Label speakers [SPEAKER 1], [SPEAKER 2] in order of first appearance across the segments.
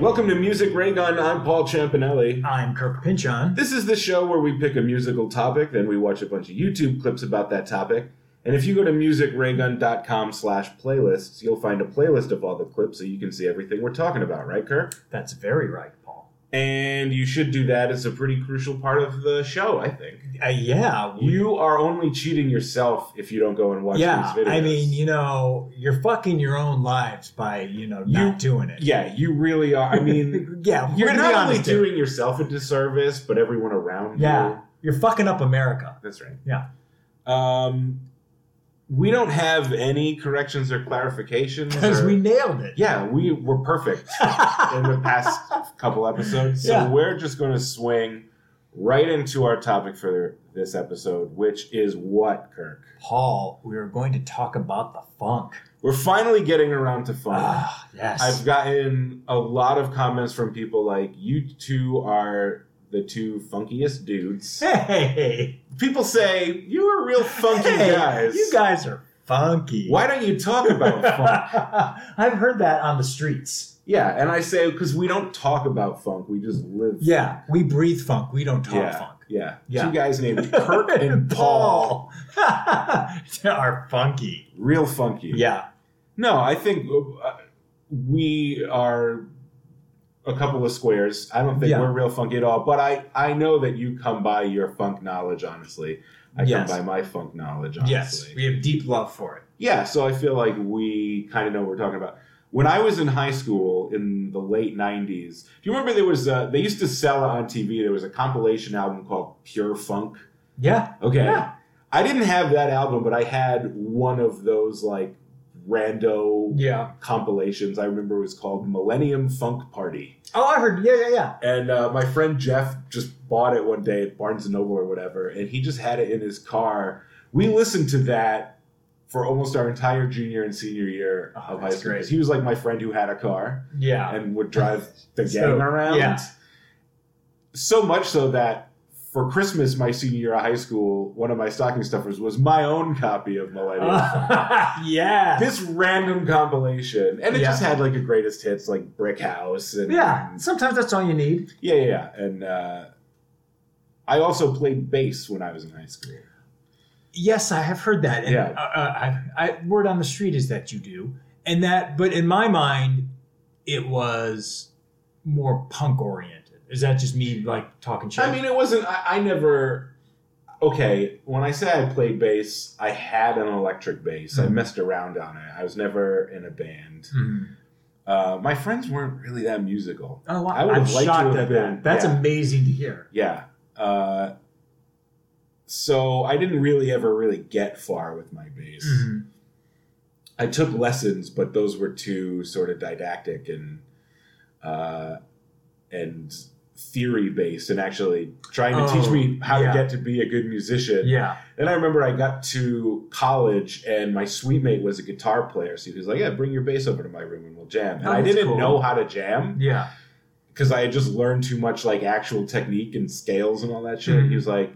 [SPEAKER 1] Welcome to Music Ray Gun. I'm Paul Champanelli.
[SPEAKER 2] I'm Kirk Pinchon.
[SPEAKER 1] This is the show where we pick a musical topic, then we watch a bunch of YouTube clips about that topic. And if you go to musicraygun.com slash playlists, you'll find a playlist of all the clips so you can see everything we're talking about, right, Kirk?
[SPEAKER 2] That's very right, Paul.
[SPEAKER 1] And you should do that. It's a pretty crucial part of the show, I think.
[SPEAKER 2] Uh, yeah, we-
[SPEAKER 1] You are only cheating yourself if you don't go and watch
[SPEAKER 2] yeah.
[SPEAKER 1] these videos.
[SPEAKER 2] I mean, you know, you're fucking your own lives by you know not
[SPEAKER 1] You-
[SPEAKER 2] doing it.
[SPEAKER 1] yeah, you really are. I mean,
[SPEAKER 2] yeah. We're
[SPEAKER 1] you're
[SPEAKER 2] gonna be
[SPEAKER 1] not only
[SPEAKER 2] honest. here.
[SPEAKER 1] doing yourself a disservice, but everyone around you.
[SPEAKER 2] yeah, you're fucking up America.
[SPEAKER 1] That's right.
[SPEAKER 2] Yeah.
[SPEAKER 1] Um, we don't have any corrections or clarifications.
[SPEAKER 2] Because
[SPEAKER 1] or-
[SPEAKER 2] we nailed it.
[SPEAKER 1] yeah, we were perfect in the past couple episodes. So
[SPEAKER 2] Yeah.
[SPEAKER 1] we're just going to swing right into our topic for this episode, which is what, Kirk?
[SPEAKER 2] Paul, we are going to talk about the funk.
[SPEAKER 1] We're finally getting around to fun.
[SPEAKER 2] Ah, yes.
[SPEAKER 1] I've gotten a lot of comments from people like, you two are the two funkiest dudes.
[SPEAKER 2] hey,
[SPEAKER 1] People say, you are real funky
[SPEAKER 2] hey,
[SPEAKER 1] guys.
[SPEAKER 2] You guys are funky.
[SPEAKER 1] Why don't you talk about funk?
[SPEAKER 2] I've heard that on the streets.
[SPEAKER 1] Yeah, and I say because we don't talk about funk, we just live.
[SPEAKER 2] Yeah, we breathe funk. We don't talk
[SPEAKER 1] yeah,
[SPEAKER 2] funk.
[SPEAKER 1] yeah.
[SPEAKER 2] Yeah.
[SPEAKER 1] Two guys named Kurt and Paul,
[SPEAKER 2] are funky.
[SPEAKER 1] real funky.
[SPEAKER 2] Yeah.
[SPEAKER 1] No, I think uh, we are a couple of squares. I don't think
[SPEAKER 2] Yeah.
[SPEAKER 1] we're real funky at all, but I I know that you come by your funk knowledge honestly. I
[SPEAKER 2] Yes.
[SPEAKER 1] come by my funk knowledge
[SPEAKER 2] Yes.
[SPEAKER 1] honestly.
[SPEAKER 2] We have deep love for it.
[SPEAKER 1] Yeah, so I feel like we kind of know what we're talking about. When I was in high school in the late '90s, do you remember there was uh they used to sell it on TV? There was a compilation album called Pure Funk.
[SPEAKER 2] Yeah.
[SPEAKER 1] Okay,
[SPEAKER 2] Yeah.
[SPEAKER 1] I didn't have that album, but I had one of those like rando
[SPEAKER 2] Yeah.
[SPEAKER 1] compilations. I remember it was called Millennium Funk Party,
[SPEAKER 2] Oh, I heard. Yeah, yeah, yeah.
[SPEAKER 1] and uh, my friend Jeff just bought it one day at Barnes and Noble or whatever, and he just had it in his car. We listened to that for almost our entire junior and senior year
[SPEAKER 2] Oh,
[SPEAKER 1] of high
[SPEAKER 2] that's
[SPEAKER 1] school.
[SPEAKER 2] great.
[SPEAKER 1] 'Cause He was like my friend who had a car
[SPEAKER 2] Yeah.
[SPEAKER 1] and would drive the gang
[SPEAKER 2] So,
[SPEAKER 1] around.
[SPEAKER 2] yeah.
[SPEAKER 1] So much so that for Christmas, my senior year of high school, one of my stocking stuffers was my own copy of Millennium.
[SPEAKER 2] Oh. yeah.
[SPEAKER 1] this random compilation, and it
[SPEAKER 2] Yeah.
[SPEAKER 1] just had like the greatest hits, like Brick House, and
[SPEAKER 2] yeah. Sometimes that's all you need.
[SPEAKER 1] yeah, yeah, yeah. and uh, I also played bass when I was in high school.
[SPEAKER 2] Yes, I have heard that. And,
[SPEAKER 1] Yeah.
[SPEAKER 2] Uh, uh, I, I, word on the street is that you do, and that. But in my mind, it was more punk oriented. Is that just me like talking shit?
[SPEAKER 1] I mean, it wasn't. I, I never. Okay, when I say I played bass, I had an electric bass. I
[SPEAKER 2] Mhm.
[SPEAKER 1] messed around on it. I was never in a band.
[SPEAKER 2] Mhm.
[SPEAKER 1] Uh, my friends weren't really that musical.
[SPEAKER 2] oh, wow.
[SPEAKER 1] I would
[SPEAKER 2] I'm
[SPEAKER 1] have liked to
[SPEAKER 2] shocked
[SPEAKER 1] have
[SPEAKER 2] at
[SPEAKER 1] been-
[SPEAKER 2] that. That's
[SPEAKER 1] yeah.
[SPEAKER 2] amazing to hear.
[SPEAKER 1] Yeah. Uh, so I didn't really ever really get far with my bass.
[SPEAKER 2] Hmm. Mm-hmm.
[SPEAKER 1] I took lessons, but those were too sort of didactic and uh, and theory based, and actually trying to
[SPEAKER 2] Oh,
[SPEAKER 1] teach me how
[SPEAKER 2] yeah.
[SPEAKER 1] to get to be a good musician.
[SPEAKER 2] Yeah.
[SPEAKER 1] And I remember I got to college, and my suite mate was a guitar player, so he was like, "Yeah, bring your bass over to my room and we'll jam." And
[SPEAKER 2] Oh,
[SPEAKER 1] I
[SPEAKER 2] that's
[SPEAKER 1] didn't
[SPEAKER 2] cool.
[SPEAKER 1] know how to jam
[SPEAKER 2] Yeah.
[SPEAKER 1] because I had just learned too much like actual technique and scales and all that shit.
[SPEAKER 2] Mhm.
[SPEAKER 1] He was like.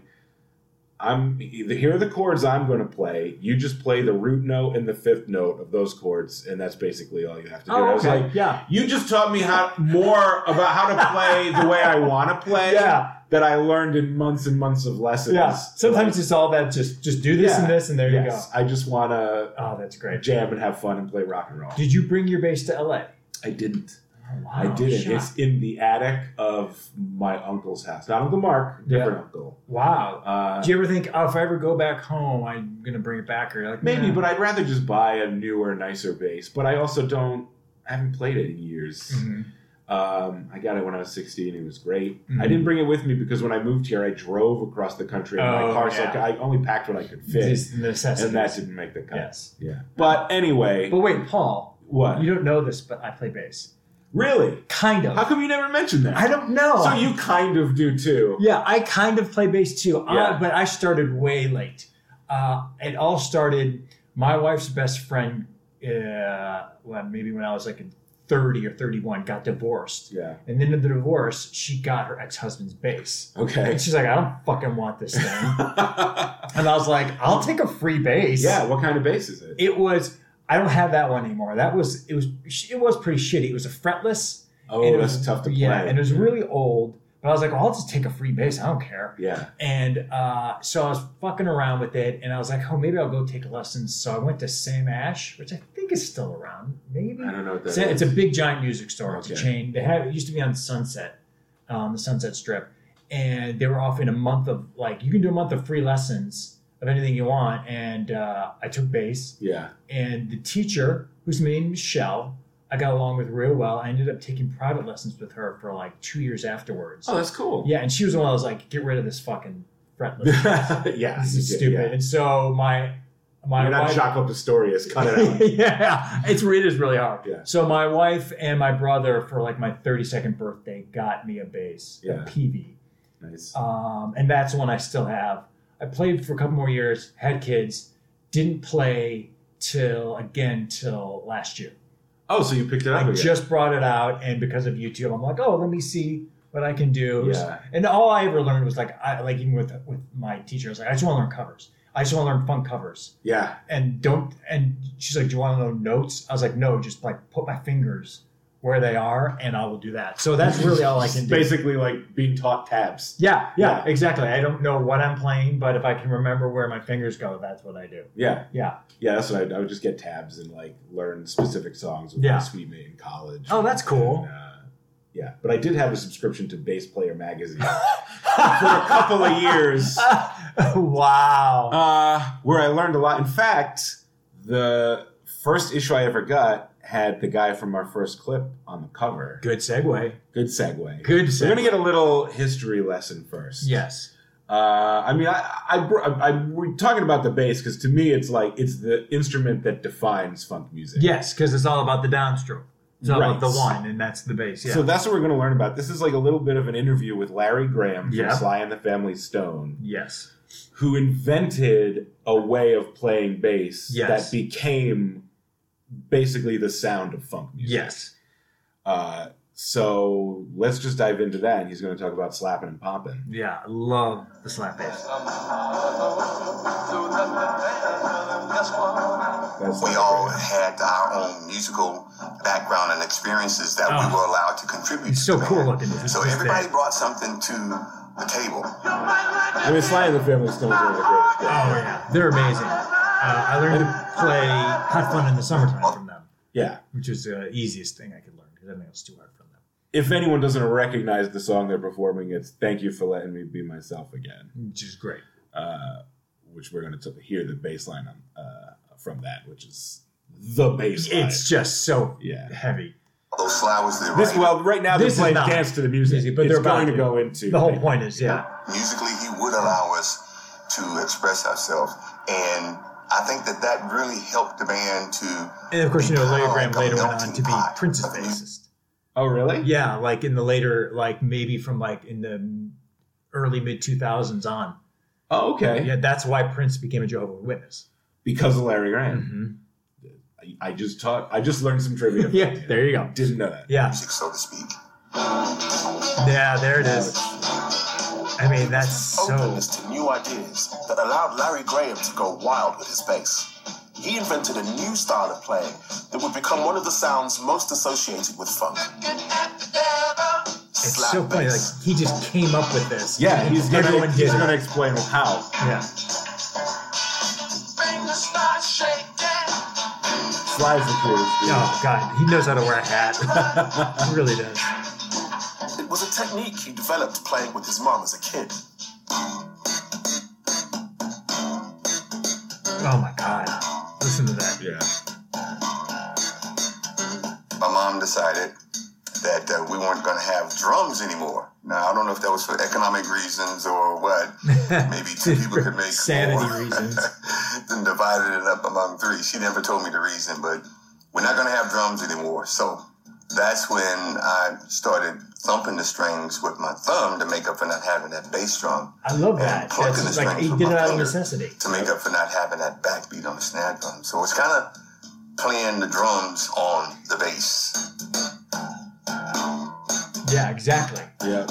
[SPEAKER 1] I'm here are the chords I'm going to play. You just play the root note and the fifth note of those chords, and that's basically all you have to do.
[SPEAKER 2] Oh,
[SPEAKER 1] And I was like,
[SPEAKER 2] yeah.
[SPEAKER 1] you just taught me how more about how to play the way I want to play.
[SPEAKER 2] Yeah.
[SPEAKER 1] That I learned in months and months of lessons.
[SPEAKER 2] Yeah. Sometimes it's all that just just do this
[SPEAKER 1] Yeah.
[SPEAKER 2] and this and there
[SPEAKER 1] yes, I just want
[SPEAKER 2] you
[SPEAKER 1] to
[SPEAKER 2] go. Oh, that's great.
[SPEAKER 1] jam and have fun and play rock and roll.
[SPEAKER 2] Did you bring your bass to LA?
[SPEAKER 1] I didn't.
[SPEAKER 2] Oh, wow.
[SPEAKER 1] I didn't.
[SPEAKER 2] Shock.
[SPEAKER 1] It's in the attic of my uncle's house. Not Uncle Mark,
[SPEAKER 2] Yeah.
[SPEAKER 1] different uncle.
[SPEAKER 2] wow.
[SPEAKER 1] Uh,
[SPEAKER 2] Do you ever think, oh, if I ever go back home, I'm gonna bring it back? Or you're like,
[SPEAKER 1] maybe,
[SPEAKER 2] nah.
[SPEAKER 1] but I'd rather just buy a newer, nicer bass. But I also don't. I haven't played it in years.
[SPEAKER 2] Mhm.
[SPEAKER 1] Um, I got it when I was 16. It was great.
[SPEAKER 2] Mhm.
[SPEAKER 1] I didn't bring it with me because when I moved here, I drove across the country in my
[SPEAKER 2] Oh,
[SPEAKER 1] car, so
[SPEAKER 2] yeah.
[SPEAKER 1] I only packed what I could fit,
[SPEAKER 2] It's the necessity.
[SPEAKER 1] and that didn't make the cut.
[SPEAKER 2] yes.
[SPEAKER 1] Yeah. But anyway,
[SPEAKER 2] But wait, Paul,
[SPEAKER 1] what?
[SPEAKER 2] you don't know this, but I play bass.
[SPEAKER 1] Really?
[SPEAKER 2] Kind of.
[SPEAKER 1] How come you never mentioned that?
[SPEAKER 2] I don't know.
[SPEAKER 1] So you kind of do too.
[SPEAKER 2] Yeah, I kind of play bass too, I-
[SPEAKER 1] Yeah.
[SPEAKER 2] but I started way late. Uh, it all started. My wife's best friend, uh, well, maybe when I was like in thirty or thirty-one, got divorced,
[SPEAKER 1] Yeah.
[SPEAKER 2] and then in the divorce, she got her ex-husband's bass,
[SPEAKER 1] Okay.
[SPEAKER 2] and she's like, "I don't fucking want this thing," and I was like, "I'll take a free bass."
[SPEAKER 1] yeah. What kind of bass is it?
[SPEAKER 2] it was. I don't have that one anymore. That was it was it was pretty shitty. It was a fretless.
[SPEAKER 1] Oh,
[SPEAKER 2] and it
[SPEAKER 1] that's
[SPEAKER 2] was-
[SPEAKER 1] tough to play.
[SPEAKER 2] Yeah, and it was really old. But I was like, well, I'll just take a free base. I don't care.
[SPEAKER 1] yeah.
[SPEAKER 2] And uh, so I was fucking around with it, and I was like, oh, maybe I'll go take lessons. So I went to Sam Ash, which I think is still around. Maybe
[SPEAKER 1] I don't know what that
[SPEAKER 2] it's
[SPEAKER 1] is.
[SPEAKER 2] a, it's a big giant music store. It's a
[SPEAKER 1] Okay.
[SPEAKER 2] chain. They had it used to be on Sunset, um, the Sunset Strip, and they were offering a month of like you can do a month of free lessons of anything you want. And uh, I took bass,
[SPEAKER 1] yeah.
[SPEAKER 2] and the teacher, whose name is Michelle, I got along with real well. I ended up taking private lessons with her for like two years afterwards.
[SPEAKER 1] Oh, that's cool.
[SPEAKER 2] Yeah, and she was the one I was like, get rid of this fucking fretless.
[SPEAKER 1] yeah.
[SPEAKER 2] this
[SPEAKER 1] you
[SPEAKER 2] is
[SPEAKER 1] did,
[SPEAKER 2] stupid.
[SPEAKER 1] yeah.
[SPEAKER 2] And so my my
[SPEAKER 1] You're not
[SPEAKER 2] wife-
[SPEAKER 1] Jaco Pastorius. Cut it out.
[SPEAKER 2] yeah, it's it is really hard.
[SPEAKER 1] Yeah.
[SPEAKER 2] So my wife and my brother for like my 32nd birthday got me a bass,
[SPEAKER 1] Yeah.
[SPEAKER 2] a PV,
[SPEAKER 1] nice.
[SPEAKER 2] um, and that's one I still have. I played for a couple more years, had kids, didn't play till again till last year.
[SPEAKER 1] Oh, so you picked it up
[SPEAKER 2] I
[SPEAKER 1] again.
[SPEAKER 2] just brought it out, and because of YouTube, I'm like, oh, let me see what I can do. It was-
[SPEAKER 1] Yeah.
[SPEAKER 2] And all I ever learned was like, I like even with with my teacher, I was like, I just want to learn covers. I just want to learn funk covers
[SPEAKER 1] yeah.
[SPEAKER 2] and don't and she's like do you want to know notes i was like no just like put my fingers where they are and i will do that so that's really all i can
[SPEAKER 1] It's
[SPEAKER 2] do
[SPEAKER 1] Basically, like being taught tabs.
[SPEAKER 2] yeah, yeah
[SPEAKER 1] Yeah.
[SPEAKER 2] exactly i don't know what i'm playing but if i can remember where my fingers go that's what i do
[SPEAKER 1] Yeah.
[SPEAKER 2] Yeah.
[SPEAKER 1] Yeah. That's what I, I would just get tabs and like learn specific songs with
[SPEAKER 2] Yeah.
[SPEAKER 1] my sweet mate in college.
[SPEAKER 2] Oh, that's cool.
[SPEAKER 1] And, uh, yeah, but I did have a subscription to Bass Player magazine for a couple of years.
[SPEAKER 2] wow
[SPEAKER 1] uh, where I learned a lot. In fact, the first issue I ever got had the guy from our first clip on the cover.
[SPEAKER 2] good segue
[SPEAKER 1] Good segue.
[SPEAKER 2] good
[SPEAKER 1] We're
[SPEAKER 2] segue
[SPEAKER 1] gonna get a little history lesson first.
[SPEAKER 2] yes
[SPEAKER 1] Uh, I mean, I, I, br- I, I we're talking about the bass because to me, it's like it's the instrument that defines funk music.
[SPEAKER 2] yes because it's all about the downstroke it's all about
[SPEAKER 1] Right.
[SPEAKER 2] the one and that's the bass yeah
[SPEAKER 1] So that's what we're going to learn about. This is like a little bit of an interview with Larry Graham from
[SPEAKER 2] Yeah.
[SPEAKER 1] Sly and the Family Stone,
[SPEAKER 2] yes
[SPEAKER 1] who invented a way of playing bass
[SPEAKER 2] Yes.
[SPEAKER 1] that became basically the sound of funk music.
[SPEAKER 2] yes
[SPEAKER 1] Uh, so let's just dive into that. And he's going to talk about slapping and popping.
[SPEAKER 2] yeah I love the slap bass
[SPEAKER 1] That's
[SPEAKER 3] We all had our own musical background and experiences that we
[SPEAKER 2] Oh.
[SPEAKER 3] were allowed to contribute
[SPEAKER 2] it's
[SPEAKER 3] to.
[SPEAKER 2] so
[SPEAKER 3] the
[SPEAKER 2] cool
[SPEAKER 3] band.
[SPEAKER 2] looking It's
[SPEAKER 3] So
[SPEAKER 2] just
[SPEAKER 3] everybody
[SPEAKER 2] that-
[SPEAKER 3] brought something to the table.
[SPEAKER 1] I mean, Sly and the Family Stone is one of the greatest.
[SPEAKER 2] Oh
[SPEAKER 1] bands.
[SPEAKER 2] yeah, they're amazing. Uh, I learned to play Hot Fun in the Summertime from them,
[SPEAKER 1] Yeah.
[SPEAKER 2] which is the easiest thing I could learn because everything else is too hard from them.
[SPEAKER 1] If anyone doesn't recognize the song they're performing, it's "Thank You for Letting Me Be Myself Again."
[SPEAKER 2] Which is great.
[SPEAKER 1] uh, which we're going to hear the bass line on, uh, from that, which is the bass line.
[SPEAKER 2] It's just so
[SPEAKER 1] yeah.
[SPEAKER 2] heavy.
[SPEAKER 3] Although Sly was the
[SPEAKER 1] This well, right now
[SPEAKER 2] This
[SPEAKER 1] this
[SPEAKER 2] is
[SPEAKER 1] they're playing
[SPEAKER 2] not
[SPEAKER 1] dance to the music,
[SPEAKER 2] music, but
[SPEAKER 1] it's
[SPEAKER 2] they're about
[SPEAKER 1] going to
[SPEAKER 2] to.
[SPEAKER 1] go into
[SPEAKER 2] The whole point is, yeah,
[SPEAKER 3] musically he would allow us to express ourselves, and I think that that really helped the band to.
[SPEAKER 2] and of course you know Larry Graham later went on to be
[SPEAKER 3] Pie.
[SPEAKER 2] Prince's bassist.
[SPEAKER 1] Oh, really?
[SPEAKER 2] Yeah, like in the later, like maybe from like in the early mid two thousands on.
[SPEAKER 1] Oh, okay.
[SPEAKER 2] Yeah, that's why Prince became a Jehovah's Witness.
[SPEAKER 1] Because of Larry Graham.
[SPEAKER 2] Mhm.
[SPEAKER 1] I, I just taught. I just learned some trivia.
[SPEAKER 2] Yeah, there you go.
[SPEAKER 1] Didn't know that.
[SPEAKER 2] Yeah,
[SPEAKER 3] music, so to speak.
[SPEAKER 2] yeah, there it is. I mean, that's so
[SPEAKER 3] Openness to new ideas that allowed Larry Graham to go wild with his bass. He invented a new style of playing that would become one of the sounds most associated with funk.
[SPEAKER 2] It's so funny. Like he just came up with this.
[SPEAKER 1] Yeah, he's gonna
[SPEAKER 2] everyone
[SPEAKER 1] he's
[SPEAKER 2] did it.
[SPEAKER 1] gonna explain how.
[SPEAKER 2] Yeah.
[SPEAKER 1] Sly's the coolest. dude.
[SPEAKER 2] Oh God, he knows how to wear a hat. he really does.
[SPEAKER 3] It was a technique he developed playing with his mom as a kid.
[SPEAKER 2] Oh my God, listen to that.
[SPEAKER 1] Yeah.
[SPEAKER 3] My mom decided that uh, we weren't going to have drums anymore. Now, I don't know if that was for economic reasons or what. Maybe two people could make
[SPEAKER 2] sanity
[SPEAKER 3] more.
[SPEAKER 2] reasons.
[SPEAKER 3] then divided it up among three. She never told me the reason, but we're not going to have drums anymore. So that's when I started thumping the strings with my thumb to make up for not having that bass drum,
[SPEAKER 2] I love that.
[SPEAKER 3] Plucking
[SPEAKER 2] That's
[SPEAKER 3] the
[SPEAKER 2] just like
[SPEAKER 3] strings
[SPEAKER 2] he
[SPEAKER 3] from
[SPEAKER 2] did it
[SPEAKER 3] my
[SPEAKER 2] out of
[SPEAKER 3] finger.
[SPEAKER 2] necessity.
[SPEAKER 3] to make up for not having that backbeat on the snare drum. So it's kind of playing the drums on the bass.
[SPEAKER 2] Yeah, exactly.
[SPEAKER 1] Yeah.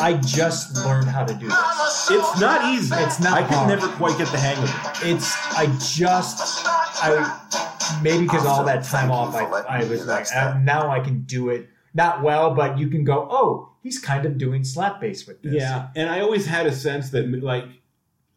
[SPEAKER 2] I just learned how to do this.
[SPEAKER 1] It's not easy.
[SPEAKER 2] It's not
[SPEAKER 1] I could
[SPEAKER 2] hard.
[SPEAKER 1] never quite get the hang of it.
[SPEAKER 2] It's I just I maybe because all that time off I, I was like I, uh, now I can do it not well, but you can go, oh, he's kind of doing slap bass with this.
[SPEAKER 1] Yeah, and I always had a sense that like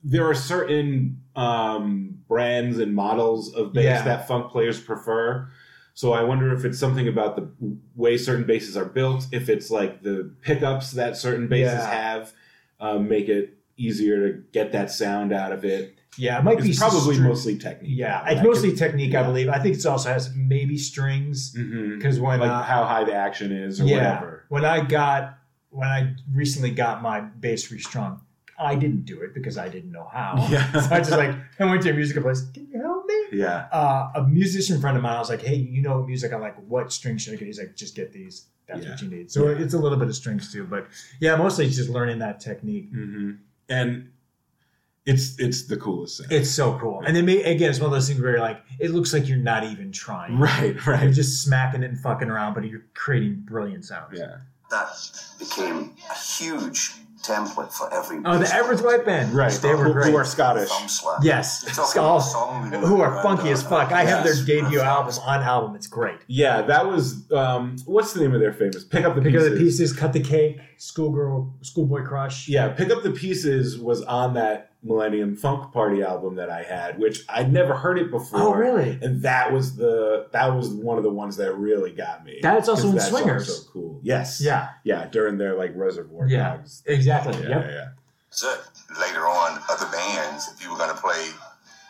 [SPEAKER 1] there are certain um, brands and models of bass
[SPEAKER 2] Yeah.
[SPEAKER 1] that funk players prefer. So I wonder if it's something about the way certain basses are built, if it's like the pickups that certain basses
[SPEAKER 2] Yeah.
[SPEAKER 1] have um, make it easier to get that sound out of it.
[SPEAKER 2] yeah, it might be
[SPEAKER 1] It's probably
[SPEAKER 2] string-
[SPEAKER 1] mostly technique.
[SPEAKER 2] Yeah,
[SPEAKER 1] Like,
[SPEAKER 2] it's mostly technique, I
[SPEAKER 1] yeah.
[SPEAKER 2] believe. I think it also has maybe strings
[SPEAKER 1] mhm.
[SPEAKER 2] because when
[SPEAKER 1] like
[SPEAKER 2] I-
[SPEAKER 1] how high the action is or
[SPEAKER 2] yeah,
[SPEAKER 1] whatever.
[SPEAKER 2] when I got when I recently got my bass restrung, I didn't do it because I didn't know how.
[SPEAKER 1] Yeah.
[SPEAKER 2] So I just like I went to a musical place. Can you help me?
[SPEAKER 1] Yeah,
[SPEAKER 2] uh, a musician friend of mine, I was like, hey, you know music. I'm like, what strings should I get? He's like, just get these. That's what you need. So
[SPEAKER 1] Yeah.
[SPEAKER 2] it's a little bit of strings too. But yeah, mostly it's just learning that technique.
[SPEAKER 1] hmm and it's it's the coolest thing.
[SPEAKER 2] It's so cool. And then may, again, it's one of those things where you're like, it looks like you're not even trying.
[SPEAKER 1] right, right.
[SPEAKER 2] You're just smacking it and fucking around, but you're creating brilliant sounds.
[SPEAKER 1] Yeah.
[SPEAKER 3] That became a huge template for every.
[SPEAKER 2] Oh, the average white band.
[SPEAKER 1] Right.
[SPEAKER 2] They were
[SPEAKER 1] who,
[SPEAKER 2] great.
[SPEAKER 1] who are Scottish.
[SPEAKER 3] Thumb slap.
[SPEAKER 2] yes.
[SPEAKER 3] It's also
[SPEAKER 2] All-
[SPEAKER 3] a song
[SPEAKER 2] who are
[SPEAKER 3] that-
[SPEAKER 2] funky as fuck. I have their
[SPEAKER 3] Yes.
[SPEAKER 2] debut album on album. It's great.
[SPEAKER 1] Yeah, that was um what's the name of their famous? Pick up the
[SPEAKER 2] Pick
[SPEAKER 1] pieces.
[SPEAKER 2] up the pieces, cut the cake, schoolgirl, schoolboy crush.
[SPEAKER 1] Yeah, Pick Up the Pieces was on that Millennium Funk Party album that I had, which I'd never heard it before.
[SPEAKER 2] Oh, really?
[SPEAKER 1] And that was the that was one of the ones that really got me.
[SPEAKER 2] That's also
[SPEAKER 1] 'Cause
[SPEAKER 2] in
[SPEAKER 1] that song's
[SPEAKER 2] Swingers.
[SPEAKER 1] So cool. Yes.
[SPEAKER 2] Yeah,
[SPEAKER 1] Yeah, during their like Reservoir
[SPEAKER 2] Yeah.
[SPEAKER 1] Dogs.
[SPEAKER 2] exactly.
[SPEAKER 1] Yeah,
[SPEAKER 2] yep.
[SPEAKER 1] yeah.
[SPEAKER 3] So later on, other bands, if you were going to play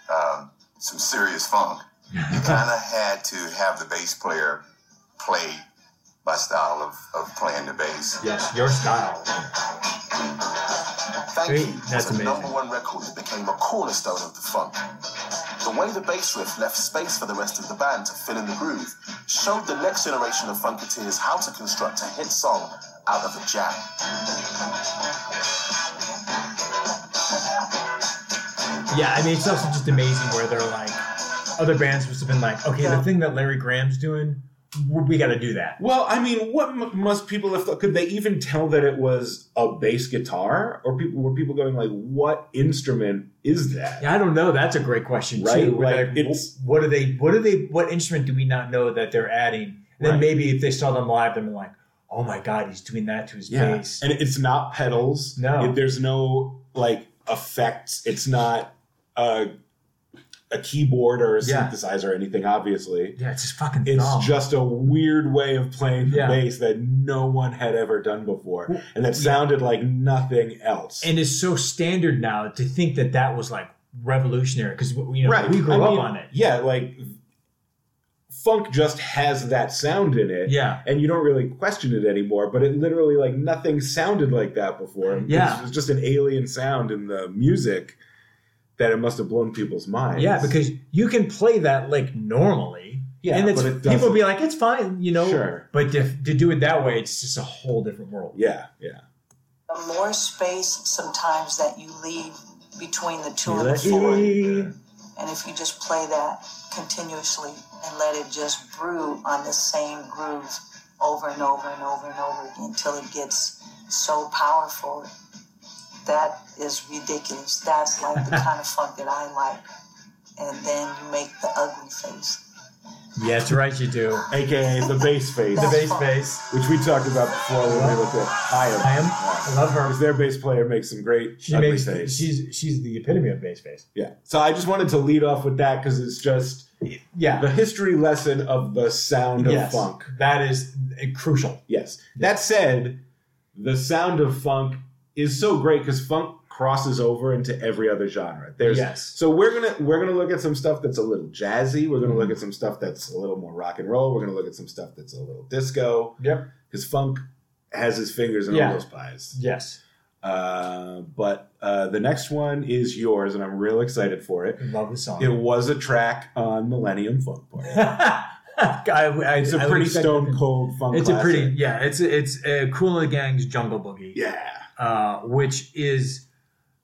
[SPEAKER 3] um, some serious funk, you kind of had to have the bass player play my style of, of playing the bass.
[SPEAKER 2] Yes, your style.
[SPEAKER 3] Thank
[SPEAKER 2] Great.
[SPEAKER 3] you. was
[SPEAKER 2] That's
[SPEAKER 3] the
[SPEAKER 2] amazing.
[SPEAKER 3] number one record that became a cornerstone of the funk. The way the bass riff left space for the rest of the band to fill in the groove showed the next generation of funketeers how to construct a hit song out of a jam.
[SPEAKER 2] Yeah, I mean, it's also just amazing where they're like, other bands must have been like, okay, the thing that Larry Graham's doing, w- we got to do that.
[SPEAKER 1] Well, I mean, what m- must people have thought? Could they even tell that it was a bass guitar, or people were people going like, "What instrument is that?"
[SPEAKER 2] Yeah, I don't know. That's a great question
[SPEAKER 1] Right,
[SPEAKER 2] too.
[SPEAKER 1] like,
[SPEAKER 2] Like,
[SPEAKER 1] it's-
[SPEAKER 2] wh- what are they? What are they? What instrument do we not know that they're adding? And Then
[SPEAKER 1] Right.
[SPEAKER 2] maybe if they saw them live, they're like, oh my god, he's doing that to his
[SPEAKER 1] Yeah,
[SPEAKER 2] bass.
[SPEAKER 1] and it's not pedals.
[SPEAKER 2] No.
[SPEAKER 1] It- there's no like effects. It's not a a keyboard or a
[SPEAKER 2] Yeah.
[SPEAKER 1] synthesizer or anything. Obviously,
[SPEAKER 2] yeah, it's just fucking
[SPEAKER 1] it's
[SPEAKER 2] dumb.
[SPEAKER 1] just a weird way of playing the
[SPEAKER 2] Yeah.
[SPEAKER 1] bass that no one had ever done before,
[SPEAKER 2] Well,
[SPEAKER 1] and that sounded like nothing else.
[SPEAKER 2] and it's so standard now to think that that was like revolutionary because you know we grew
[SPEAKER 1] I
[SPEAKER 2] up
[SPEAKER 1] mean,
[SPEAKER 2] on it.
[SPEAKER 1] Yeah, like funk just has that sound in it.
[SPEAKER 2] Yeah.
[SPEAKER 1] And you don't really question it anymore, but it literally like nothing sounded like that before. It
[SPEAKER 2] Yeah.
[SPEAKER 1] was just an alien sound in the music that it must have blown people's minds.
[SPEAKER 2] Yeah, because you can play that like normally.
[SPEAKER 1] Yeah,
[SPEAKER 2] and it's,
[SPEAKER 1] but it doesn't.
[SPEAKER 2] people be like, it's fine, you know.
[SPEAKER 1] Sure.
[SPEAKER 2] But to, to do it that way, it's just a whole different world.
[SPEAKER 1] yeah, yeah.
[SPEAKER 4] the more space sometimes that you leave between the two and the
[SPEAKER 2] Let
[SPEAKER 4] four.
[SPEAKER 1] E,
[SPEAKER 2] it-
[SPEAKER 4] And if you just play that continuously and let it just brew on the same groove over and over and over and over again until it gets so powerful, that is ridiculous. That's like the kind of funk that I like. And then you make the ugly face.
[SPEAKER 2] Yeah, that's right, you do.
[SPEAKER 1] AKA the bass phase,
[SPEAKER 2] The bass bass.
[SPEAKER 1] which we talked about before when we looked at
[SPEAKER 2] I am.
[SPEAKER 1] I
[SPEAKER 2] I love her.
[SPEAKER 1] Because their bass player makes some great
[SPEAKER 2] She
[SPEAKER 1] ugly
[SPEAKER 2] makes.
[SPEAKER 1] face.
[SPEAKER 2] She's she's the epitome of bass bass.
[SPEAKER 1] yeah. So I just wanted to lead off with that because it's just
[SPEAKER 2] Yeah.
[SPEAKER 1] the history lesson of the sound of
[SPEAKER 2] Yes.
[SPEAKER 1] funk.
[SPEAKER 2] That is uh, crucial.
[SPEAKER 1] Yes. That said, the sound of funk is so great because funk crosses over into every other genre. There's
[SPEAKER 2] Yes.
[SPEAKER 1] so we're gonna we're gonna look at some stuff that's a little jazzy. We're gonna
[SPEAKER 2] Mm-hmm.
[SPEAKER 1] look at some stuff that's a little more rock and roll. We're gonna look at some stuff that's a little disco
[SPEAKER 2] Yep.
[SPEAKER 1] because funk has his fingers in
[SPEAKER 2] Yeah.
[SPEAKER 1] all those pies.
[SPEAKER 2] Yes.
[SPEAKER 1] Uh, but uh, the next one is yours, and I'm real excited for it.
[SPEAKER 2] Love the song.
[SPEAKER 1] It was a track on Millennium Funk Party.
[SPEAKER 2] I, I,
[SPEAKER 1] It's a
[SPEAKER 2] I would
[SPEAKER 1] pretty
[SPEAKER 2] expect
[SPEAKER 1] stone
[SPEAKER 2] nothing.
[SPEAKER 1] cold funk.
[SPEAKER 2] It's a pretty
[SPEAKER 1] classic.
[SPEAKER 2] yeah. It's it's uh, Cool and the Gang's Jungle Boogie.
[SPEAKER 1] yeah.
[SPEAKER 2] uh, which is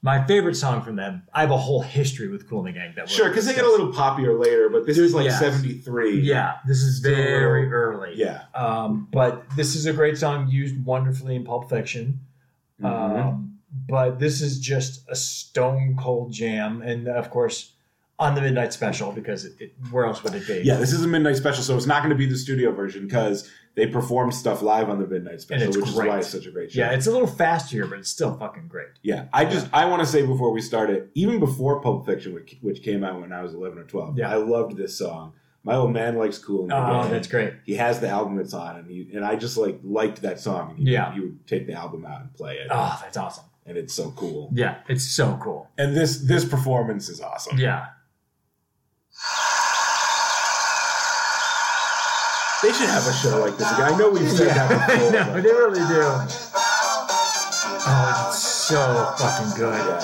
[SPEAKER 2] my favorite song from them. I have a whole history with Cool and the Gang. That we're-
[SPEAKER 1] Sure, because they get a little poppier later, but this is like
[SPEAKER 2] Yeah.
[SPEAKER 1] '73.
[SPEAKER 2] Yeah, this is
[SPEAKER 1] Still a little-
[SPEAKER 2] very early.
[SPEAKER 1] yeah.
[SPEAKER 2] Um, but this is a great song used wonderfully in Pulp Fiction.
[SPEAKER 1] Mhm.
[SPEAKER 2] Uh, Mm-hmm. Um, but this is just a stone cold jam, and of course, on the midnight special because it, it, where else would it be?
[SPEAKER 1] Yeah, this is a midnight special, so it's not going to be the studio version because they perform stuff live on the midnight special,
[SPEAKER 2] it's
[SPEAKER 1] which is
[SPEAKER 2] great.
[SPEAKER 1] why it's such a great show.
[SPEAKER 2] yeah, it's a little fast here, but it's still fucking great.
[SPEAKER 1] Yeah, I just I want to say before we start it, even before Pulp Fiction, which, which came out when I was eleven or twelve,
[SPEAKER 2] Yeah.
[SPEAKER 1] I loved this song. My old man likes cool. And
[SPEAKER 2] Oh,
[SPEAKER 1] Cool.
[SPEAKER 2] that's great.
[SPEAKER 1] He has the album it's on, and he and I just like liked that song. And he,
[SPEAKER 2] Yeah.
[SPEAKER 1] he would take the album out and play it,
[SPEAKER 2] Oh, that's awesome.
[SPEAKER 1] and it's so cool.
[SPEAKER 2] Yeah, it's so cool.
[SPEAKER 1] And this this performance is awesome.
[SPEAKER 2] Yeah,
[SPEAKER 1] They should have a show like this. again. I know we've said that
[SPEAKER 2] I
[SPEAKER 1] before.
[SPEAKER 2] know
[SPEAKER 1] but-
[SPEAKER 2] they really do. Oh, it's so fucking good.
[SPEAKER 1] yeah,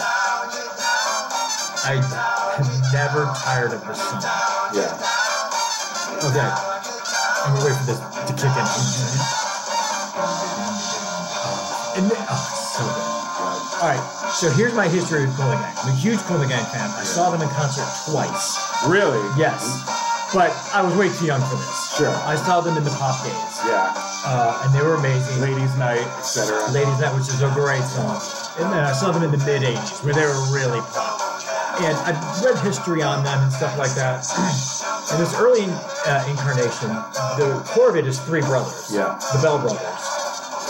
[SPEAKER 2] I am never tired of this song.
[SPEAKER 1] yeah.
[SPEAKER 2] Okay, I'm gonna wait for this to kick in. And then, oh, it's so good. All right, so here's my history with Cooling Gang. I'm a huge Cooling Gang fan. I saw them in concert twice.
[SPEAKER 1] Really?
[SPEAKER 2] Yes, but I was way too young for this.
[SPEAKER 1] Sure.
[SPEAKER 2] I saw them in the pop days,
[SPEAKER 1] Yeah.
[SPEAKER 2] uh, and they were amazing.
[SPEAKER 1] Ladies' night, etc.
[SPEAKER 2] Ladies Night, which is a great song. And then I saw them in the mid 80s where they were really pop. And I've read history on them and stuff like that. In this early uh, incarnation, the core of it is three brothers.
[SPEAKER 1] Yeah.
[SPEAKER 2] The Bell Brothers.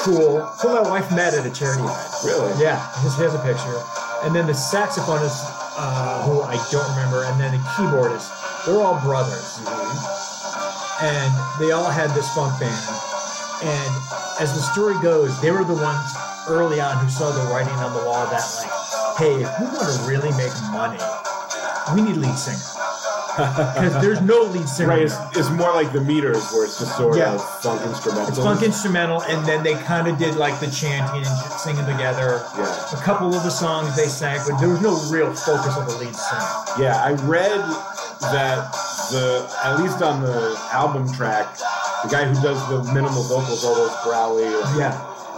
[SPEAKER 2] Cool. Who my wife met at a charity event.
[SPEAKER 1] Really?
[SPEAKER 2] Yeah, his, he has a picture. And then the saxophonist, uh, who I don't remember, and then the keyboardist. They're all brothers
[SPEAKER 1] Mhm.
[SPEAKER 2] and they all had this funk band. And as the story goes, they were the ones early on who saw the writing on the wall that, like, hey, if we want to really make money, we need lead singer. Because there's no lead singer.
[SPEAKER 1] Right, it's,
[SPEAKER 2] now.
[SPEAKER 1] it's more like the meters where it's just sort
[SPEAKER 2] Yeah.
[SPEAKER 1] of funk instrumental.
[SPEAKER 2] It's funk instrumental, and then they kind of did like the chanting and singing together.
[SPEAKER 1] Yeah.
[SPEAKER 2] A couple of the songs they sang, but there was no real focus on the lead singer.
[SPEAKER 1] Yeah, I read that the at least on the album track, the guy who does the minimal vocals, all those growly, like,
[SPEAKER 2] Yeah.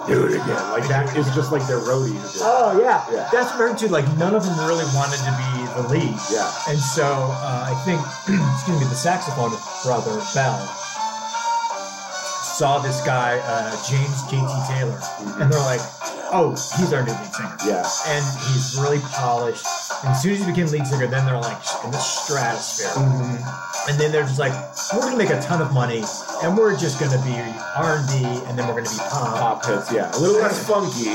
[SPEAKER 1] do it again, like that is just like their roadie. who did it.
[SPEAKER 2] Oh yeah.
[SPEAKER 1] Yeah.
[SPEAKER 2] That's very too. Like none of them really wanted to be the lead.
[SPEAKER 1] Yeah.
[SPEAKER 2] And so uh, I think, excuse me, the saxophonist brother Bell saw this guy uh, James JT Taylor, and they're like, "Oh, he's our new lead singer."
[SPEAKER 1] Yeah,
[SPEAKER 2] And he's really polished. And as soon as he became lead singer, then they're like in the stratosphere. And then they're just like, "We're gonna make a ton of money, and we're just gonna be R and B, and then we're gonna be pop,
[SPEAKER 1] pop hits. Yeah, a little less funky,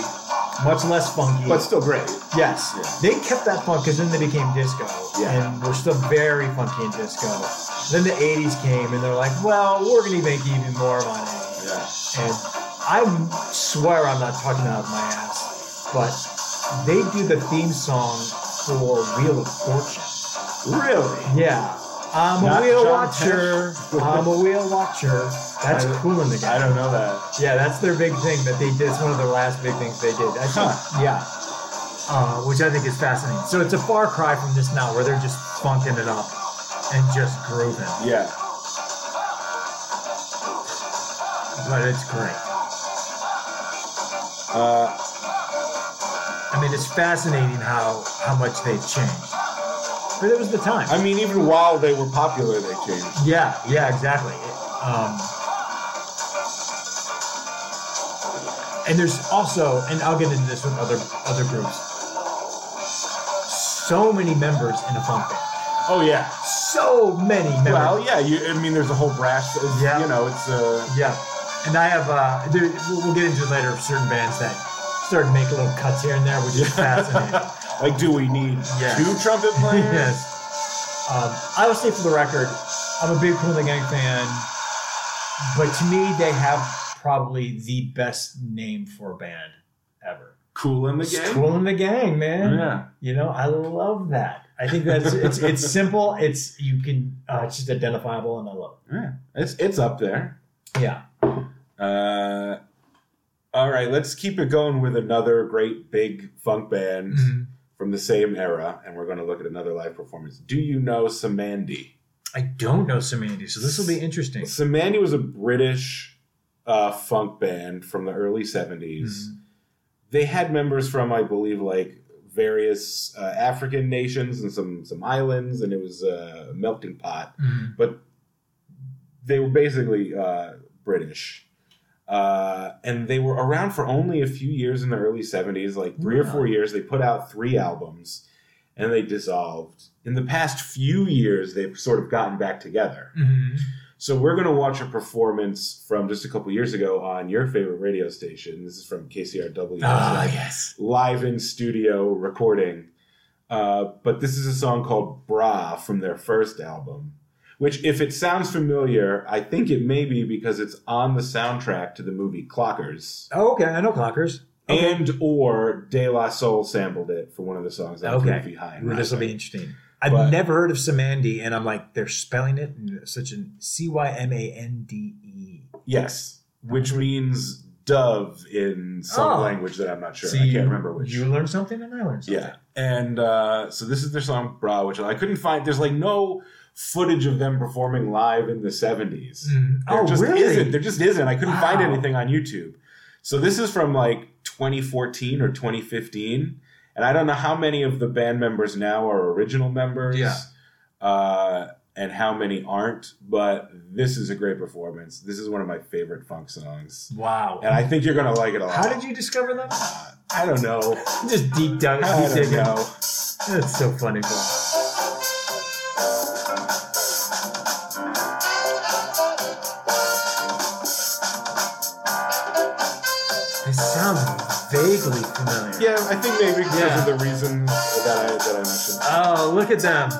[SPEAKER 2] much less funky."
[SPEAKER 1] but still great.
[SPEAKER 2] Yes, they kept that funk because then they became disco,
[SPEAKER 1] Yeah.
[SPEAKER 2] and we're still very funky and disco. Then the '80s came, and they're like, "Well, we're gonna make even more money."
[SPEAKER 1] Yeah,
[SPEAKER 2] And I swear I'm not talking out of my ass, but they do the theme song for Wheel of Fortune.
[SPEAKER 1] really.
[SPEAKER 2] Yeah, I'm
[SPEAKER 1] Not
[SPEAKER 2] a wheel
[SPEAKER 1] John
[SPEAKER 2] watcher. I'm a wheel watcher. That's
[SPEAKER 1] I-
[SPEAKER 2] cool in the
[SPEAKER 1] I
[SPEAKER 2] guy.
[SPEAKER 1] don't know that.
[SPEAKER 2] Yeah, that's their big thing that they did. It's one of their last big things they did. I think,
[SPEAKER 1] Huh.
[SPEAKER 2] Yeah. Uh, which I think is fascinating. So it's a far cry from this now where they're just funking it up and just grooving.
[SPEAKER 1] Yeah,
[SPEAKER 2] But it's great.
[SPEAKER 1] uh,
[SPEAKER 2] I mean, it's fascinating how, how much they've changed. But it was the time.
[SPEAKER 1] I mean, even while they were popular, they changed.
[SPEAKER 2] yeah, yeah, exactly. Um, and there's also, and I'll get into this with other other groups, so many members in a funk band.
[SPEAKER 1] Oh yeah.
[SPEAKER 2] so many members.
[SPEAKER 1] Well, yeah. You, I mean, there's a whole brass.
[SPEAKER 2] Yeah.
[SPEAKER 1] You know, it's uh,
[SPEAKER 2] yeah, and I have. Uh, there, we'll, we'll get into it later. Of certain bands that started to make little cuts here and there, which is fascinating.
[SPEAKER 1] like, do we need
[SPEAKER 2] Yes.
[SPEAKER 1] two trumpet players?
[SPEAKER 2] yes. Um, I will say for the record, I'm a big Cool and the Gang fan, but to me, they have probably the best name for a band ever.
[SPEAKER 1] Cool in the
[SPEAKER 2] It's
[SPEAKER 1] game.
[SPEAKER 2] Cool and the Gang, man.
[SPEAKER 1] Yeah.
[SPEAKER 2] You know, I love that. I think that's it's it's simple. It's you can uh, it's just identifiable, and I love
[SPEAKER 1] Yeah, it's it's up there.
[SPEAKER 2] it. Yeah.
[SPEAKER 1] Uh, all right, let's keep it going with another great big funk band from the same era, and we're going to look at another live performance. Do you know Samandi?
[SPEAKER 2] I don't know Samandy, so this will be interesting.
[SPEAKER 1] Samandi was a British uh, funk band from the early '70s.
[SPEAKER 2] Mm-hmm.
[SPEAKER 1] They had members from, I believe, like various uh, African nations and some some islands, and it was uh, a melting pot.
[SPEAKER 2] Mhm.
[SPEAKER 1] but they were basically uh, British. Uh, and they were around for only a few years in the early 70s, like three or
[SPEAKER 2] Yeah.
[SPEAKER 1] four years. They put out three albums. and they dissolved. In the past few years, they've sort of gotten back together.
[SPEAKER 2] Mm-hmm.
[SPEAKER 1] So we're going to watch a performance from just a couple years ago on your favorite radio station. This is from KCRW.
[SPEAKER 2] Ah, yes.
[SPEAKER 1] live in studio recording. Uh, but this is a song called Bra from their first album, which, if it sounds familiar, I think it may be because it's on the soundtrack to the movie Clockers.
[SPEAKER 2] Oh, okay, I know Clockers. Okay.
[SPEAKER 1] And or De La Soul sampled it for one of the songs on
[SPEAKER 2] Okay.
[SPEAKER 1] TV High.
[SPEAKER 2] Ooh, this will be interesting. I've
[SPEAKER 1] But-
[SPEAKER 2] never heard of Samandi, and I'm like, they're spelling it in such an C Y M A N D E.
[SPEAKER 1] Yes, which means dove in some
[SPEAKER 2] Oh.
[SPEAKER 1] language that I'm not sure. I can't remember which.
[SPEAKER 2] You learned something, and I learned something.
[SPEAKER 1] Yeah. And uh, so this is their song Bra, which I couldn't find. There's like no footage of them performing live in the 70s.
[SPEAKER 2] Mm.
[SPEAKER 1] There
[SPEAKER 2] Oh,
[SPEAKER 1] just
[SPEAKER 2] really?
[SPEAKER 1] isn't. There just isn't. I couldn't find
[SPEAKER 2] Wow.
[SPEAKER 1] anything on YouTube. So this is from like 2014 or 2015. And I don't know how many of the band members now are original members.
[SPEAKER 2] Yeah.
[SPEAKER 1] Uh, and how many aren't, but this is a great performance. This is one of my favorite funk songs.
[SPEAKER 2] Wow.
[SPEAKER 1] And I think you're gonna like it a lot.
[SPEAKER 2] How did you discover them?
[SPEAKER 1] I don't know.
[SPEAKER 2] Just deep down.
[SPEAKER 1] I
[SPEAKER 2] Deep
[SPEAKER 1] don't
[SPEAKER 2] digging.
[SPEAKER 1] know.
[SPEAKER 2] That's so funny, Paul. It sounds vaguely familiar.
[SPEAKER 1] Yeah, I think maybe because
[SPEAKER 2] Yeah.
[SPEAKER 1] of the reasons that I that I mentioned.
[SPEAKER 2] Oh, look at them.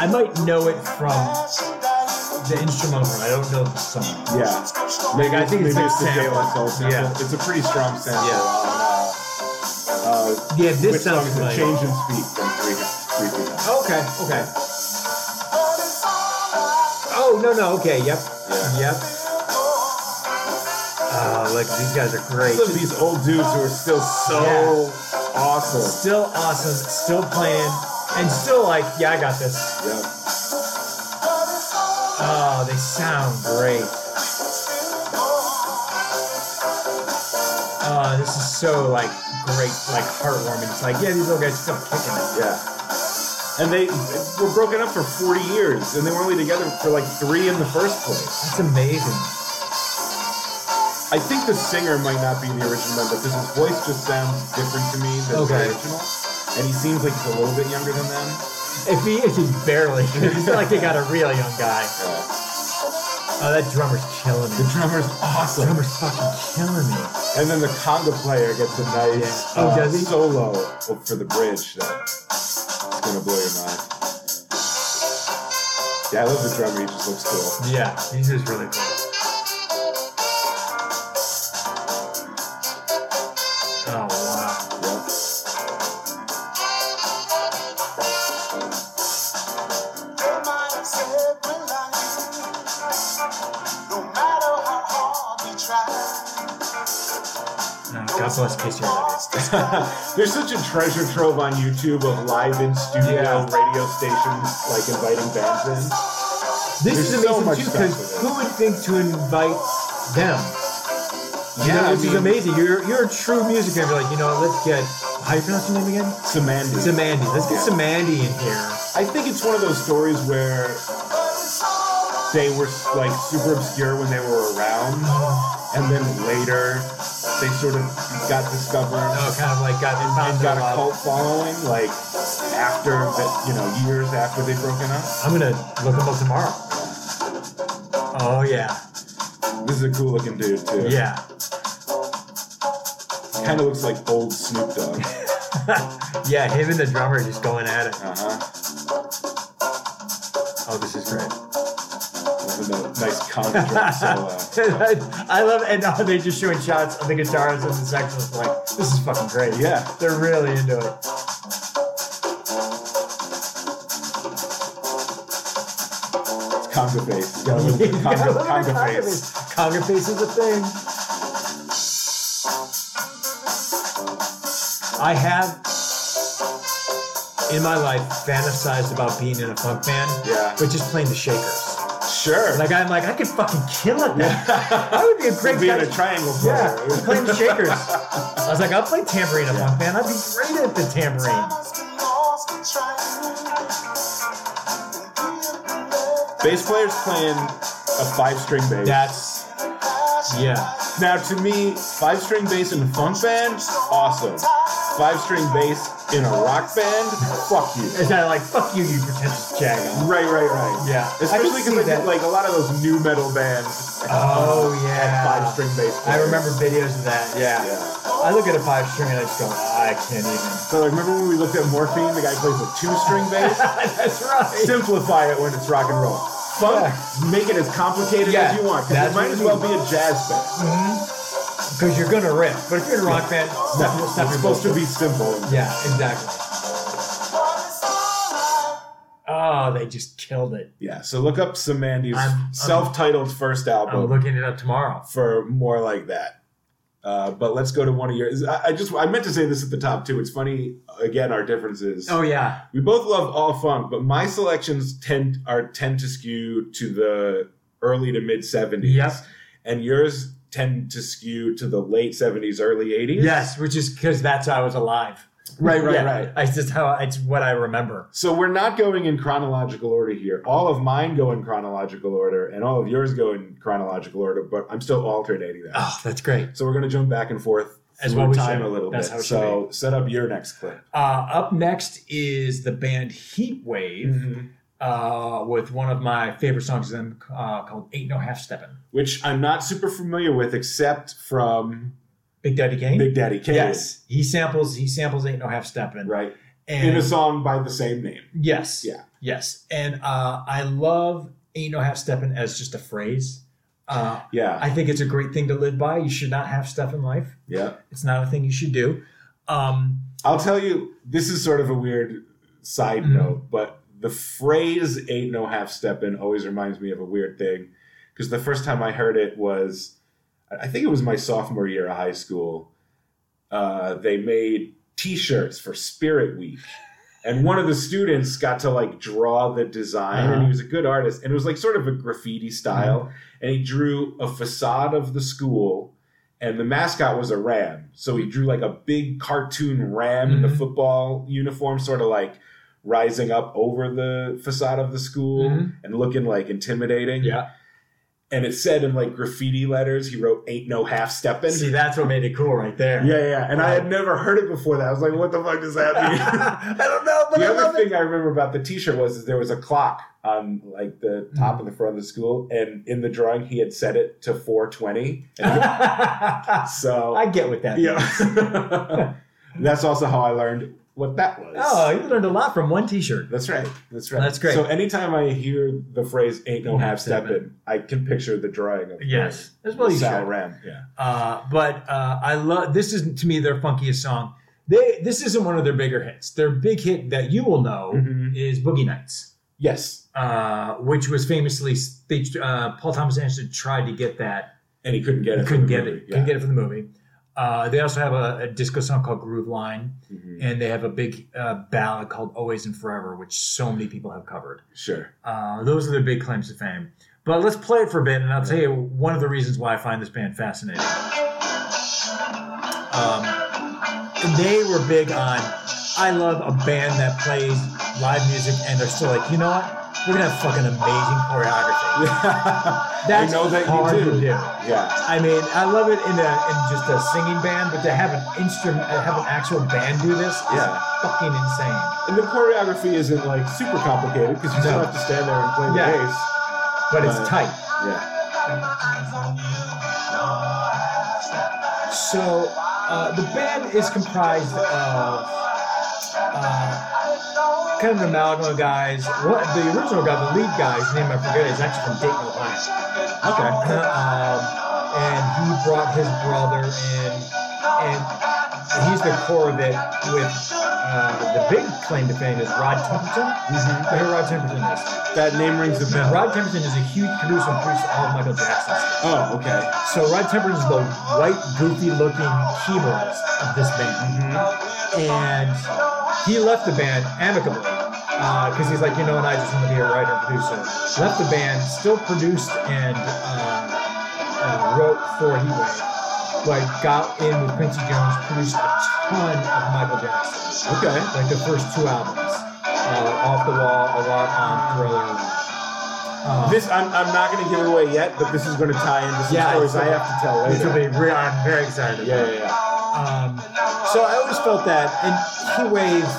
[SPEAKER 2] I might know it from the instrumental. I don't know the song.
[SPEAKER 1] Yeah,
[SPEAKER 2] Like, I think
[SPEAKER 1] maybe
[SPEAKER 2] it's like
[SPEAKER 1] it's the De La Soul
[SPEAKER 2] sample.
[SPEAKER 1] sample.
[SPEAKER 2] Yeah.
[SPEAKER 1] it's a pretty strong sample.
[SPEAKER 2] Yeah.
[SPEAKER 1] On, uh, uh,
[SPEAKER 2] Yeah, this
[SPEAKER 1] which song
[SPEAKER 2] sounds
[SPEAKER 1] is a
[SPEAKER 2] familiar.
[SPEAKER 1] change in speed from three three feet. Under.
[SPEAKER 2] Okay, okay. Oh no no okay yep
[SPEAKER 1] Yeah.
[SPEAKER 2] yep. Oh look these guys are great.
[SPEAKER 1] Some of these old dudes who are still so awesome.
[SPEAKER 2] Still awesome, still playing, and still like yeah I got this.
[SPEAKER 1] Yep.
[SPEAKER 2] Oh they sound great. Oh this is so like great like heartwarming. It's like yeah these little guys are still kicking it.
[SPEAKER 1] Yeah. And they were broken up for 40 years, and they were only together for like three in the first place.
[SPEAKER 2] That's amazing.
[SPEAKER 1] I think the singer might not be the original member because his voice just sounds different to me than
[SPEAKER 2] Okay.
[SPEAKER 1] the original. And he seems like he's a little bit younger than them.
[SPEAKER 2] If he if he's barely it's not like they got a real young guy. Oh that drummer's killing
[SPEAKER 1] The
[SPEAKER 2] me.
[SPEAKER 1] drummer's
[SPEAKER 2] The
[SPEAKER 1] awesome.
[SPEAKER 2] drummer's fucking killing me.
[SPEAKER 1] And then the conga player gets a nice
[SPEAKER 2] Yeah. Oh,
[SPEAKER 1] uh,
[SPEAKER 2] does he?
[SPEAKER 1] solo for the bridge that's gonna blow your mind. Yeah, I love the drummer. He just looks cool.
[SPEAKER 2] Yeah, he's just really cool. Oh wow.
[SPEAKER 1] Yep.
[SPEAKER 2] No, God bless KCRW.
[SPEAKER 1] There's such a treasure trove on YouTube of live in studio
[SPEAKER 2] Yeah.
[SPEAKER 1] radio stations like inviting bands in. There's
[SPEAKER 2] This is
[SPEAKER 1] so
[SPEAKER 2] amazing
[SPEAKER 1] much
[SPEAKER 2] too,
[SPEAKER 1] stuff with it.
[SPEAKER 2] because who would think to invite them? You
[SPEAKER 1] Yeah,
[SPEAKER 2] know,
[SPEAKER 1] I
[SPEAKER 2] which is
[SPEAKER 1] mean-
[SPEAKER 2] amazing. You're you're a true music fan. You're like, you know, what, let's get how you pronounce your name again?
[SPEAKER 1] Samandy.
[SPEAKER 2] Samandi. Let's get Samandi in here.
[SPEAKER 1] I think it's one of those stories where they were like super obscure when they were around, and then later they sort of got discovered
[SPEAKER 2] Oh, kind of like got
[SPEAKER 1] and
[SPEAKER 2] found
[SPEAKER 1] got
[SPEAKER 2] their
[SPEAKER 1] a
[SPEAKER 2] love.
[SPEAKER 1] cult following. Like after that, you know, years after they've broken up.
[SPEAKER 2] I'm gonna look them up tomorrow. Oh yeah,
[SPEAKER 1] This is a cool looking dude too.
[SPEAKER 2] yeah.
[SPEAKER 1] kind of looks like old Snoop Dogg.
[SPEAKER 2] yeah, him and the drummer just going at it.
[SPEAKER 1] Uh huh.
[SPEAKER 2] Oh, this is great.
[SPEAKER 1] With a nice conga drum solo. uh,
[SPEAKER 2] I love and now they're just showing shots of the guitars and the saxophone. Like this is fucking great.
[SPEAKER 1] uh, Yeah.
[SPEAKER 2] they're really into it.
[SPEAKER 1] It's conga bass. You got a little bit of
[SPEAKER 2] Yeah,
[SPEAKER 1] conga,
[SPEAKER 2] look at the
[SPEAKER 1] conga
[SPEAKER 2] conga
[SPEAKER 1] bass.
[SPEAKER 2] face. Conga face is a thing. I have in my life fantasized about being in a funk band,
[SPEAKER 1] Yeah.
[SPEAKER 2] but just playing the shakers.
[SPEAKER 1] Sure.
[SPEAKER 2] Like I'm like I could fucking kill it. Now.
[SPEAKER 1] Yeah.
[SPEAKER 2] I would be a great
[SPEAKER 1] being
[SPEAKER 2] guy-
[SPEAKER 1] a triangle player.
[SPEAKER 2] Yeah, I'm playing the shakers. I was like, I'll play tambourine in a funk band. I'd be great at the tambourine.
[SPEAKER 1] Bass player's playing a five string bass.
[SPEAKER 2] That's Yeah.
[SPEAKER 1] Now, to me, five string bass in a funk band, awesome. Five string bass in a rock band, fuck you.
[SPEAKER 2] Is that like fuck you, you pretentious jagoff?
[SPEAKER 1] Right, right, right.
[SPEAKER 2] Yeah.
[SPEAKER 1] Especially
[SPEAKER 2] I can
[SPEAKER 1] because
[SPEAKER 2] see
[SPEAKER 1] I did
[SPEAKER 2] that.
[SPEAKER 1] like a lot of those new metal bands.
[SPEAKER 2] Oh, yeah.
[SPEAKER 1] had five string bass.
[SPEAKER 2] I
[SPEAKER 1] players.
[SPEAKER 2] remember videos of that. Yeah.
[SPEAKER 1] Yeah.
[SPEAKER 2] I look at a five string and I just go, I can't even.
[SPEAKER 1] So like, remember when we looked at Morphine? The guy plays a two string bass.
[SPEAKER 2] That's right.
[SPEAKER 1] Simplify it when it's rock and roll. Funk, make it as complicated
[SPEAKER 2] Yeah,
[SPEAKER 1] as you want. 'cause
[SPEAKER 2] that's
[SPEAKER 1] It might
[SPEAKER 2] what
[SPEAKER 1] as
[SPEAKER 2] we
[SPEAKER 1] well be
[SPEAKER 2] need.
[SPEAKER 1] a jazz band.
[SPEAKER 2] Because you're gonna rip, but if you're in a rock band, it's not, it's not
[SPEAKER 1] It's supposed to be simple.
[SPEAKER 2] Yeah, exactly. Oh, they just killed it.
[SPEAKER 1] Yeah. So look up Samandi's
[SPEAKER 2] I'm- I'm-
[SPEAKER 1] self-titled first
[SPEAKER 2] I'm
[SPEAKER 1] album.
[SPEAKER 2] looking it up tomorrow.
[SPEAKER 1] for more like that. Uh, but let's go to one of yours. I, I just I meant to say this at the top too. It's funny again our differences.
[SPEAKER 2] Oh yeah,
[SPEAKER 1] We both love all funk, but my selections tend are tend to skew to the early to mid seventies,
[SPEAKER 2] Yep.
[SPEAKER 1] and yours tend to skew to the late seventies, early eighties.
[SPEAKER 2] yes, which is because that's how I was alive.
[SPEAKER 1] right, right,
[SPEAKER 2] Yeah,
[SPEAKER 1] right.
[SPEAKER 2] It's just how it's what I remember.
[SPEAKER 1] So we're not going in chronological order here. All of mine go in chronological order, and all of yours go in chronological order. But I'm still alternating that.
[SPEAKER 2] Oh, that's great.
[SPEAKER 1] So we're going to jump back and forth
[SPEAKER 2] As
[SPEAKER 1] through
[SPEAKER 2] what we
[SPEAKER 1] time
[SPEAKER 2] should.
[SPEAKER 1] a little
[SPEAKER 2] That's
[SPEAKER 1] bit.
[SPEAKER 2] how it should
[SPEAKER 1] so set up your next clip.
[SPEAKER 2] Uh, up next is the band Heatwave uh, with one of my favorite songs of them uh, called "Ain't No Half Steppin'."
[SPEAKER 1] Which I'm not super familiar with, except from
[SPEAKER 2] Big Daddy Kane.
[SPEAKER 1] Big Daddy Kane.
[SPEAKER 2] Yes, he samples. He samples "Ain't No Half Steppin'."
[SPEAKER 1] Right.
[SPEAKER 2] and
[SPEAKER 1] In a song by the same name.
[SPEAKER 2] Yes.
[SPEAKER 1] Yeah.
[SPEAKER 2] Yes. And uh, I love ain't no half stepping as just a phrase. Uh,
[SPEAKER 1] Yeah.
[SPEAKER 2] I think it's a great thing to live by. You should not half step in life.
[SPEAKER 1] yeah.
[SPEAKER 2] It's not a thing you should do. Um,
[SPEAKER 1] I'll tell you, this is sort of a weird side
[SPEAKER 2] Mhm.
[SPEAKER 1] note, but the phrase ain't no half steppin' always reminds me of a weird thing. Because the first time I heard it was, I think it was my sophomore year of high school. Uh, they made t shirts for Spirit Week. And one of the students got to like draw the design, and he
[SPEAKER 2] Uh-huh.
[SPEAKER 1] was a good artist. And it was like sort of a graffiti style. And he drew a facade of the school and the mascot was a ram. So he drew like a big cartoon ram in the
[SPEAKER 2] Mhm.
[SPEAKER 1] football uniform, sort of like rising up over the facade of the school
[SPEAKER 2] Mhm.
[SPEAKER 1] and looking like intimidating.
[SPEAKER 2] yeah.
[SPEAKER 1] And it said in like graffiti letters, he wrote, Ain't no half stepping.
[SPEAKER 2] See, that's what made it cool right there.
[SPEAKER 1] Yeah, yeah. And I had never heard it before that. I was like, What the fuck does that mean?
[SPEAKER 2] I don't know, but
[SPEAKER 1] the
[SPEAKER 2] I love
[SPEAKER 1] other
[SPEAKER 2] it.
[SPEAKER 1] thing I remember about the t shirt was is there was a clock on like the
[SPEAKER 2] Mm-hmm.
[SPEAKER 1] top and the front of the school. And in the drawing, he had set it to 420. And so
[SPEAKER 2] I get what that means.
[SPEAKER 1] Yeah. That's also how I learned what that was.
[SPEAKER 2] Oh, you learned a lot from one t shirt.
[SPEAKER 1] That's right. That's right.
[SPEAKER 2] That's great.
[SPEAKER 1] So anytime I hear the phrase "ain't no half stepping,"
[SPEAKER 2] Half-steppin'.
[SPEAKER 1] I can picture the drawing of
[SPEAKER 2] Yes. As
[SPEAKER 1] the
[SPEAKER 2] well you
[SPEAKER 1] Sal
[SPEAKER 2] should.
[SPEAKER 1] Ram. Yeah.
[SPEAKER 2] Uh, but uh, I love this is to me their funkiest song. They this isn't one of their bigger hits. Their big hit that you will know
[SPEAKER 1] Mhm.
[SPEAKER 2] is Boogie Nights,
[SPEAKER 1] Yes.
[SPEAKER 2] uh, which was famously they, uh, Paul Thomas Anderson tried to get that,
[SPEAKER 1] And he couldn't get it.
[SPEAKER 2] couldn't
[SPEAKER 1] for the
[SPEAKER 2] get
[SPEAKER 1] movie.
[SPEAKER 2] it, couldn't get it for the movie. Uh, they also have a, a disco song called Groove Line,
[SPEAKER 1] Yeah. Mhm.
[SPEAKER 2] and they have a big uh, ballad called Always and Forever, which so many people have covered.
[SPEAKER 1] Sure.
[SPEAKER 2] Uh, those are their big claims to fame. But let's play it for a bit, and I'll tell you one of the reasons why I find this band fascinating. Um, they were big on, I love a band that plays live music, and they're still like, you know what? We're gonna have fucking amazing choreography.
[SPEAKER 1] I
[SPEAKER 2] That's
[SPEAKER 1] know that
[SPEAKER 2] hard
[SPEAKER 1] you do.
[SPEAKER 2] to do.
[SPEAKER 1] Yeah.
[SPEAKER 2] I mean, I love it in a in just a singing band, but to have an instrument, have an actual band do this, is
[SPEAKER 1] Yeah.
[SPEAKER 2] fucking insane.
[SPEAKER 1] And the choreography isn't like super complicated because you still
[SPEAKER 2] No.
[SPEAKER 1] have to stand there and play the
[SPEAKER 2] Yeah.
[SPEAKER 1] bass.
[SPEAKER 2] But it's
[SPEAKER 1] Right.
[SPEAKER 2] tight.
[SPEAKER 1] Yeah.
[SPEAKER 2] So uh, the band is comprised of uh, kind of an amalgam of guys. What the original guy, the lead guy, his name I forget, is actually from Dayton, Ohio.
[SPEAKER 1] Okay.
[SPEAKER 2] um, and he brought his brother in, and he's the core of it. With uh, the big claim to fame is Rod Temperton. I hear Rod Temperton is.
[SPEAKER 1] Mm-hmm. That name rings a bell.
[SPEAKER 2] Rod Temperton is a huge producer and producer of all of Michael Jackson stuff.
[SPEAKER 1] Oh, okay.
[SPEAKER 2] So Rod Temperton is the white, goofy-looking keyboardist of this band, and he left the band amicably because he's like, you know, and I just want to be a writer and producer. Left the band, still produced and uh, uh, wrote for Heatwave, but got in with Quincy Jones, produced a ton of Michael Jackson
[SPEAKER 1] Okay.
[SPEAKER 2] like the first two albums, uh, Off the Wall, a lot on Thriller, Uh,
[SPEAKER 1] This I'm, I'm not going to give it away yet, but this is going to tie into some
[SPEAKER 2] Yeah,
[SPEAKER 1] stories I
[SPEAKER 2] it's-
[SPEAKER 1] have to tell
[SPEAKER 2] which will
[SPEAKER 1] later.
[SPEAKER 2] be real. I'm very excited.
[SPEAKER 1] Yeah,
[SPEAKER 2] About.
[SPEAKER 1] yeah, yeah.
[SPEAKER 2] Um, so I always felt that, and he waves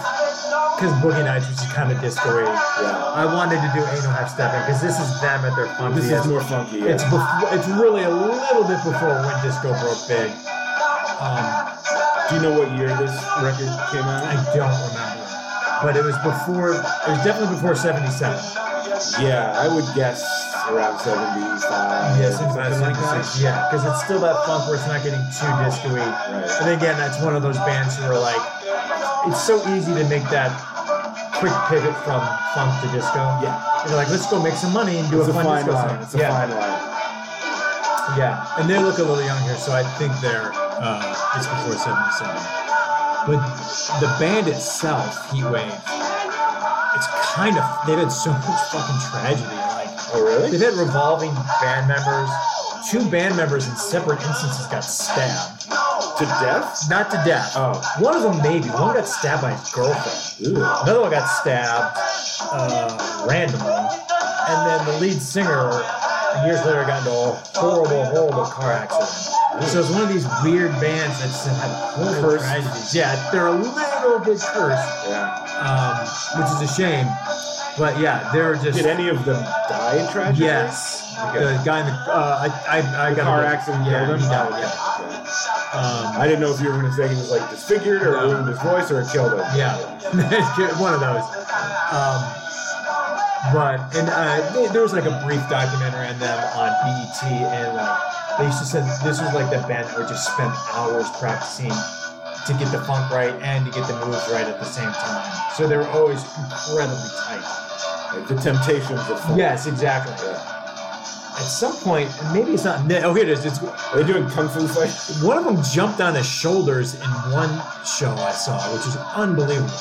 [SPEAKER 2] because Boogie Nights was kind of disco
[SPEAKER 1] yeah.
[SPEAKER 2] I wanted to do Ain't No Half Stepping because this is them at their funkiest.
[SPEAKER 1] This is more funky. Yeah.
[SPEAKER 2] It's before, it's really a little bit before when disco broke big. Um,
[SPEAKER 1] Do you know what year this record came
[SPEAKER 2] I
[SPEAKER 1] out?
[SPEAKER 2] don't remember, but it was before. It was definitely before '77.
[SPEAKER 1] Yeah, I would guess around uh, 75.
[SPEAKER 2] Yes,
[SPEAKER 1] something like that.
[SPEAKER 2] Yeah, because it's still that funk where it's not getting too disco-y.
[SPEAKER 1] Right.
[SPEAKER 2] And again, that's one of those bands who are like, it's so easy to make that quick pivot from funk to disco.
[SPEAKER 1] Yeah.
[SPEAKER 2] And they're like, let's go make some money and do
[SPEAKER 1] It's a
[SPEAKER 2] a fun
[SPEAKER 1] fine
[SPEAKER 2] disco
[SPEAKER 1] line.
[SPEAKER 2] song.
[SPEAKER 1] It's a
[SPEAKER 2] yeah.
[SPEAKER 1] fine line.
[SPEAKER 2] Yeah, and they look a little young here, so I think they're uh, it's before '77. But the band itself, Heatwave, it's kind of they've had so much fucking tragedy. Like
[SPEAKER 1] Oh, really?
[SPEAKER 2] they've had revolving band members. Two band members in separate instances got stabbed,
[SPEAKER 1] To death?
[SPEAKER 2] not to death.
[SPEAKER 1] Oh.
[SPEAKER 2] One of them maybe. One got stabbed by his girlfriend.
[SPEAKER 1] Ooh.
[SPEAKER 2] Another one got stabbed uh, randomly, and then the lead singer years later got into a horrible, horrible car accident. So it's one of these weird bands that just have horrible
[SPEAKER 1] Cursed.
[SPEAKER 2] tragedies. Yeah, they're a little bit cursed,
[SPEAKER 1] Yeah.
[SPEAKER 2] um, which is a shame. But yeah, they're just
[SPEAKER 1] Did any of them die tragically?
[SPEAKER 2] yes.
[SPEAKER 1] Okay.
[SPEAKER 2] The guy in the uh, I I, I
[SPEAKER 1] The
[SPEAKER 2] got
[SPEAKER 1] car
[SPEAKER 2] a,
[SPEAKER 1] accident
[SPEAKER 2] Yeah,
[SPEAKER 1] killed him?
[SPEAKER 2] he died,
[SPEAKER 1] Oh,
[SPEAKER 2] yeah.
[SPEAKER 1] okay. Okay.
[SPEAKER 2] Um,
[SPEAKER 1] I didn't know if you were going to say he was like disfigured or
[SPEAKER 2] No.
[SPEAKER 1] ruined his voice or it killed him.
[SPEAKER 2] Yeah, one of those. Um, but and uh, th- there was like a brief documentary on them on BET, and like they used to send. This was like the band that would just spend hours practicing to get the funk right and to get the moves right at the same time. So they were always incredibly tight.
[SPEAKER 1] Like, the temptations of funk.
[SPEAKER 2] Yes, exactly.
[SPEAKER 1] Yeah.
[SPEAKER 2] At some point, and maybe it's not. Oh, here it is. It's
[SPEAKER 1] Are they doing kung fu fights?
[SPEAKER 2] one of them jumped on his shoulders in one show I saw, which is unbelievable.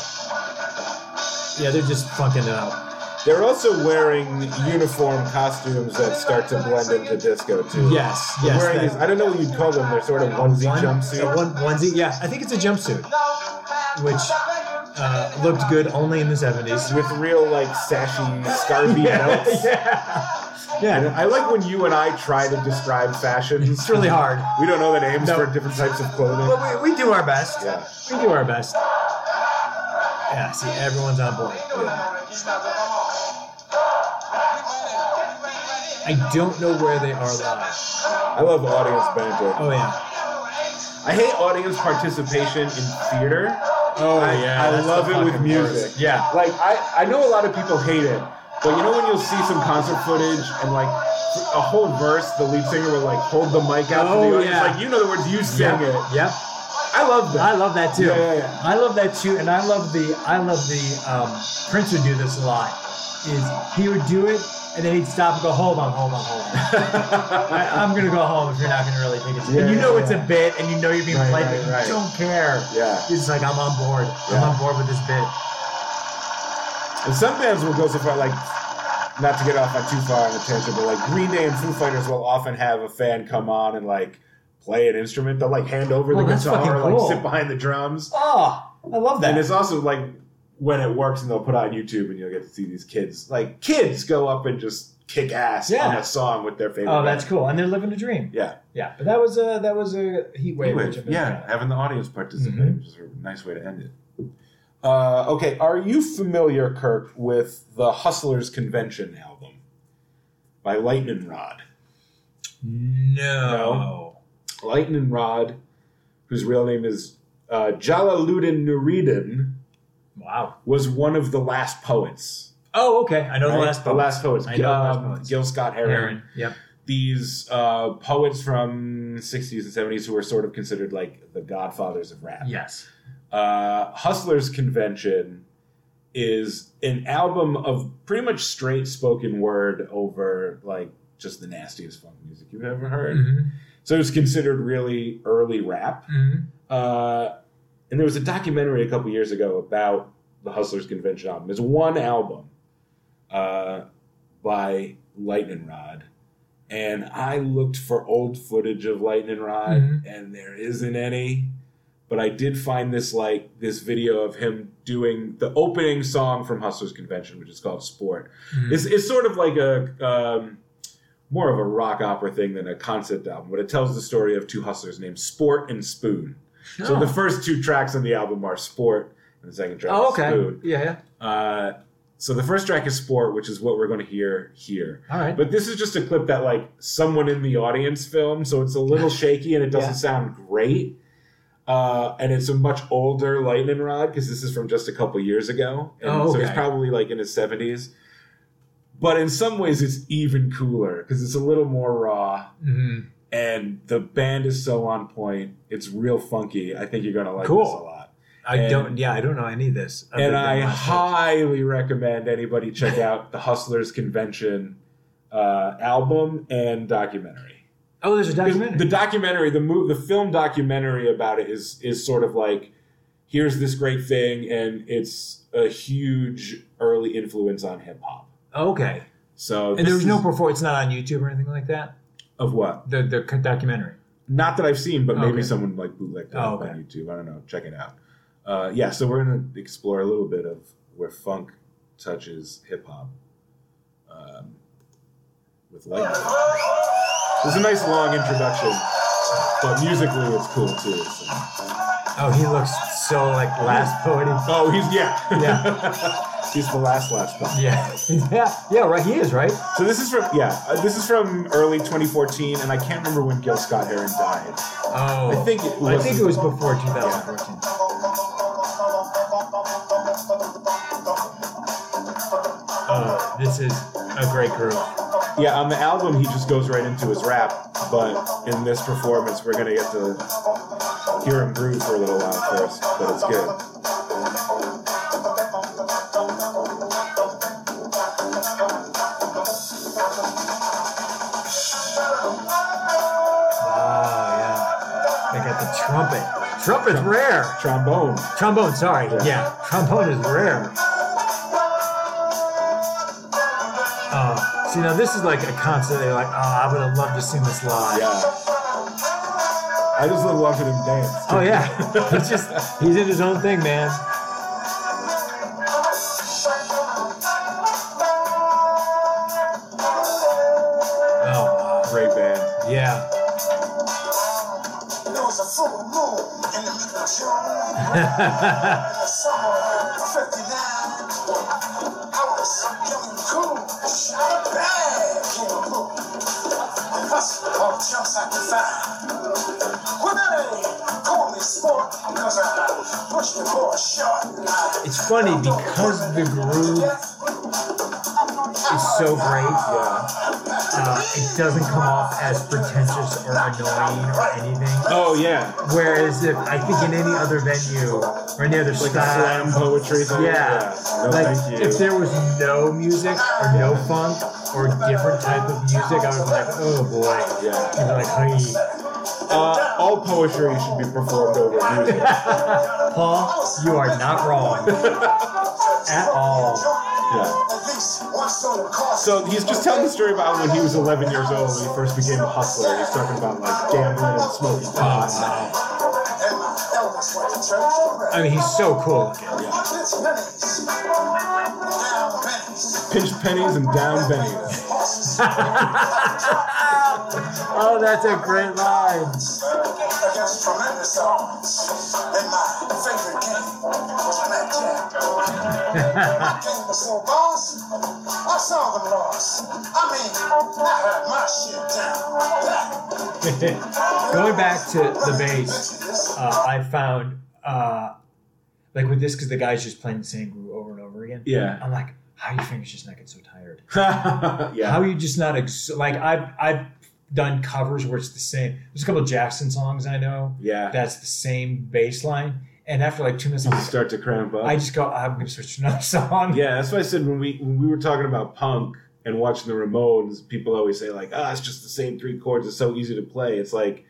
[SPEAKER 2] Yeah, they're just fucking it up.
[SPEAKER 1] They're also wearing uniform costumes that start to blend into disco too.
[SPEAKER 2] Yes,
[SPEAKER 1] They're
[SPEAKER 2] yes.
[SPEAKER 1] wearing
[SPEAKER 2] that-
[SPEAKER 1] these, I don't know what you'd call them. They're sort of onesie
[SPEAKER 2] one-
[SPEAKER 1] jumpsuit.
[SPEAKER 2] a one- onesie, yeah, I think it's a jumpsuit, which uh, looked good only in the 70s.
[SPEAKER 1] with real like sashy scarfy belts.
[SPEAKER 2] yeah.
[SPEAKER 1] And
[SPEAKER 2] yeah.
[SPEAKER 1] I like when you and I try to describe fashion.
[SPEAKER 2] It's really hard.
[SPEAKER 1] We don't know the names
[SPEAKER 2] No.
[SPEAKER 1] for different types of clothing.
[SPEAKER 2] But we, we do our best.
[SPEAKER 1] Yeah.
[SPEAKER 2] We do our best. Yeah, see, everyone's on board. I don't know where they are live.
[SPEAKER 1] I love audience banter.
[SPEAKER 2] Oh, yeah.
[SPEAKER 1] I hate audience participation in theater.
[SPEAKER 2] Oh,
[SPEAKER 1] I, I
[SPEAKER 2] that's the
[SPEAKER 1] love it with
[SPEAKER 2] fucking
[SPEAKER 1] music.
[SPEAKER 2] worst. Yeah.
[SPEAKER 1] Like I, I know a lot of people hate it, but you know when you'll see some concert footage and like a whole verse, the lead singer will like hold the mic out to
[SPEAKER 2] Oh,
[SPEAKER 1] the audience,
[SPEAKER 2] yeah.
[SPEAKER 1] like you know the words, you sing
[SPEAKER 2] Yep.
[SPEAKER 1] it.
[SPEAKER 2] Yep.
[SPEAKER 1] I love that.
[SPEAKER 2] I love that too.
[SPEAKER 1] Yeah, yeah, yeah.
[SPEAKER 2] I love that too, and I love the I love the um, Prince would do this a lot. Is he would do it, and then he'd stop and go, "Hold on, hold on, hold on. I, I'm gonna go home if you're not gonna really take it."
[SPEAKER 1] Yeah,
[SPEAKER 2] and you know
[SPEAKER 1] yeah,
[SPEAKER 2] it's
[SPEAKER 1] yeah.
[SPEAKER 2] a bit, and you know you're being
[SPEAKER 1] Right,
[SPEAKER 2] played,
[SPEAKER 1] right,
[SPEAKER 2] but you
[SPEAKER 1] right.
[SPEAKER 2] don't care.
[SPEAKER 1] yeah.
[SPEAKER 2] It's like I'm on board. I'm
[SPEAKER 1] Yeah.
[SPEAKER 2] on board with this bit.
[SPEAKER 1] And some bands will go so far, like, not to get off on too far on a tangent, but like Green Day and Foo Fighters will often have a fan come on and like play an instrument. They'll like hand over
[SPEAKER 2] Oh,
[SPEAKER 1] the
[SPEAKER 2] that's
[SPEAKER 1] guitar
[SPEAKER 2] fucking
[SPEAKER 1] or like
[SPEAKER 2] cool.
[SPEAKER 1] sit behind the drums.
[SPEAKER 2] Oh, I love
[SPEAKER 1] And it's also like when it works and they'll put it on YouTube and you'll get to see these kids, like kids go up and just kick ass
[SPEAKER 2] Yeah.
[SPEAKER 1] on a song with their favorite.
[SPEAKER 2] Oh, that's
[SPEAKER 1] band.
[SPEAKER 2] cool. And they're living the dream.
[SPEAKER 1] Yeah.
[SPEAKER 2] Yeah, but that was a that was a heat wave.
[SPEAKER 1] Anyway,
[SPEAKER 2] which I've been
[SPEAKER 1] yeah,
[SPEAKER 2] trying.
[SPEAKER 1] having the audience participate is a nice way to end it. Uh, okay, are you familiar, Kirk, with the Hustlers Convention album by Lightning Rod?
[SPEAKER 2] No.
[SPEAKER 1] Lightning Rod, whose real name is uh, Jalaluddin Nureddin,
[SPEAKER 2] Wow.
[SPEAKER 1] was one of the last poets.
[SPEAKER 2] Oh, okay. I know
[SPEAKER 1] right?
[SPEAKER 2] the last
[SPEAKER 1] the
[SPEAKER 2] poem.
[SPEAKER 1] last poets.
[SPEAKER 2] I know the last
[SPEAKER 1] Um,
[SPEAKER 2] poets.
[SPEAKER 1] Gil Scott Heron.
[SPEAKER 2] Aaron. Yep.
[SPEAKER 1] These uh, poets from 60s and 70s who were sort of considered like the godfathers of rap.
[SPEAKER 2] Yes.
[SPEAKER 1] uh, Hustlers Convention is an album of pretty much straight spoken word over like just the nastiest funk music you've ever heard.
[SPEAKER 2] Mm. Mm-hmm,
[SPEAKER 1] So it was considered really early rap. Uh, and there was a documentary a couple years ago about the Hustlers Convention album. It's one album uh, by Lightning Rod. And I looked for old footage of Lightning Rod,
[SPEAKER 2] Mhm.
[SPEAKER 1] and there isn't any. But I did find this like this video of him doing the opening song from Hustlers Convention, which is called "Sport."
[SPEAKER 2] Mhm.
[SPEAKER 1] It's, it's sort of like a um, more of a rock opera thing than a concept album, but it tells the story of two hustlers named Sport and Spoon. So
[SPEAKER 2] Oh.
[SPEAKER 1] the first two tracks on the album are Sport, and the second track
[SPEAKER 2] oh,
[SPEAKER 1] is
[SPEAKER 2] okay.
[SPEAKER 1] Spoon.
[SPEAKER 2] Yeah, yeah.
[SPEAKER 1] Uh, so the first track is Sport, which is what we're going to hear here.
[SPEAKER 2] All right.
[SPEAKER 1] But this is just a clip that like someone in the audience filmed, so it's a little shaky and it doesn't
[SPEAKER 2] Yeah.
[SPEAKER 1] sound great. Uh, and it's a much older lightning rod because this is from just a couple years ago, and
[SPEAKER 2] Oh,
[SPEAKER 1] so he's
[SPEAKER 2] okay.
[SPEAKER 1] probably like in his seventies. But in some ways, it's even cooler because it's a little more raw,
[SPEAKER 2] hmm
[SPEAKER 1] and the band is so on point. It's real funky. I think you're gonna like
[SPEAKER 2] Cool.
[SPEAKER 1] this a lot,
[SPEAKER 2] I
[SPEAKER 1] And-
[SPEAKER 2] don't. Yeah, I don't know any of this. other
[SPEAKER 1] and
[SPEAKER 2] than
[SPEAKER 1] I
[SPEAKER 2] last week.
[SPEAKER 1] highly recommend anybody check out the Hustlers Convention uh, album and documentary.
[SPEAKER 2] Oh, there's a
[SPEAKER 1] Because
[SPEAKER 2] documentary.
[SPEAKER 1] The documentary, the move, the film documentary about it is is sort of like here's this great thing, and it's a huge early influence on hip hop.
[SPEAKER 2] okay.
[SPEAKER 1] So
[SPEAKER 2] And there
[SPEAKER 1] this
[SPEAKER 2] was no
[SPEAKER 1] is-
[SPEAKER 2] performance. It's not on YouTube or anything like that.
[SPEAKER 1] of what?
[SPEAKER 2] The the c- documentary.
[SPEAKER 1] Not that I've seen, but maybe
[SPEAKER 2] Okay.
[SPEAKER 1] someone like bootlegged it
[SPEAKER 2] Oh,
[SPEAKER 1] up
[SPEAKER 2] okay.
[SPEAKER 1] on YouTube. I don't know. Check it out. Uh, yeah, so we're gonna explore a little bit of where funk touches hip hop um, with lightning. There's a nice long introduction, but musically it's cool too. so.
[SPEAKER 2] Oh, he looks so like last poetic.
[SPEAKER 1] Oh, he's yeah,
[SPEAKER 2] Yeah.
[SPEAKER 1] he's the last last one.
[SPEAKER 2] Yeah, yeah, yeah. Right, he is right.
[SPEAKER 1] So this is from yeah, uh, this is from early 2014, and I can't remember when Gil Scott Heron died.
[SPEAKER 2] Oh,
[SPEAKER 1] I think it
[SPEAKER 2] I think it was before 2014. Oh, this is a great group.
[SPEAKER 1] Yeah, on the album he just goes right into his rap, but in this performance we're gonna get to hear him groove for a little while first, but it's good.
[SPEAKER 2] Wow, Ah, yeah. They got the trumpet. Trumpet's rare.
[SPEAKER 1] Trombone.
[SPEAKER 2] Trombone, sorry.
[SPEAKER 1] Yeah.
[SPEAKER 2] Yeah. Trombone is rare. Uh, see, now this is like a concert. They're like, oh, I would have loved to seen this live.
[SPEAKER 1] Yeah. I just love watching him dance.
[SPEAKER 2] Oh, yeah. he's just, he's in his own thing, man. Oh, wow.
[SPEAKER 1] Great band.
[SPEAKER 2] Yeah.
[SPEAKER 5] There was a full moon in the middle of June in the summer of 59. I was young and cool, shot a bag in the moon, and hustled all the jumps I could find. Well, that ain't call me sport, because I pushed the boy short.
[SPEAKER 2] It's funny because the groove is so great. Uh, it doesn't come off as pretentious or annoying or anything.
[SPEAKER 1] Oh yeah.
[SPEAKER 2] Whereas if I think in any other venue or any other
[SPEAKER 1] Like
[SPEAKER 2] style,
[SPEAKER 1] slam poetry. thing.
[SPEAKER 2] yeah,
[SPEAKER 1] No,
[SPEAKER 2] like
[SPEAKER 1] thank you.
[SPEAKER 2] if there was no music or no funk or different type of music, I was like, oh boy,
[SPEAKER 1] yeah.
[SPEAKER 2] You'd be like, hey,
[SPEAKER 1] Uh, all poetry should be performed over music.
[SPEAKER 2] Paul, you are not wrong. At all.
[SPEAKER 1] yeah.
[SPEAKER 5] At least once on the cost.
[SPEAKER 1] So he's just telling the story about when he was 11 years old when he first became a hustler. He's talking about like gambling and smoking pot.
[SPEAKER 2] Oh,
[SPEAKER 5] And my elders went to church forever.
[SPEAKER 2] no. I mean, he's so cool. looking.
[SPEAKER 5] It's
[SPEAKER 1] Pinch
[SPEAKER 5] pennies. Down pennies.
[SPEAKER 1] pennies and down pennies.
[SPEAKER 5] Horses
[SPEAKER 2] Oh, that's a great line.
[SPEAKER 5] against tremendous odds. And my favorite game was blackjack. my game was so boss, I saw them lost. I mean, I had my shit down.
[SPEAKER 2] Going back to the bass, uh, I found uh, like with this because the guy's just playing the same groove over and over again.
[SPEAKER 1] Yeah.
[SPEAKER 2] I'm like, how are your fingers just not get so tired? How
[SPEAKER 1] yeah.
[SPEAKER 2] are you just not ex- like I've I've done covers where it's the same. There's a couple of Jackson songs I know
[SPEAKER 1] Yeah.
[SPEAKER 2] that's the same bass line, and after like two minutes, I'm
[SPEAKER 1] You
[SPEAKER 2] like,
[SPEAKER 1] start to cramp up.
[SPEAKER 2] I just go, I'm gonna switch to another song.
[SPEAKER 1] yeah, that's why I said when we when we were talking about punk and watching the Ramones, people always say like, ah, it's just the same three chords. It's so easy to play. It's like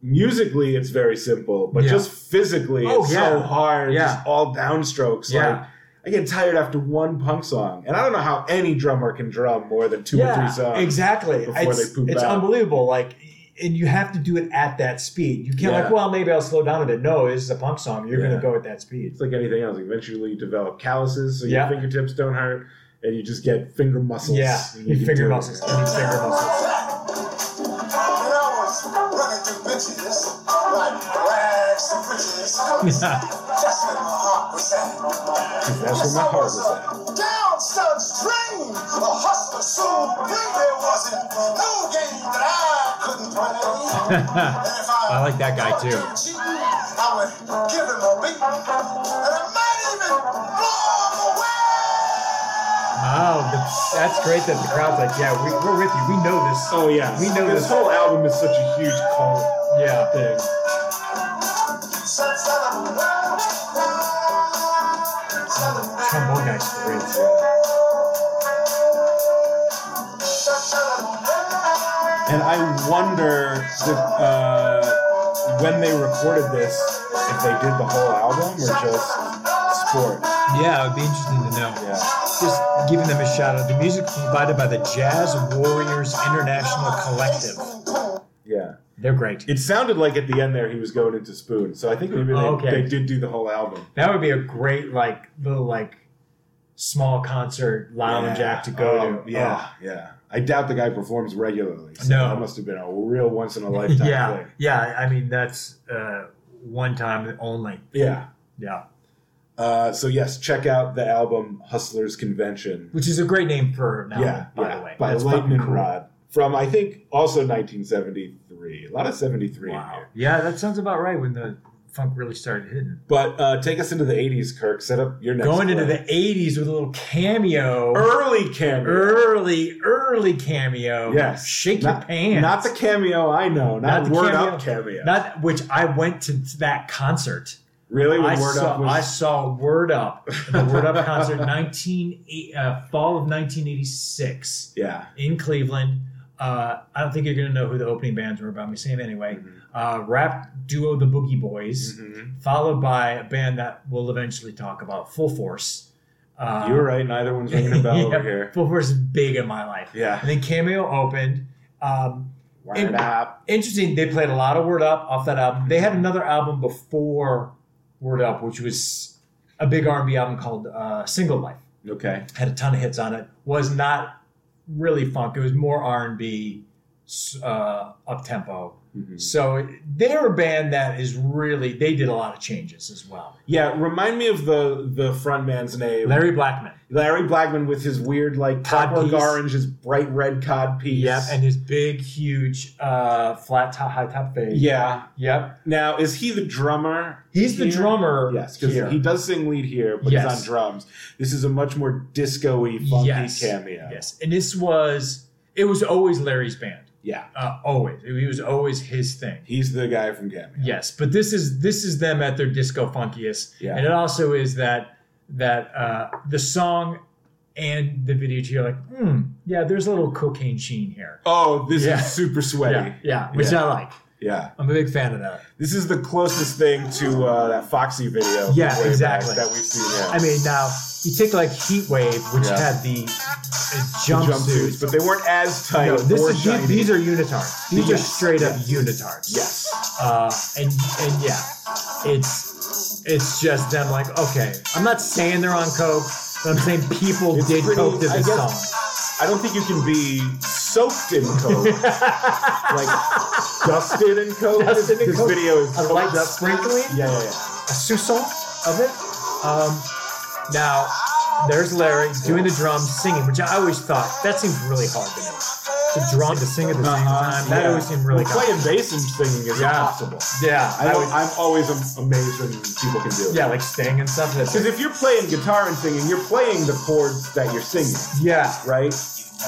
[SPEAKER 1] musically it's very simple, but
[SPEAKER 2] Yeah.
[SPEAKER 1] just physically
[SPEAKER 2] Oh,
[SPEAKER 1] it's so
[SPEAKER 2] yeah.
[SPEAKER 1] hard. It's
[SPEAKER 2] Yeah.
[SPEAKER 1] Just all downstrokes.
[SPEAKER 2] Yeah.
[SPEAKER 1] Like, I get tired after one punk song, and I don't know how any drummer can drum more than two or three songs.
[SPEAKER 2] Exactly.
[SPEAKER 1] before
[SPEAKER 2] it's
[SPEAKER 1] they poop
[SPEAKER 2] it's
[SPEAKER 1] out.
[SPEAKER 2] unbelievable. Like and you have to do it at that speed. You can't
[SPEAKER 1] Yeah.
[SPEAKER 2] like, well, maybe I'll slow down a bit. No, this is a punk song. You're
[SPEAKER 1] Yeah.
[SPEAKER 2] gonna go at that speed.
[SPEAKER 1] It's like anything else. Eventually, you develop calluses, so
[SPEAKER 2] Yeah.
[SPEAKER 1] your fingertips don't hurt, and you just get finger muscles.
[SPEAKER 2] Yeah,
[SPEAKER 1] and
[SPEAKER 2] your
[SPEAKER 1] can
[SPEAKER 2] finger
[SPEAKER 1] do it.
[SPEAKER 2] muscles. You need finger muscles.
[SPEAKER 5] When I was running through bitches, like rags and riches, that's where my heart was at.
[SPEAKER 1] That's where my heart was at.
[SPEAKER 5] Down son's dream, a hustler supreme. There wasn't no game that I couldn't play. And if
[SPEAKER 6] I like that guy,
[SPEAKER 5] caught
[SPEAKER 6] too.
[SPEAKER 5] him cheating, I would give him a beat, and I might even blow him away.
[SPEAKER 2] Wow, Oh, the- that's great that the crowd's like, yeah, we, we're with you. We know this.
[SPEAKER 1] Oh yeah,
[SPEAKER 2] We know
[SPEAKER 1] this,
[SPEAKER 2] this.
[SPEAKER 1] whole album is such a huge call
[SPEAKER 2] Yeah.
[SPEAKER 1] thing.
[SPEAKER 2] Trombone guy's great. too.
[SPEAKER 1] And I wonder if, uh, when they recorded this, if they did the whole album or just sport.
[SPEAKER 6] Yeah, it would be interesting to know.
[SPEAKER 1] Yeah,
[SPEAKER 6] Just giving them a shout out. The music provided by the Jazz Warriors International Collective.
[SPEAKER 1] yeah.
[SPEAKER 2] They're great.
[SPEAKER 1] It sounded like at the end there he was going into spoon, so I think maybe they,
[SPEAKER 2] Oh, okay.
[SPEAKER 1] they did do the whole album.
[SPEAKER 2] That would be a great like little like small concert lounge
[SPEAKER 1] Yeah.
[SPEAKER 2] act to go
[SPEAKER 1] Oh,
[SPEAKER 2] to.
[SPEAKER 1] Yeah, yeah. I doubt the guy performs regularly. So
[SPEAKER 2] No.
[SPEAKER 1] that must have been a real once in a
[SPEAKER 2] Oh.
[SPEAKER 1] lifetime
[SPEAKER 2] yeah,
[SPEAKER 1] thing.
[SPEAKER 2] yeah. I mean, that's uh, one time only.
[SPEAKER 1] Yeah.
[SPEAKER 2] Yeah,
[SPEAKER 1] Uh, so yes, check out the album Hustlers Convention.
[SPEAKER 2] which is a great name for now.
[SPEAKER 1] yeah,
[SPEAKER 2] by
[SPEAKER 1] yeah,
[SPEAKER 2] the way,
[SPEAKER 1] by
[SPEAKER 2] That's
[SPEAKER 1] Lightning
[SPEAKER 2] fucking cool.
[SPEAKER 1] Rod from I think also 1973. A lot of 73 in
[SPEAKER 2] Wow.
[SPEAKER 1] here.
[SPEAKER 2] Yeah, that sounds about right. When the funk really started hitting.
[SPEAKER 1] But uh, take us into the 80s, Kirk. Set up your next
[SPEAKER 2] Going into
[SPEAKER 1] play.
[SPEAKER 2] the '80s with a little cameo.
[SPEAKER 1] early cameo.
[SPEAKER 2] early, early cameo.
[SPEAKER 1] Yes.
[SPEAKER 2] Shake your
[SPEAKER 1] not,
[SPEAKER 2] pants.
[SPEAKER 1] Not the cameo I know. Not,
[SPEAKER 2] Not the
[SPEAKER 1] Word
[SPEAKER 2] cameo.
[SPEAKER 1] Up cameo.
[SPEAKER 2] Not which I went to that concert.
[SPEAKER 1] really? When
[SPEAKER 2] I,
[SPEAKER 1] Word
[SPEAKER 2] saw,
[SPEAKER 1] Up was
[SPEAKER 2] I saw Word Up, the Word Up concert, nineteen eight- uh, fall of nineteen eighty six
[SPEAKER 1] yeah.
[SPEAKER 2] in Cleveland. Uh, I don't think you're gonna know who the opening bands were, but I'm gonna say them anyway. Uh, rap duo The Boogie Boys,
[SPEAKER 1] Mhm.
[SPEAKER 2] followed by a band that we'll eventually talk about, Full Force. Uh,
[SPEAKER 1] you were right. Neither one's ringing a bell
[SPEAKER 2] yeah,
[SPEAKER 1] over here.
[SPEAKER 2] Full Force is big in my life.
[SPEAKER 1] Yeah.
[SPEAKER 2] And then Cameo opened. Um,
[SPEAKER 1] Word
[SPEAKER 2] And-
[SPEAKER 1] Up.
[SPEAKER 2] interesting. They played a lot of Word Up off that album. They had another album before Word Up, which was a big R&B album called uh, Single Life.
[SPEAKER 1] Okay.
[SPEAKER 2] Had a ton of hits on it. Was not really funk. It was more R&B, s- uh, up tempo.
[SPEAKER 1] Mhm.
[SPEAKER 2] So it- they're a band that is really. They did a lot of changes as well.
[SPEAKER 1] Yeah, remind me of the the frontman's name.
[SPEAKER 2] Larry Blackman.
[SPEAKER 1] Larry Blackman with his weird like
[SPEAKER 2] Cod
[SPEAKER 1] clockwork
[SPEAKER 2] piece.
[SPEAKER 1] orange, his bright red cod piece.
[SPEAKER 2] Yep, and his big, huge, uh, flat top, high top fade.
[SPEAKER 1] yeah.
[SPEAKER 2] Yep.
[SPEAKER 1] Now is he the drummer?
[SPEAKER 2] He's the
[SPEAKER 1] here?
[SPEAKER 2] drummer.
[SPEAKER 1] Yes,
[SPEAKER 2] here.
[SPEAKER 1] because he does sing lead here, but
[SPEAKER 2] Yes.
[SPEAKER 1] he's on drums. This is a much more disco-y, funky
[SPEAKER 2] Yes.
[SPEAKER 1] cameo.
[SPEAKER 2] Yes, and this was it was always Larry's band.
[SPEAKER 1] Yeah,
[SPEAKER 2] Uh, always, it was always his thing.
[SPEAKER 1] he's the guy from Cameo.
[SPEAKER 2] Yes, but this is this is them at their disco funkiest,
[SPEAKER 1] Yeah.
[SPEAKER 2] and it also is that that uh, the song and the video. You're like, hmm, yeah, there's a little cocaine sheen here.
[SPEAKER 1] Oh, this
[SPEAKER 2] Yeah.
[SPEAKER 1] is super
[SPEAKER 2] Yeah,
[SPEAKER 1] sweaty. Yeah.
[SPEAKER 2] yeah, which
[SPEAKER 1] Yeah.
[SPEAKER 2] I like. I'm a big fan of that.
[SPEAKER 1] this is the closest thing to uh, that Foxy video. from
[SPEAKER 2] Yeah,
[SPEAKER 1] way back
[SPEAKER 2] exactly.
[SPEAKER 1] That we've seen. Yeah.
[SPEAKER 2] I mean, now you take like Heat Wave, which
[SPEAKER 1] Yeah.
[SPEAKER 2] had the uh,
[SPEAKER 1] The
[SPEAKER 2] jumpsuits.
[SPEAKER 1] jumpsuits, but they weren't as tight.
[SPEAKER 2] no, this
[SPEAKER 1] or
[SPEAKER 2] is
[SPEAKER 1] shiny.
[SPEAKER 2] these are unitards. These are
[SPEAKER 1] Yes,
[SPEAKER 2] straight up unitards.
[SPEAKER 1] yes,
[SPEAKER 2] uh, and and yeah, it's it's just them like okay. I'm not saying they're on coke, but I'm saying people
[SPEAKER 1] It's
[SPEAKER 2] did
[SPEAKER 1] pretty-
[SPEAKER 2] coke to
[SPEAKER 1] I
[SPEAKER 2] this
[SPEAKER 1] guess-
[SPEAKER 2] song.
[SPEAKER 1] I don't think you can be soaked in coke. like dusted in coke.
[SPEAKER 2] Dusted in
[SPEAKER 1] this
[SPEAKER 2] coke.
[SPEAKER 1] video is
[SPEAKER 2] A
[SPEAKER 1] coked
[SPEAKER 2] light
[SPEAKER 1] up.
[SPEAKER 2] sprinkling,
[SPEAKER 1] Yeah, yeah, yeah.
[SPEAKER 2] a sousson of it. Um, now there's Larry doing the drums, singing, which I always thought that seems really hard to me. The drum to sing at the same time that
[SPEAKER 1] Uh-huh, Yeah.
[SPEAKER 2] always seemed really
[SPEAKER 1] Well,
[SPEAKER 2] complicated.
[SPEAKER 1] playing bass and singing is
[SPEAKER 2] Yeah.
[SPEAKER 1] impossible.
[SPEAKER 2] Yeah,
[SPEAKER 1] I
[SPEAKER 2] I
[SPEAKER 1] don't,
[SPEAKER 2] always,
[SPEAKER 1] I'm always am- amazed when people can do it.
[SPEAKER 2] yeah, like Sting and stuff. that's-
[SPEAKER 1] Because if you're playing guitar and singing, you're playing the chords that you're singing,
[SPEAKER 2] yeah,
[SPEAKER 1] right?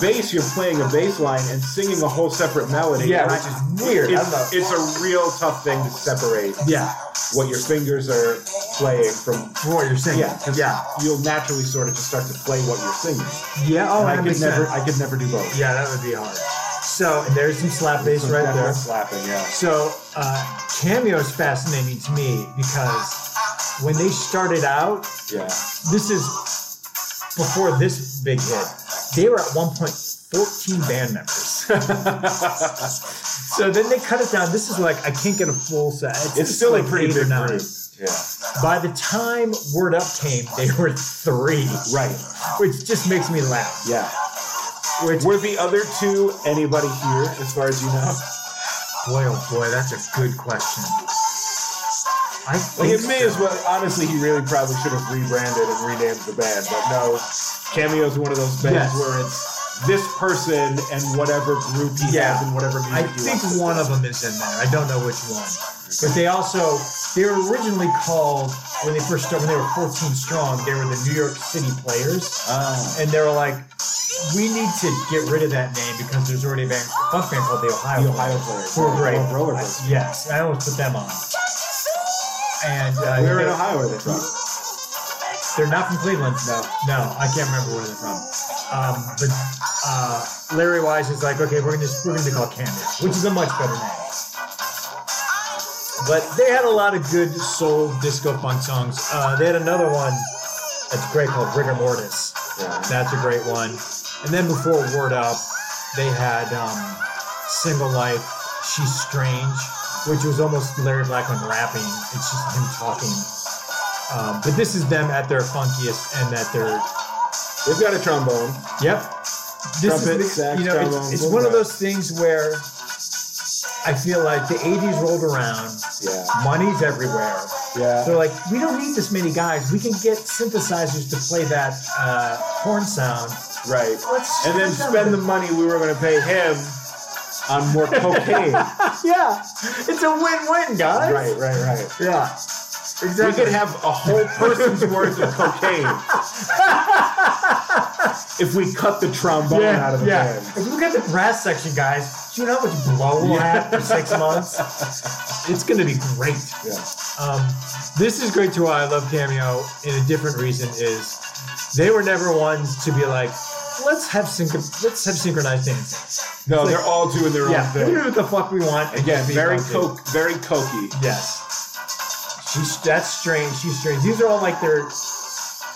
[SPEAKER 1] Bass, you're playing a bass line and singing a whole separate melody.
[SPEAKER 2] Yeah,
[SPEAKER 1] And
[SPEAKER 2] which is weird. I
[SPEAKER 1] It's,
[SPEAKER 2] don't know.
[SPEAKER 1] it's a real tough thing to separate
[SPEAKER 2] yeah,
[SPEAKER 1] what your fingers are playing from.
[SPEAKER 2] for what you're singing.
[SPEAKER 1] Yeah, 'cause
[SPEAKER 2] yeah,
[SPEAKER 1] You'll naturally sort of just start to play what you're singing.
[SPEAKER 2] yeah. Oh,
[SPEAKER 1] And
[SPEAKER 2] that
[SPEAKER 1] I
[SPEAKER 2] makes
[SPEAKER 1] could never,
[SPEAKER 2] sense.
[SPEAKER 1] I could never do both.
[SPEAKER 2] Yeah, that would be hard. So and there's some slap bass
[SPEAKER 1] Some
[SPEAKER 2] right
[SPEAKER 1] definite
[SPEAKER 2] there.
[SPEAKER 1] Slapping, yeah.
[SPEAKER 2] So uh, cameo is fascinating to me because when they started out,
[SPEAKER 1] Yeah.
[SPEAKER 2] this is before this big hit. They were at one point 14 band members. So then they cut it down. This is like I can't get a full set.
[SPEAKER 1] it's still a pretty
[SPEAKER 2] eight or
[SPEAKER 1] big
[SPEAKER 2] nine.
[SPEAKER 1] group. Yeah.
[SPEAKER 2] By the time Word Up came, they were three,
[SPEAKER 1] Right.
[SPEAKER 2] which just makes me laugh.
[SPEAKER 1] Yeah.
[SPEAKER 2] Which, boy,
[SPEAKER 1] Were the other two anybody here, as far as you know?
[SPEAKER 2] oh boy, that's a good question. I
[SPEAKER 1] Like,
[SPEAKER 2] think
[SPEAKER 1] it may
[SPEAKER 2] so.
[SPEAKER 1] as well. Honestly, he really probably should have rebranded and renamed the band, but no. Cameo's one of those bands
[SPEAKER 2] Yes.
[SPEAKER 1] where it's this person and whatever group he
[SPEAKER 2] Yeah.
[SPEAKER 1] has and whatever music
[SPEAKER 2] I
[SPEAKER 1] he
[SPEAKER 2] think
[SPEAKER 1] wants.
[SPEAKER 2] one of them is in there. I don't know which one. But they also they were originally called when they first started when they were 14 strong, they were the New York City Players.
[SPEAKER 1] Oh.
[SPEAKER 2] And they were like, we need to get rid of that name because there's already a band, a punk band called the Ohio,
[SPEAKER 1] The Ohio Players.
[SPEAKER 2] Who are great.
[SPEAKER 1] Or Roller Blades.
[SPEAKER 2] yes, I almost put them on. And uh,
[SPEAKER 1] Where in
[SPEAKER 2] they're-
[SPEAKER 1] Ohio are they from?
[SPEAKER 2] they're not from Cleveland. No. No, I can't remember where they're from. Um, but uh, Larry Wise is like, okay, we're gonna just, we're gonna call Candace, which is a much better name. But they had a lot of good soul disco funk songs. Uh, they had another one that's great called Rigor Mortis.
[SPEAKER 1] Yeah.
[SPEAKER 2] That's a great one. And then before Word Up, they had um, Single Life, She's Strange, which was almost Larry Blackman rapping. It's just him talking. Um, but this is them at their funkiest and at their
[SPEAKER 1] They've got a trombone.
[SPEAKER 2] Yep. This
[SPEAKER 1] Trumpet,
[SPEAKER 2] is the-
[SPEAKER 1] sax,
[SPEAKER 2] you know, it's-
[SPEAKER 1] trombone,
[SPEAKER 2] it's,
[SPEAKER 1] boom
[SPEAKER 2] one of
[SPEAKER 1] bap.
[SPEAKER 2] those things where I feel like the 80s rolled around,
[SPEAKER 1] Yeah.
[SPEAKER 2] money's everywhere.
[SPEAKER 1] Yeah.
[SPEAKER 2] They're like, we don't need this many guys. We can get synthesizers to play that uh, horn sound.
[SPEAKER 1] Right.
[SPEAKER 2] Let's
[SPEAKER 1] And then
[SPEAKER 2] something.
[SPEAKER 1] spend the money we were going to pay him on more cocaine. right,
[SPEAKER 2] Yeah, it's a win-win, guys.
[SPEAKER 1] right, right.
[SPEAKER 2] Yeah,
[SPEAKER 1] We
[SPEAKER 2] exactly.
[SPEAKER 1] could have a whole person's worth of cocaine if we cut the trombone
[SPEAKER 2] yeah,
[SPEAKER 1] out of the
[SPEAKER 2] yeah.
[SPEAKER 1] band.
[SPEAKER 2] If you look at the brass section, guys, do you know how much blow we'll
[SPEAKER 1] Yeah.
[SPEAKER 2] have for six months? It's going to be great.
[SPEAKER 1] Yeah.
[SPEAKER 2] Um, this is great too. Why I love Cameo in a different reason is they were never ones to be like, let's have synch- let's have synchronized dancing.
[SPEAKER 1] No,
[SPEAKER 2] It's like-
[SPEAKER 1] they're all doing their
[SPEAKER 2] Yeah, we
[SPEAKER 1] own
[SPEAKER 2] can do
[SPEAKER 1] thing.
[SPEAKER 2] what the fuck we want. and
[SPEAKER 1] Again,
[SPEAKER 2] just be
[SPEAKER 1] very
[SPEAKER 2] funky.
[SPEAKER 1] coke, very cokey.
[SPEAKER 2] Yes, she's that's strange. She's strange. These are all like their.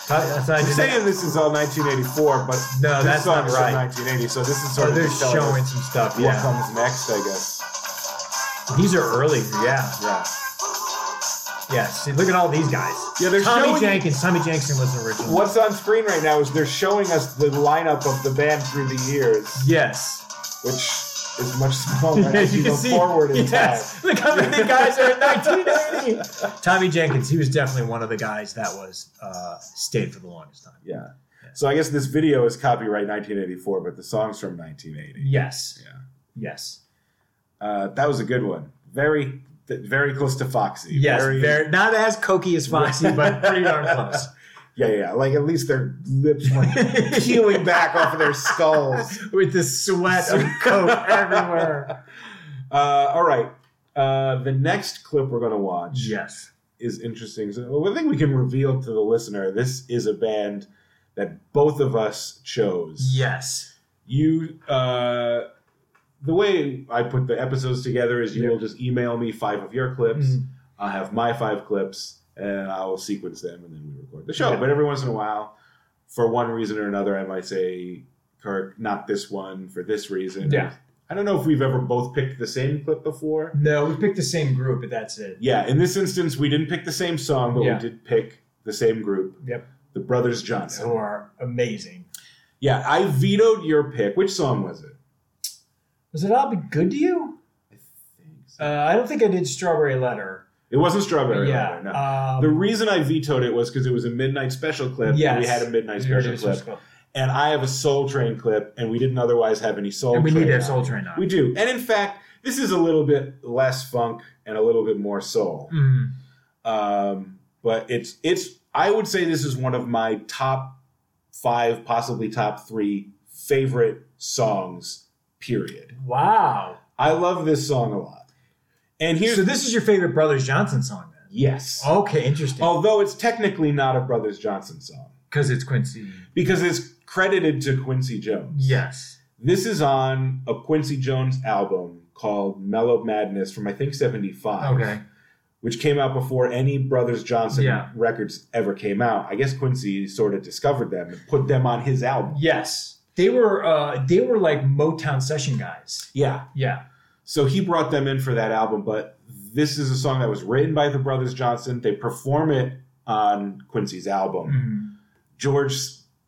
[SPEAKER 2] That's not
[SPEAKER 1] You're saying this is all 1984, but
[SPEAKER 2] No,
[SPEAKER 1] this
[SPEAKER 2] that's
[SPEAKER 1] song
[SPEAKER 2] not
[SPEAKER 1] is
[SPEAKER 2] right.
[SPEAKER 1] from 1980, so this is sort
[SPEAKER 2] Oh,
[SPEAKER 1] of
[SPEAKER 2] they're
[SPEAKER 1] just telling
[SPEAKER 2] showing
[SPEAKER 1] us
[SPEAKER 2] some stuff.
[SPEAKER 1] what
[SPEAKER 2] Yeah,
[SPEAKER 1] comes next, I guess.
[SPEAKER 2] these are early. Yeah,
[SPEAKER 1] Yeah.
[SPEAKER 2] yeah. See, look at all these guys.
[SPEAKER 1] Yeah, they're
[SPEAKER 2] Tommy
[SPEAKER 1] showing-
[SPEAKER 2] Jenkins. Tommy Jenkins was the original.
[SPEAKER 1] What's on screen right now is they're showing us the lineup of the band through the years,
[SPEAKER 2] Yes.
[SPEAKER 1] which is much smaller as you, go forward in time.
[SPEAKER 2] yes, Look how many guys are in 1980. Tommy Jenkins, he was definitely one of the guys that was uh, stayed for the longest time.
[SPEAKER 1] Yeah. So I guess this video is copyright 1984, but the song's from 1980.
[SPEAKER 2] Yes.
[SPEAKER 1] Yeah.
[SPEAKER 2] Yes.
[SPEAKER 1] Uh, that was a good one. Very, th- very close to Foxy.
[SPEAKER 2] Yes. Very, not as cokey as Foxy, but pretty darn close.
[SPEAKER 1] Yeah, yeah, yeah. Like at least their lips weren't peeling back off of their skulls.
[SPEAKER 2] With the sweat of coke everywhere.
[SPEAKER 1] Uh, all right. Uh, the next clip we're going to watch
[SPEAKER 2] Yes.
[SPEAKER 1] is interesting. So well, I think we can reveal to the listener this is a band that both of us chose.
[SPEAKER 2] Yes.
[SPEAKER 1] you uh the way i put the episodes together is you
[SPEAKER 2] Yeah.
[SPEAKER 1] will just email me five of your clips
[SPEAKER 2] Mhm.
[SPEAKER 1] i'll have my five clips and i will sequence them and then we record the show
[SPEAKER 2] Yeah.
[SPEAKER 1] but every once in a while for one reason or another i might say kirk not this one for this reason
[SPEAKER 2] Yeah.
[SPEAKER 1] i don't know if we've ever both picked the same clip before
[SPEAKER 2] No, we picked the same group, but that's it.
[SPEAKER 1] yeah in this instance we didn't pick the same song but
[SPEAKER 2] Yeah.
[SPEAKER 1] we did pick the same group
[SPEAKER 2] Yep.
[SPEAKER 1] the brothers johnson
[SPEAKER 2] Who are amazing.
[SPEAKER 1] yeah i vetoed your pick which song was it
[SPEAKER 2] Was it I'll Be Good to You? Uh, I don't think I did Strawberry Letter.
[SPEAKER 1] it wasn't strawberry
[SPEAKER 2] yeah.
[SPEAKER 1] Letter, no.
[SPEAKER 2] um,
[SPEAKER 1] The reason I vetoed it was because it was a midnight special clip. Yeah,
[SPEAKER 2] Yes.
[SPEAKER 1] we had a midnight
[SPEAKER 2] We already
[SPEAKER 1] special
[SPEAKER 2] did
[SPEAKER 1] clip, and I have a Soul Train clip, and we didn't otherwise have any Soul.
[SPEAKER 2] and we
[SPEAKER 1] Train
[SPEAKER 2] need to have
[SPEAKER 1] on.
[SPEAKER 2] Soul Train on.
[SPEAKER 1] We do, and in fact, this is a little bit less funk and a little bit more soul.
[SPEAKER 2] Mm.
[SPEAKER 1] Um, but it's it's I would say this is one of my top five, possibly top three favorite songs. Period.
[SPEAKER 2] Wow.
[SPEAKER 1] I love this song a lot. And here's
[SPEAKER 2] so this Oh. is your favorite Brothers Johnson song then?
[SPEAKER 1] yes,
[SPEAKER 2] Okay, interesting.
[SPEAKER 1] although it's technically not a Brothers Johnson song.
[SPEAKER 2] Because it's Quincy.
[SPEAKER 1] because it's credited to Quincy Jones.
[SPEAKER 2] Yes.
[SPEAKER 1] This is on a Quincy Jones album called Mellow Madness from I think 75,
[SPEAKER 2] Okay.
[SPEAKER 1] which came out before any Brothers Johnson
[SPEAKER 2] Yeah.
[SPEAKER 1] records ever came out. I guess Quincy sort of discovered them and put them on his album.
[SPEAKER 2] Yes. They were uh, they were like Motown session guys.
[SPEAKER 1] Yeah.
[SPEAKER 2] Yeah.
[SPEAKER 1] So he brought them in for that album, but this is a song that was written by the Brothers Johnson. They perform it on Quincy's album.
[SPEAKER 2] Mhm.
[SPEAKER 1] George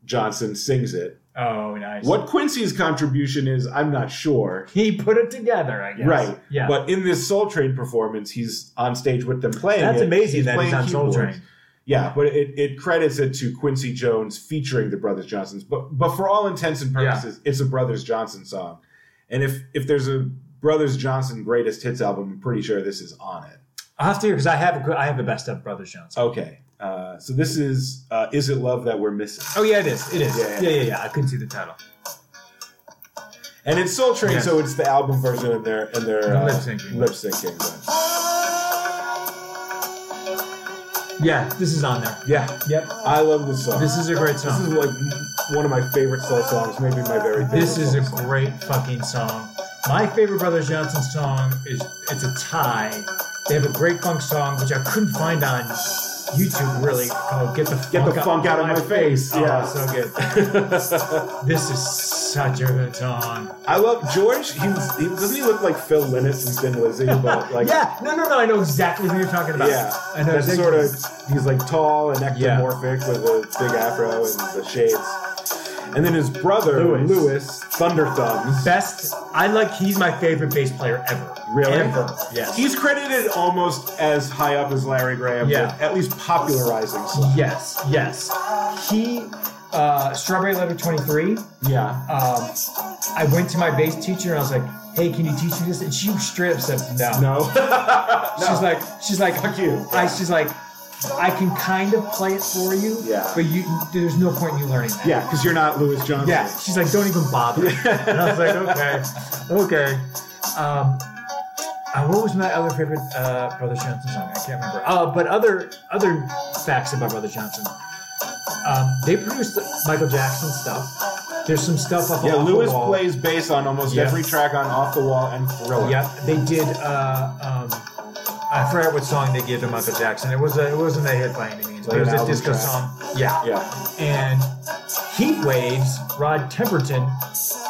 [SPEAKER 1] Johnson sings it.
[SPEAKER 2] Oh, nice.
[SPEAKER 1] What Quincy's contribution is, I'm not sure.
[SPEAKER 2] he put it together, I guess.
[SPEAKER 1] Right.
[SPEAKER 2] Yeah.
[SPEAKER 1] But in this Soul Train performance, he's on stage with them playing.
[SPEAKER 2] that's
[SPEAKER 1] it.
[SPEAKER 2] amazing that he's
[SPEAKER 1] playing
[SPEAKER 2] on Soul
[SPEAKER 1] keyboards.
[SPEAKER 2] Train.
[SPEAKER 1] Yeah, but it, it credits it to Quincy Jones featuring the Brothers Johnsons. But but for all intents and
[SPEAKER 2] Yeah.
[SPEAKER 1] purposes, it's a Brothers Johnson song. And if if there's a Brothers Johnson greatest hits album, I'm pretty sure this is on it.
[SPEAKER 2] I have to because I have a- I have the best of Brothers Jones.
[SPEAKER 1] Okay. Uh, so this is uh, Is It Love That We're Missing?
[SPEAKER 2] Oh yeah, it is. It is.
[SPEAKER 1] Yeah,
[SPEAKER 2] Yeah,
[SPEAKER 1] yeah.
[SPEAKER 2] yeah, yeah. I couldn't see the title.
[SPEAKER 1] And it's Soul Train,
[SPEAKER 2] Yes.
[SPEAKER 1] so it's the album version and their and their uh,
[SPEAKER 2] Lip syncing.
[SPEAKER 1] Lip syncing. but-
[SPEAKER 2] Yeah, this is on there.
[SPEAKER 1] Yeah.
[SPEAKER 2] Yep.
[SPEAKER 1] I love this song.
[SPEAKER 2] This is a great
[SPEAKER 1] This is
[SPEAKER 2] song.
[SPEAKER 1] like m- one of my favorite soul songs, maybe my very favorite.
[SPEAKER 2] This is
[SPEAKER 1] soul
[SPEAKER 2] a
[SPEAKER 1] song.
[SPEAKER 2] great fucking song. My favorite Brothers Johnson song is it's a tie. They have a great funk song which I couldn't find on YouTube really called Get the Funk,
[SPEAKER 1] Get the Funk Out of My Face.
[SPEAKER 2] Oh,
[SPEAKER 1] Yeah.
[SPEAKER 2] so good. this is such a good song.
[SPEAKER 1] I love George. He, was, he doesn't he look like Phil Lynott from Thin Lizzy, but like
[SPEAKER 2] yeah, no, no, no. I know exactly who you're talking about.
[SPEAKER 1] yeah,
[SPEAKER 2] I know.
[SPEAKER 1] that's
[SPEAKER 2] exactly-
[SPEAKER 1] sort of he's like tall and
[SPEAKER 2] Yeah.
[SPEAKER 1] ectomorphic with a big afro and the shades. And then his brother Lewis,
[SPEAKER 2] Lewis.
[SPEAKER 1] Thunder Thumbs.
[SPEAKER 2] best. I like. He's my favorite bass player ever.
[SPEAKER 1] Really?
[SPEAKER 2] Ever. Yes.
[SPEAKER 1] He's credited almost as high up as Larry Graham,
[SPEAKER 2] Yeah.
[SPEAKER 1] with at least popularizing slap.
[SPEAKER 2] Yes, yes. He, uh, Strawberry Letter 23, um,
[SPEAKER 1] yeah.
[SPEAKER 2] I went to my bass teacher and I was like, hey, can you teach me this? And she straight up said, no.
[SPEAKER 1] No,
[SPEAKER 2] She's like, she's like,
[SPEAKER 1] Fuck you.
[SPEAKER 2] I, she's like, I can kind of play it for you,
[SPEAKER 1] Yeah.
[SPEAKER 2] but you, there's no point in you learning that.
[SPEAKER 1] yeah, because you're not Lewis Johnson.
[SPEAKER 2] Yeah, she's like, don't even bother. and I was like, okay, okay. Um, uh, what was my other favorite uh, Brother Johnson song? I can't remember. Uh, but other other facts about Brother Johnson. Um, they produced Michael Jackson stuff. There's some stuff up
[SPEAKER 1] Yeah,
[SPEAKER 2] on
[SPEAKER 1] Lewis
[SPEAKER 2] the wall.
[SPEAKER 1] plays bass on almost
[SPEAKER 2] Yeah.
[SPEAKER 1] every track on Off the Wall and Thriller.
[SPEAKER 2] Yep, they did. Uh, um, I forgot what song they gave to Michael Jackson. It was a, it wasn't a hit by any means, but
[SPEAKER 1] Like an
[SPEAKER 2] it was a
[SPEAKER 1] album
[SPEAKER 2] disco
[SPEAKER 1] track.
[SPEAKER 2] song. Yeah,
[SPEAKER 1] Yeah.
[SPEAKER 2] and Heat Waves, Rod Temperton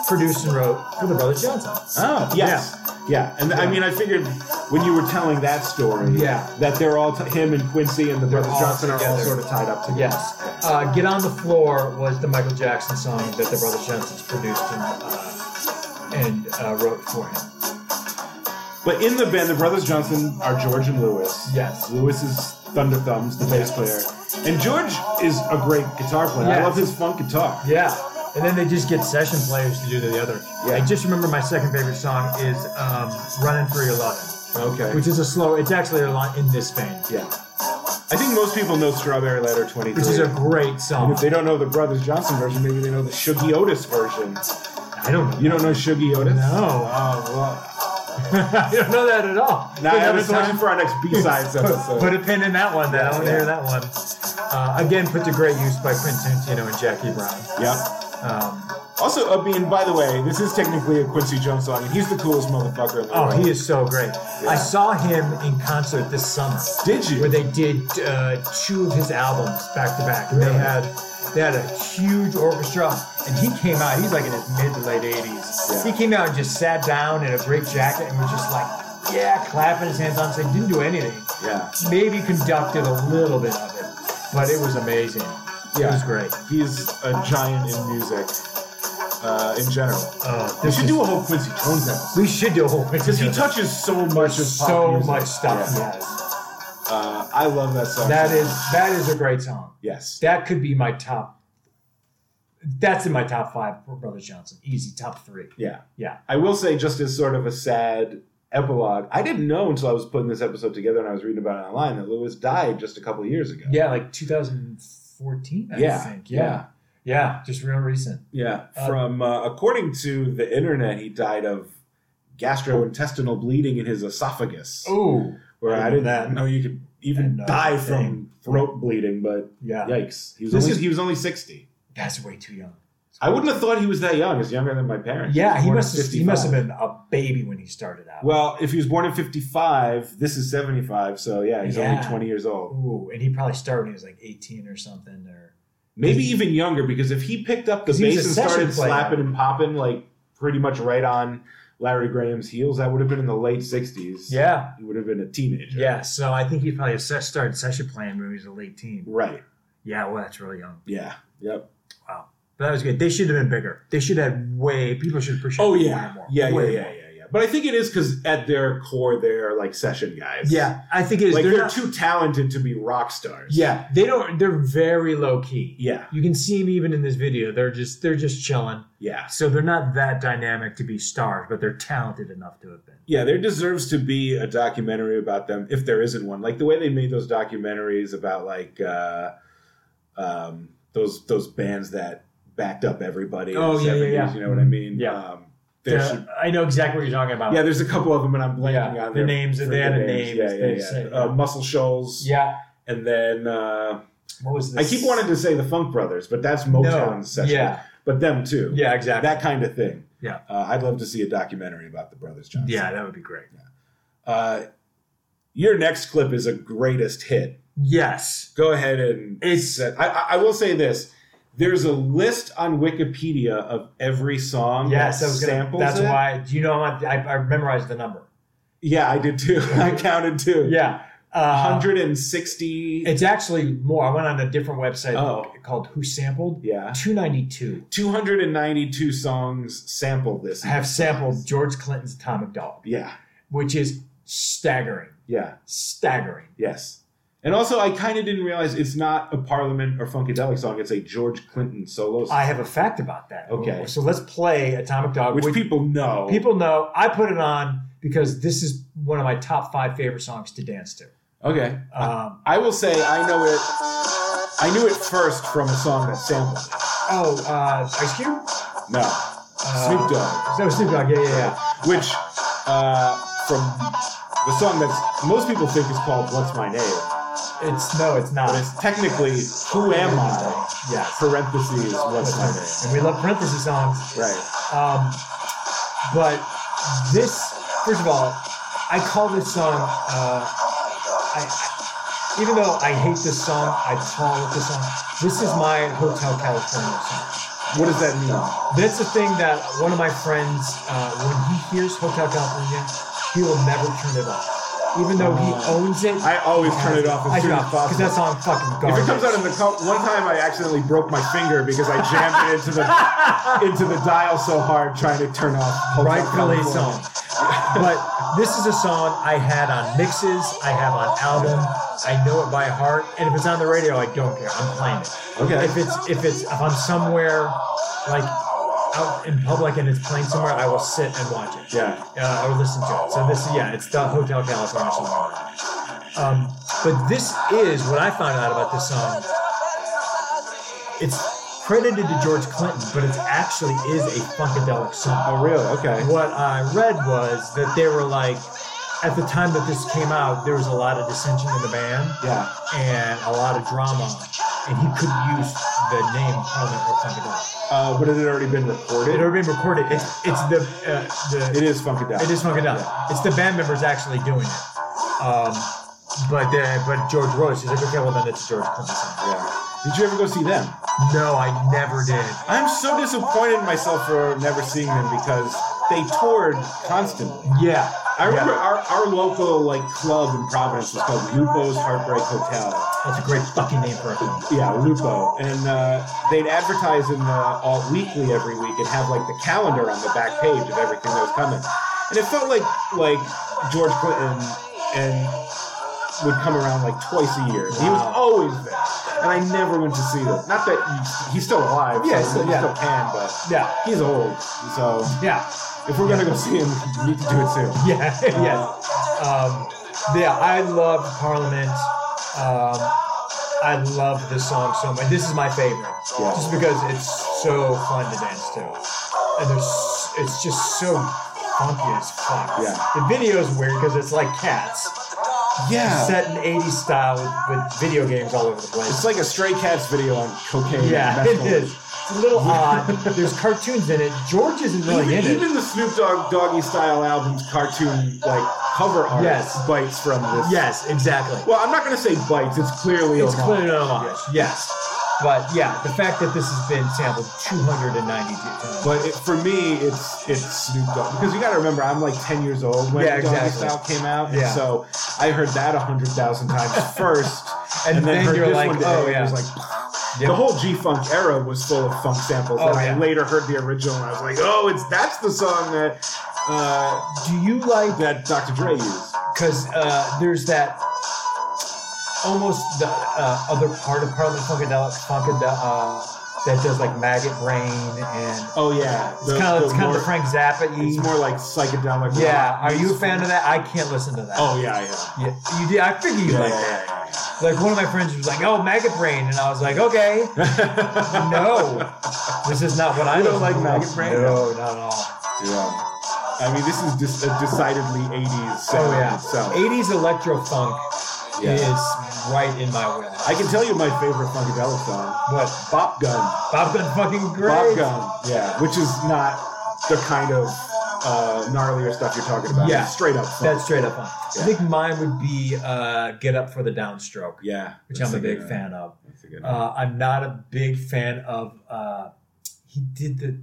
[SPEAKER 2] produced and wrote for the Brothers Johnson.
[SPEAKER 1] Oh, yes. Yeah. And I mean, I figured when you were telling that story,
[SPEAKER 2] Yeah.
[SPEAKER 1] that they're all, t- him and Quincy and the Brothers
[SPEAKER 2] all
[SPEAKER 1] Johnson are all
[SPEAKER 2] together.
[SPEAKER 1] sort of tied up together.
[SPEAKER 2] Yes. Uh, Get on the Floor was the Michael Jackson song that the Brothers Johnsons produced and, uh, and uh, wrote for him.
[SPEAKER 1] But in the band, the Brothers Johnson are George and Lewis.
[SPEAKER 2] Yes.
[SPEAKER 1] Lewis is Thunder Thumbs, the bass player. And George is a great guitar player. I
[SPEAKER 2] Yes.
[SPEAKER 1] love his funk guitar.
[SPEAKER 2] Yeah. And then they just get session players to do the other.
[SPEAKER 1] Yeah.
[SPEAKER 2] I just remember my second favorite song is um, Running for Your Love,
[SPEAKER 1] Okay.
[SPEAKER 2] which is a slow, it's actually a lot in this vein,
[SPEAKER 1] yeah. I think most people know Strawberry Letter 23.
[SPEAKER 2] which is a great
[SPEAKER 1] and
[SPEAKER 2] song.
[SPEAKER 1] if they don't know the Brothers Johnson version, maybe they know the Shuggy Otis version.
[SPEAKER 2] I don't know.
[SPEAKER 1] You don't know Shuggy Otis?
[SPEAKER 2] No.
[SPEAKER 1] Oh,
[SPEAKER 2] I don't know that at all.
[SPEAKER 1] well. Now I
[SPEAKER 2] But
[SPEAKER 1] have a
[SPEAKER 2] it's
[SPEAKER 1] selection
[SPEAKER 2] time-
[SPEAKER 1] for our next B-sides episode.
[SPEAKER 2] Put a pin in that one. Then I want to
[SPEAKER 1] Yeah.
[SPEAKER 2] hear that one. Uh, again, put to great use by Quentin Tarantino and Jackie Brown.
[SPEAKER 1] yep.
[SPEAKER 2] Um,
[SPEAKER 1] Also, I mean, by the way, this is technically a Quincy Jones song, and he's the coolest motherfucker in the
[SPEAKER 2] oh,
[SPEAKER 1] world.
[SPEAKER 2] he is so great. I saw him in concert this summer.
[SPEAKER 1] Did you?
[SPEAKER 2] Where they did uh, two of his albums back to back. And They
[SPEAKER 1] Really?
[SPEAKER 2] had they had a huge orchestra, and he came out. He's like in his mid to late eighties.
[SPEAKER 1] Yeah.
[SPEAKER 2] He came out and just sat down in a great jacket and was just like, yeah, clapping his hands on. So he didn't do anything.
[SPEAKER 1] Yeah.
[SPEAKER 2] Maybe conducted a little bit of it, but it was amazing.
[SPEAKER 1] Yeah.
[SPEAKER 2] It was great.
[SPEAKER 1] He's a giant in music, uh, in general.
[SPEAKER 2] Oh,
[SPEAKER 1] We
[SPEAKER 2] this
[SPEAKER 1] should
[SPEAKER 2] is-
[SPEAKER 1] do a whole Quincy Jones episode.
[SPEAKER 2] We should do a whole
[SPEAKER 1] Because he touches so much of pop
[SPEAKER 2] so
[SPEAKER 1] music.
[SPEAKER 2] much stuff.
[SPEAKER 1] Yeah.
[SPEAKER 2] Yes,
[SPEAKER 1] Uh, I love that song.
[SPEAKER 2] that is that is a great song.
[SPEAKER 1] Yes.
[SPEAKER 2] That could be my top. That's in my top five for Brothers Johnson. Easy top three.
[SPEAKER 1] Yeah.
[SPEAKER 2] Yeah.
[SPEAKER 1] I will say, just as sort of a sad epilogue, I didn't know until I was putting this episode together and I was reading about it online that Lewis died just a couple of years ago.
[SPEAKER 2] Yeah, like 2014. I
[SPEAKER 1] Yeah,
[SPEAKER 2] think.
[SPEAKER 1] yeah.
[SPEAKER 2] Yeah. Yeah. Just real recent.
[SPEAKER 1] Yeah,
[SPEAKER 2] Uh,
[SPEAKER 1] from uh, according to the internet, he died of gastrointestinal bleeding in his esophagus.
[SPEAKER 2] Oh.
[SPEAKER 1] where I didn't
[SPEAKER 2] that.
[SPEAKER 1] know you could even
[SPEAKER 2] And, uh,
[SPEAKER 1] die
[SPEAKER 2] thing.
[SPEAKER 1] from throat bleeding, but uh,
[SPEAKER 2] Yeah.
[SPEAKER 1] yikes, he was
[SPEAKER 2] This
[SPEAKER 1] only
[SPEAKER 2] is-
[SPEAKER 1] he was only sixty.
[SPEAKER 2] That's way too young.
[SPEAKER 1] I wouldn't have thought he was that young. He's younger than my parents.
[SPEAKER 2] Yeah,
[SPEAKER 1] was
[SPEAKER 2] he
[SPEAKER 1] born
[SPEAKER 2] must
[SPEAKER 1] in
[SPEAKER 2] have, he must have
[SPEAKER 1] 55.
[SPEAKER 2] been a baby when he started out.
[SPEAKER 1] Well, if he was born in fifty-five, this is seventy-five. So yeah, he's
[SPEAKER 2] Yeah.
[SPEAKER 1] only twenty years old.
[SPEAKER 2] Ooh, and he probably started when he was like 18 or something, or
[SPEAKER 1] Maybe even younger, because if he picked up the
[SPEAKER 2] 'Cause he was
[SPEAKER 1] bass
[SPEAKER 2] a
[SPEAKER 1] and
[SPEAKER 2] session
[SPEAKER 1] started
[SPEAKER 2] player.
[SPEAKER 1] slapping and popping like pretty much right on Larry Graham's heels, that would have been in the late '60s.
[SPEAKER 2] Yeah.
[SPEAKER 1] he would have been a teenager.
[SPEAKER 2] Yeah. So I think he probably se- started session playing when he was a late teen.
[SPEAKER 1] right.
[SPEAKER 2] Yeah. Well, that's really young.
[SPEAKER 1] Yeah. Yep.
[SPEAKER 2] But that was good. They should have been bigger. They should have way. People should appreciate.
[SPEAKER 1] Oh
[SPEAKER 2] them
[SPEAKER 1] yeah,
[SPEAKER 2] way more.
[SPEAKER 1] yeah, yeah,
[SPEAKER 2] Way
[SPEAKER 1] yeah,
[SPEAKER 2] more.
[SPEAKER 1] yeah, yeah. But I think it is because at their core, they're like session guys.
[SPEAKER 2] Yeah, I think it is.
[SPEAKER 1] like
[SPEAKER 2] they're
[SPEAKER 1] they're,
[SPEAKER 2] not-
[SPEAKER 1] too talented to be rock stars.
[SPEAKER 2] Yeah, they don't. They're very low key.
[SPEAKER 1] yeah,
[SPEAKER 2] You can see them even in this video. They're just they're just chilling.
[SPEAKER 1] yeah,
[SPEAKER 2] So they're not that dynamic to be stars, but they're talented enough to have been.
[SPEAKER 1] yeah. There deserves to be a documentary about them if there isn't one. Like the way they made those documentaries about like uh, um, those those bands that backed up everybody.
[SPEAKER 2] Oh,
[SPEAKER 1] in
[SPEAKER 2] yeah,
[SPEAKER 1] the
[SPEAKER 2] yeah,
[SPEAKER 1] 70s,
[SPEAKER 2] yeah.
[SPEAKER 1] You know what I mean?
[SPEAKER 2] Yeah.
[SPEAKER 1] Um, there
[SPEAKER 2] Yeah,
[SPEAKER 1] should.
[SPEAKER 2] I know exactly what you're talking about.
[SPEAKER 1] Yeah, there's a couple of them, and I'm blanking
[SPEAKER 2] Yeah,
[SPEAKER 1] on
[SPEAKER 2] the
[SPEAKER 1] their-
[SPEAKER 2] names, and
[SPEAKER 1] for
[SPEAKER 2] they
[SPEAKER 1] the
[SPEAKER 2] had a
[SPEAKER 1] names.
[SPEAKER 2] name,
[SPEAKER 1] Yeah,
[SPEAKER 2] as
[SPEAKER 1] yeah,
[SPEAKER 2] they
[SPEAKER 1] yeah.
[SPEAKER 2] say.
[SPEAKER 1] Uh, Muscle Shoals.
[SPEAKER 2] Yeah.
[SPEAKER 1] and then. Uh,
[SPEAKER 2] What was
[SPEAKER 1] I
[SPEAKER 2] this?
[SPEAKER 1] keep wanting to say the Funk Brothers, but that's Motown session.
[SPEAKER 2] Yeah.
[SPEAKER 1] But them too.
[SPEAKER 2] Yeah. Exactly.
[SPEAKER 1] That kind of thing.
[SPEAKER 2] Yeah.
[SPEAKER 1] Uh, I'd love to see a documentary about the Brothers Johnson.
[SPEAKER 2] yeah, that would be great.
[SPEAKER 1] Uh, your next clip is a greatest hit.
[SPEAKER 2] Yes.
[SPEAKER 1] Go ahead and.
[SPEAKER 2] It's-
[SPEAKER 1] I, I- I will say this. There's a list on Wikipedia of every song.
[SPEAKER 2] Yes.
[SPEAKER 1] that
[SPEAKER 2] That was gonna,
[SPEAKER 1] samples
[SPEAKER 2] that's
[SPEAKER 1] it.
[SPEAKER 2] why. Do you know? how much- I, I memorized the number.
[SPEAKER 1] Yeah, I did too. I counted too.
[SPEAKER 2] Yeah. Uh,
[SPEAKER 1] 160.
[SPEAKER 2] It's actually more. I went on a different website
[SPEAKER 1] Oh.
[SPEAKER 2] called Who Sampled.
[SPEAKER 1] yeah.
[SPEAKER 2] 292
[SPEAKER 1] 292 songs sampled this.
[SPEAKER 2] have sampled George Clinton's Atomic Dog,
[SPEAKER 1] Yeah.
[SPEAKER 2] which is staggering.
[SPEAKER 1] Yeah.
[SPEAKER 2] Staggering.
[SPEAKER 1] Yes. And also, I kind of didn't realize it's not a Parliament or Funkadelic song. It's a George Clinton solo song,
[SPEAKER 2] I have a fact about that.
[SPEAKER 1] Okay.
[SPEAKER 2] So let's play Atomic Dog,
[SPEAKER 1] uh, which
[SPEAKER 2] which
[SPEAKER 1] people know.
[SPEAKER 2] people know. I put it on because this is one of my top five favorite songs to dance to.
[SPEAKER 1] okay.
[SPEAKER 2] Um,
[SPEAKER 1] Uh, I will say I know it. I knew it first from a song that sampled it.
[SPEAKER 2] oh, uh, Ice Cube?
[SPEAKER 1] No.
[SPEAKER 2] Uh,
[SPEAKER 1] Snoop Dogg.
[SPEAKER 2] So Snoop Dogg, yeah, yeah, yeah.
[SPEAKER 1] Yeah. Which, uh, from the song that most people think is called What's My Name,
[SPEAKER 2] It's no, it's not.
[SPEAKER 1] but it's technically Who Am I?
[SPEAKER 2] yes.
[SPEAKER 1] Parentheses, What's My Name?
[SPEAKER 2] And we love parenthesis songs.
[SPEAKER 1] Right.
[SPEAKER 2] Um, but this, first of all, I call this song. Uh, I, I, even though I hate this song, I call it this song. This is my Hotel California song.
[SPEAKER 1] What does that mean?
[SPEAKER 2] That's the thing that one of my friends, uh, when he hears Hotel California, he will never turn it off. Even though he owns it,
[SPEAKER 1] Oh. I always turn it off
[SPEAKER 2] I
[SPEAKER 1] as soon as
[SPEAKER 2] turn off because
[SPEAKER 1] possible.
[SPEAKER 2] that song fucking
[SPEAKER 1] If
[SPEAKER 2] garbage.
[SPEAKER 1] it comes out in the co- one time, I accidentally broke my finger because I jammed it into the into the dial so hard trying to turn off. Hotel
[SPEAKER 2] rightfully
[SPEAKER 1] California.
[SPEAKER 2] so. but this is a song I had on mixes, I have on album, I know it by heart, and if it's on the radio, I don't care. I'm playing it.
[SPEAKER 1] Okay.
[SPEAKER 2] If it's if it's if I'm somewhere like out in public and it's playing somewhere, I will sit and watch it.
[SPEAKER 1] Yeah.
[SPEAKER 2] Uh, or listen to it. So this, yeah, it's the Hotel California song. Um, but this is what I found out about this song. It's credited to George Clinton, but it actually is a funkadelic song
[SPEAKER 1] Oh, really? Okay.
[SPEAKER 2] what I read was that they were like, at the time that this came out, there was a lot of dissension in the band
[SPEAKER 1] Yeah.
[SPEAKER 2] and a lot of drama, and he couldn't use the name Parliament or Funkadelic.
[SPEAKER 1] Uh, but it had already been
[SPEAKER 2] It
[SPEAKER 1] recorded.
[SPEAKER 2] had been recorded. It's it's the uh, the
[SPEAKER 1] It is funkadelic.
[SPEAKER 2] it is Funkadelic. It's the band members actually doing it. Um, but uh, but George Rose is like, okay, well then it's George Clinton. song."
[SPEAKER 1] Yeah. Did you ever go see them?
[SPEAKER 2] No, I never did.
[SPEAKER 1] I'm so disappointed in myself for never seeing them because they toured constantly.
[SPEAKER 2] Yeah,
[SPEAKER 1] I remember
[SPEAKER 2] Yeah.
[SPEAKER 1] our, our local like club in Providence was called Lupo's Heartbreak Hotel.
[SPEAKER 2] That's a great fucking name for a song.
[SPEAKER 1] Yeah, Lupo. And uh, they'd advertise in the Alt Weekly every week and have like the calendar on the back page of everything that was coming. And it felt like like George Clinton and would come around like twice a year. He was
[SPEAKER 2] Wow.
[SPEAKER 1] always there. And I never went to see them. Not that he- he's still alive.
[SPEAKER 2] Yeah,
[SPEAKER 1] so
[SPEAKER 2] so-
[SPEAKER 1] he
[SPEAKER 2] yeah.
[SPEAKER 1] still can, but
[SPEAKER 2] Yeah,
[SPEAKER 1] he's old. So
[SPEAKER 2] yeah.
[SPEAKER 1] if we're going to go see him, we need to do it soon.
[SPEAKER 2] Yeah, yes. Um, yeah, I love Parliament. Um, I love this song so much. This is my favorite,
[SPEAKER 1] Yeah.
[SPEAKER 2] just because it's so fun to dance to, and there's it's just so funky as fuck.
[SPEAKER 1] Yeah.
[SPEAKER 2] The video's weird because it's like cats
[SPEAKER 1] Yeah.
[SPEAKER 2] set in '80s style with, with video games all over the place.
[SPEAKER 1] It's like a Stray Cats video on cocaine.
[SPEAKER 2] yeah,
[SPEAKER 1] and
[SPEAKER 2] it
[SPEAKER 1] mescaline.
[SPEAKER 2] is. It's a little odd. There's cartoons in it. George isn't really
[SPEAKER 1] even,
[SPEAKER 2] in it.
[SPEAKER 1] even the Snoop Dogg Doggy Style album's cartoon like cover art
[SPEAKER 2] Yes.
[SPEAKER 1] bites from this.
[SPEAKER 2] Yes, exactly.
[SPEAKER 1] Well, I'm not gonna say bites. It's clearly
[SPEAKER 2] It's
[SPEAKER 1] homage.
[SPEAKER 2] clearly an homage. Yes. But yeah, the fact that this has been sampled 292 times.
[SPEAKER 1] But it, for me, it's it's Snoop Dogg because you got to remember I'm like 10 years old when
[SPEAKER 2] Yeah,
[SPEAKER 1] Doggy
[SPEAKER 2] exactly.
[SPEAKER 1] Style came out,
[SPEAKER 2] Yeah.
[SPEAKER 1] and so I heard that hundred thousand times first,
[SPEAKER 2] And then
[SPEAKER 1] heard
[SPEAKER 2] you're
[SPEAKER 1] this
[SPEAKER 2] like,
[SPEAKER 1] one today,
[SPEAKER 2] oh,
[SPEAKER 1] and it
[SPEAKER 2] yeah.
[SPEAKER 1] was like
[SPEAKER 2] Yep.
[SPEAKER 1] the whole G Funk era was full of funk samples.
[SPEAKER 2] Oh,
[SPEAKER 1] and I
[SPEAKER 2] yeah.
[SPEAKER 1] later heard the original, and I was like, oh, it's that's the song that uh,
[SPEAKER 2] Do you like
[SPEAKER 1] that Dr. Dre used.
[SPEAKER 2] because uh, there's that almost the uh, other part of part of the funkadelic funkadelic uh, that does like maggot brain and
[SPEAKER 1] Oh yeah,
[SPEAKER 2] it's kind of it's kind
[SPEAKER 1] more,
[SPEAKER 2] of Frank Zappa.
[SPEAKER 1] it's more like psychedelic.
[SPEAKER 2] yeah.
[SPEAKER 1] rock
[SPEAKER 2] Are you a
[SPEAKER 1] meets
[SPEAKER 2] fan
[SPEAKER 1] funk.
[SPEAKER 2] of that? I can't listen to that.
[SPEAKER 1] Oh yeah, yeah.
[SPEAKER 2] yeah, you did. I figured you
[SPEAKER 1] Yeah,
[SPEAKER 2] like
[SPEAKER 1] yeah,
[SPEAKER 2] that.
[SPEAKER 1] yeah, yeah.
[SPEAKER 2] Like one of my friends was like, "Oh, maggot brain," and I was like, "Okay, no, this is not what I
[SPEAKER 1] You don't
[SPEAKER 2] know."
[SPEAKER 1] like maggot brain?
[SPEAKER 2] No, not at all.
[SPEAKER 1] Yeah. I mean, this is just a decidedly 80s sound
[SPEAKER 2] Oh yeah,
[SPEAKER 1] itself.
[SPEAKER 2] 80s electro funk
[SPEAKER 1] Yeah.
[SPEAKER 2] is right in my wheelhouse.
[SPEAKER 1] I can tell you my favorite Funkadelic song.
[SPEAKER 2] what
[SPEAKER 1] Bop Gun.
[SPEAKER 2] Bob Gun fucking
[SPEAKER 1] Bop
[SPEAKER 2] great.
[SPEAKER 1] Gun. Yeah. Which is not the kind of uh, gnarlier stuff you're talking about.
[SPEAKER 2] Yeah.
[SPEAKER 1] It's straight up funk.
[SPEAKER 2] That's straight up on.
[SPEAKER 1] Yeah.
[SPEAKER 2] I think mine would be uh, Get Up for the Downstroke,
[SPEAKER 1] yeah.
[SPEAKER 2] which
[SPEAKER 1] that's
[SPEAKER 2] I'm a big
[SPEAKER 1] good one.
[SPEAKER 2] fan of.
[SPEAKER 1] That's a good one.
[SPEAKER 2] Uh, I'm not a big fan of. Uh, he did the.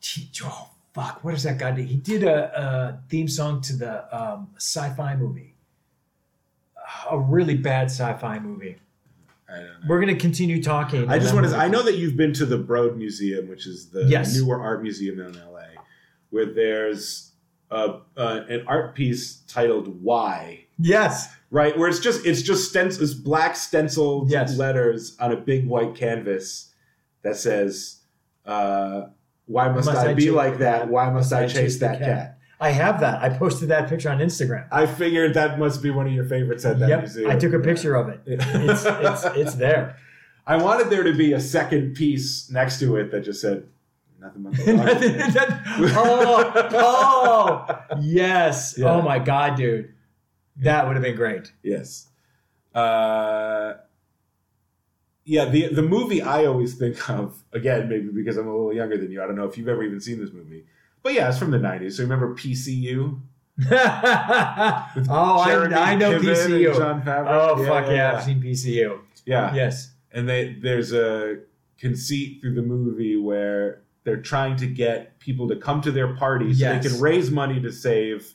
[SPEAKER 2] T- oh fuck! What is that guy? do? He did a, a theme song to the um, sci-fi movie. A really bad sci-fi movie.
[SPEAKER 1] I don't know.
[SPEAKER 2] We're gonna continue talking.
[SPEAKER 1] I just
[SPEAKER 2] and
[SPEAKER 1] want
[SPEAKER 2] then
[SPEAKER 1] to. I know that you've been to the Broad Museum, which is the
[SPEAKER 2] Yes.
[SPEAKER 1] newer art museum in LA, where there's a, uh, an art piece titled "Why,"
[SPEAKER 2] Yes.
[SPEAKER 1] right where it's just it's just stencil it's black stenciled
[SPEAKER 2] Yes.
[SPEAKER 1] letters on a big white canvas that says uh why must,
[SPEAKER 2] Must
[SPEAKER 1] I,
[SPEAKER 2] I
[SPEAKER 1] be
[SPEAKER 2] chase-
[SPEAKER 1] like that? Why must I, chase, that cat?
[SPEAKER 2] I have that. I posted that picture on Instagram.
[SPEAKER 1] I figured that must be one of your favorites at that
[SPEAKER 2] yep.
[SPEAKER 1] museum.
[SPEAKER 2] I took a
[SPEAKER 1] Yeah.
[SPEAKER 2] picture of it. It's, it's, it's there.
[SPEAKER 1] I wanted there to be a second piece next to it that just said nothing but the dog."
[SPEAKER 2] oh, oh, yes.
[SPEAKER 1] Yeah.
[SPEAKER 2] Oh my God, dude. That would have been great.
[SPEAKER 1] Yes. Uh, yeah, the the movie I always think of, again, maybe because I'm a little younger than you. I don't know if you've ever even seen this movie. But yeah, it's from the 90s. So remember PCU?
[SPEAKER 2] oh, I,
[SPEAKER 1] Jeremy
[SPEAKER 2] Oh, I know
[SPEAKER 1] Piven and
[SPEAKER 2] PCU.
[SPEAKER 1] John Favreau.
[SPEAKER 2] Oh, fuck yeah, I've
[SPEAKER 1] Yeah.
[SPEAKER 2] seen PCU.
[SPEAKER 1] Yeah.
[SPEAKER 2] Yes.
[SPEAKER 1] And they, there's a conceit through the movie where they're trying to get people to come to their party so
[SPEAKER 2] Yes.
[SPEAKER 1] they can raise money to save,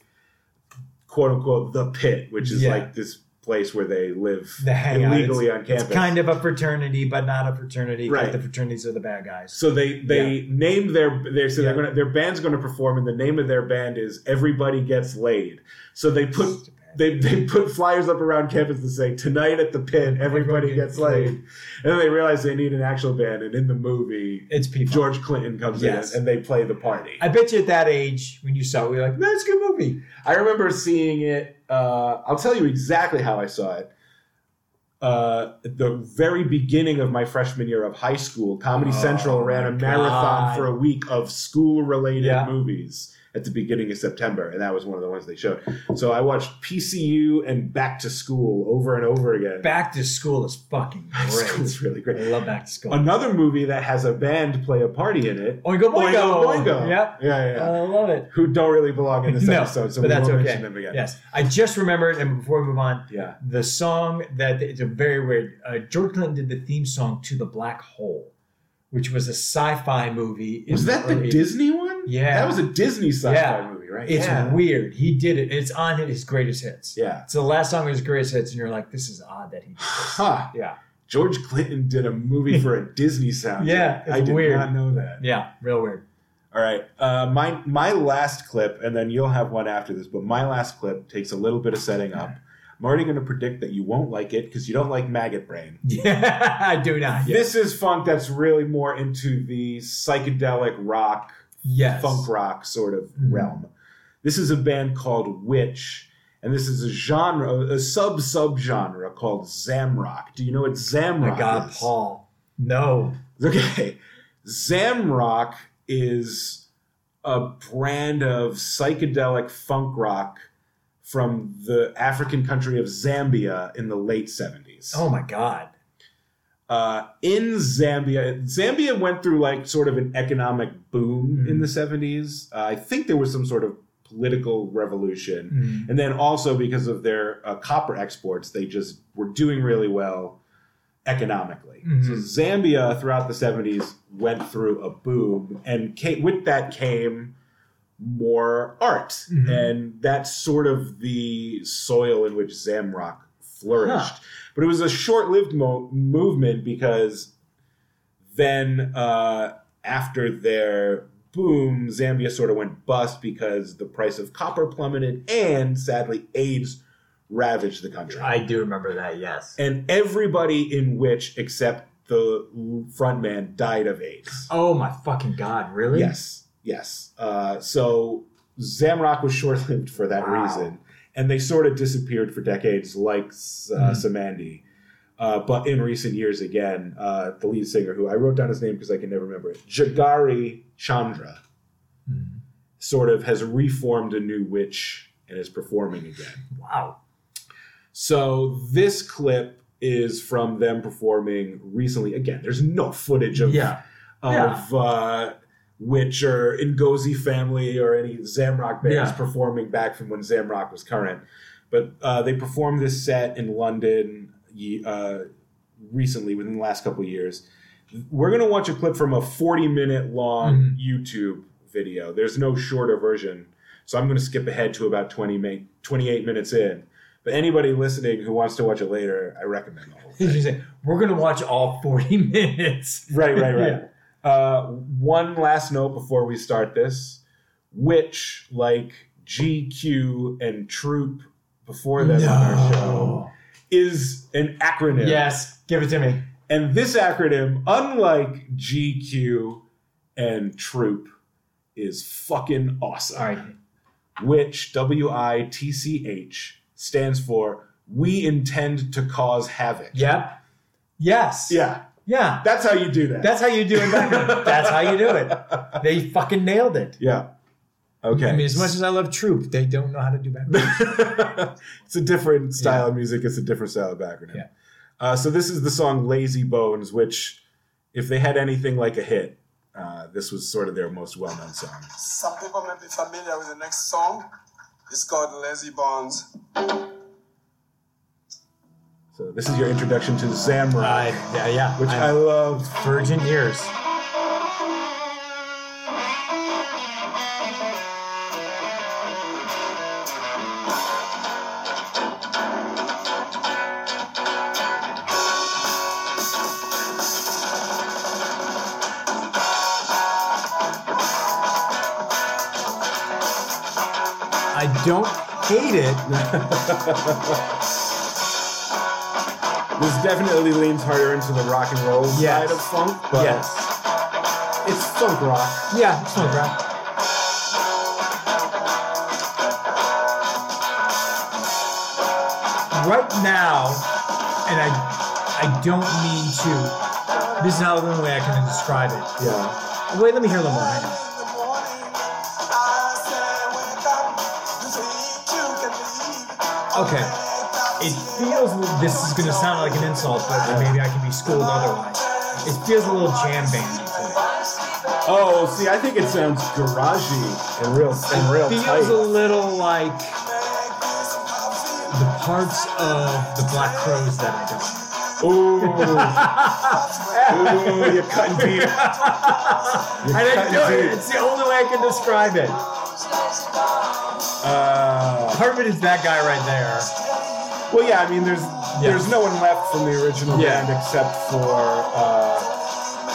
[SPEAKER 1] quote unquote, the pit, which is
[SPEAKER 2] Yeah.
[SPEAKER 1] like this place where they live
[SPEAKER 2] They hang out.
[SPEAKER 1] illegally on campus.
[SPEAKER 2] It's kind of a fraternity, but not a fraternity. 'cause
[SPEAKER 1] Right.
[SPEAKER 2] The fraternities are the bad guys.
[SPEAKER 1] So they they name their they so
[SPEAKER 2] Yeah.
[SPEAKER 1] they're gonna their band's gonna perform and the name of their band is Everybody Gets Laid. So they put they, they put flyers up around campus that say tonight at the pit everybody
[SPEAKER 2] Everybody
[SPEAKER 1] gets
[SPEAKER 2] gets laid."
[SPEAKER 1] laid, and then they realize they need an actual band and in the movie
[SPEAKER 2] It's people.
[SPEAKER 1] George Clinton comes
[SPEAKER 2] Yes.
[SPEAKER 1] in and they play the party.
[SPEAKER 2] I bet you at that age, when you saw it, we were like, that's a good movie.
[SPEAKER 1] I remember seeing it. Uh, I'll tell you exactly how I saw it. Uh, at the very beginning of my freshman year of high school, Comedy
[SPEAKER 2] Oh,
[SPEAKER 1] Central ran a
[SPEAKER 2] my
[SPEAKER 1] marathon
[SPEAKER 2] God.
[SPEAKER 1] for a week of school related
[SPEAKER 2] Yeah.
[SPEAKER 1] movies at the beginning of September, and that was one of the ones they showed. So I watched PCU and Back to School over and over again.
[SPEAKER 2] Back to School is fucking
[SPEAKER 1] Back to School
[SPEAKER 2] great.
[SPEAKER 1] is really
[SPEAKER 2] I
[SPEAKER 1] great.
[SPEAKER 2] love Back to School.
[SPEAKER 1] Another movie that has a band play a party in it.
[SPEAKER 2] Oingo Boingo.
[SPEAKER 1] Boingo Boingo.
[SPEAKER 2] Yep.
[SPEAKER 1] Yeah, yeah, yeah.
[SPEAKER 2] I love it.
[SPEAKER 1] Who don't really belong in this
[SPEAKER 2] No,
[SPEAKER 1] episode, so
[SPEAKER 2] but
[SPEAKER 1] we
[SPEAKER 2] that's
[SPEAKER 1] won't
[SPEAKER 2] okay.
[SPEAKER 1] mention them again.
[SPEAKER 2] Yes, I just remembered, and before we move on,
[SPEAKER 1] Yeah.
[SPEAKER 2] the song that it's a very weird. Uh, George Clinton did the theme song to the Black Hole, which was a sci-fi movie. in
[SPEAKER 1] Was that the
[SPEAKER 2] early-
[SPEAKER 1] Disney one?
[SPEAKER 2] Yeah.
[SPEAKER 1] That was a Disney sci-fi
[SPEAKER 2] Yeah.
[SPEAKER 1] movie, right?
[SPEAKER 2] It's
[SPEAKER 1] yeah.
[SPEAKER 2] weird. He did it. It's on his greatest hits.
[SPEAKER 1] Yeah.
[SPEAKER 2] It's the last song of his greatest hits, and you're like, this is odd that he.
[SPEAKER 1] Huh.
[SPEAKER 2] Yeah.
[SPEAKER 1] George Clinton did a movie for a Disney soundtrack.
[SPEAKER 2] Yeah, it's
[SPEAKER 1] I did
[SPEAKER 2] weird.
[SPEAKER 1] not know that.
[SPEAKER 2] Yeah, real weird.
[SPEAKER 1] All right. Uh, my my last clip, and then you'll have one after this, but my last clip takes a little bit of setting up. I'm already going to predict that you won't like it because you don't like maggot brain.
[SPEAKER 2] Ah, Yeah, I do not. Yes.
[SPEAKER 1] This is funk that's really more into the psychedelic rock
[SPEAKER 2] yes.
[SPEAKER 1] funk rock sort of
[SPEAKER 2] Mhm.
[SPEAKER 1] realm. This is a band called Witch, and this is a genre, a sub sub genre called Zamrock. Do you know what
[SPEAKER 2] Oh
[SPEAKER 1] Zamrock
[SPEAKER 2] my God,
[SPEAKER 1] is?
[SPEAKER 2] Paul. No.
[SPEAKER 1] Okay, Zamrock is a brand of psychedelic funk rock from the African country of Zambia in the late 70s
[SPEAKER 2] Oh my God.
[SPEAKER 1] uh, in Zambia. Zambia went through like sort of an economic boom
[SPEAKER 2] Mhm.
[SPEAKER 1] in the 70s. Uh, I think there was some sort of political revolution.
[SPEAKER 2] Mm.
[SPEAKER 1] And then also because of their uh, copper exports, they just were doing really well. economically.
[SPEAKER 2] Mhm.
[SPEAKER 1] So Zambia throughout the 70s went through a boom, and came, with that came more art.
[SPEAKER 2] Mhm.
[SPEAKER 1] And that's sort of the soil in which Zamrock flourished.
[SPEAKER 2] Huh.
[SPEAKER 1] But it was a short lived mo- movement because then uh, after their boom, Zambia sort of went bust because the price of copper plummeted and sadly AIDS ravaged the country
[SPEAKER 2] I do remember that. Yes.
[SPEAKER 1] and everybody in which except the frontman died of AIDS.
[SPEAKER 2] Oh my fucking god! Really?
[SPEAKER 1] Yes, yes. Uh, so Zamrock was short-lived for that
[SPEAKER 2] Wow.
[SPEAKER 1] reason, and they sort of disappeared for decades, like uh,
[SPEAKER 2] Hmm.
[SPEAKER 1] Samandi. Uh, but in recent years, again, uh, the lead singer, who I wrote down his name because I can never remember it, Jagari Chandra,
[SPEAKER 2] Mhm.
[SPEAKER 1] sort of has reformed a new witch and is performing again.
[SPEAKER 2] Wow.
[SPEAKER 1] So this clip is from them performing recently. Again, there's no footage of
[SPEAKER 2] Yeah.
[SPEAKER 1] of uh, Witch or Ngozi family or any Zamrock bands
[SPEAKER 2] Yeah.
[SPEAKER 1] performing back from when Zamrock was current. But uh, they performed this set in London ye- uh, recently, within the last couple of years. We're going to watch a clip from a 40 minute
[SPEAKER 2] Mm-hmm.
[SPEAKER 1] long YouTube video. There's no shorter version. So I'm going to skip ahead to about 20 ma- 28 minutes in. But anybody listening who wants to watch it later, I recommend the whole thing.
[SPEAKER 2] As you say, we're gonna watch all forty minutes.
[SPEAKER 1] Right, right, right. Uh, one last note before we start this, which like GQ and Troop before them on our show is an acronym.
[SPEAKER 2] Yes. Give it to me.
[SPEAKER 1] And this acronym, unlike GQ and Troop, is fucking awesome.
[SPEAKER 2] All right.
[SPEAKER 1] Which W I T C H stands for We Intend to Cause Havoc.
[SPEAKER 2] Yep. Yes.
[SPEAKER 1] Yeah.
[SPEAKER 2] Yeah.
[SPEAKER 1] That's how you do that.
[SPEAKER 2] That's how you do it. back then. That's how you do it. They fucking nailed it.
[SPEAKER 1] yeah. Okay.
[SPEAKER 2] I mean, as much as I love Troop, they don't know how to do background.
[SPEAKER 1] it's a different style of music. It's a different style of background.
[SPEAKER 2] Yeah.
[SPEAKER 1] Uh, so this is the song "Lazy Bones," which, if they had anything like a hit, uh, this was sort of their most well-known song.
[SPEAKER 5] Some people may be familiar with the next song. It's called Lazy Bones.
[SPEAKER 1] So this is your introduction to Zamrock,
[SPEAKER 2] Right. Yeah. Yeah.
[SPEAKER 1] which I,
[SPEAKER 2] I'm
[SPEAKER 1] love.
[SPEAKER 2] virgin ears. I don't hate it.
[SPEAKER 1] This definitely leans harder into the rock and roll
[SPEAKER 2] Yes.
[SPEAKER 1] side of funk, but
[SPEAKER 2] yes.
[SPEAKER 1] it's funk rock.
[SPEAKER 2] Yeah, it's fun, bro. right now, and I I don't mean to. This is how the only way I can describe it.
[SPEAKER 1] Yeah,
[SPEAKER 2] Wait, let me hear a little more. Hang on.
[SPEAKER 5] Okay.
[SPEAKER 2] It feels this is gonna sound like an insult, but maybe I can be schooled otherwise. It feels a little jam bandy to me.
[SPEAKER 1] Oh, see, I think it sounds garagey and real and real
[SPEAKER 2] Feels
[SPEAKER 1] tight.
[SPEAKER 2] a little like the parts of the Black Crows that I don't. like.
[SPEAKER 1] Ooh, ooh, you're cutting deep.
[SPEAKER 2] I didn't do
[SPEAKER 1] cutting
[SPEAKER 2] it.
[SPEAKER 1] deep.
[SPEAKER 2] It's the only way I can describe it.
[SPEAKER 1] Uh,
[SPEAKER 2] Part of it is that guy right there.
[SPEAKER 1] Well, yeah, I mean, there's there's no one left from the original
[SPEAKER 2] Yeah.
[SPEAKER 1] band except for uh,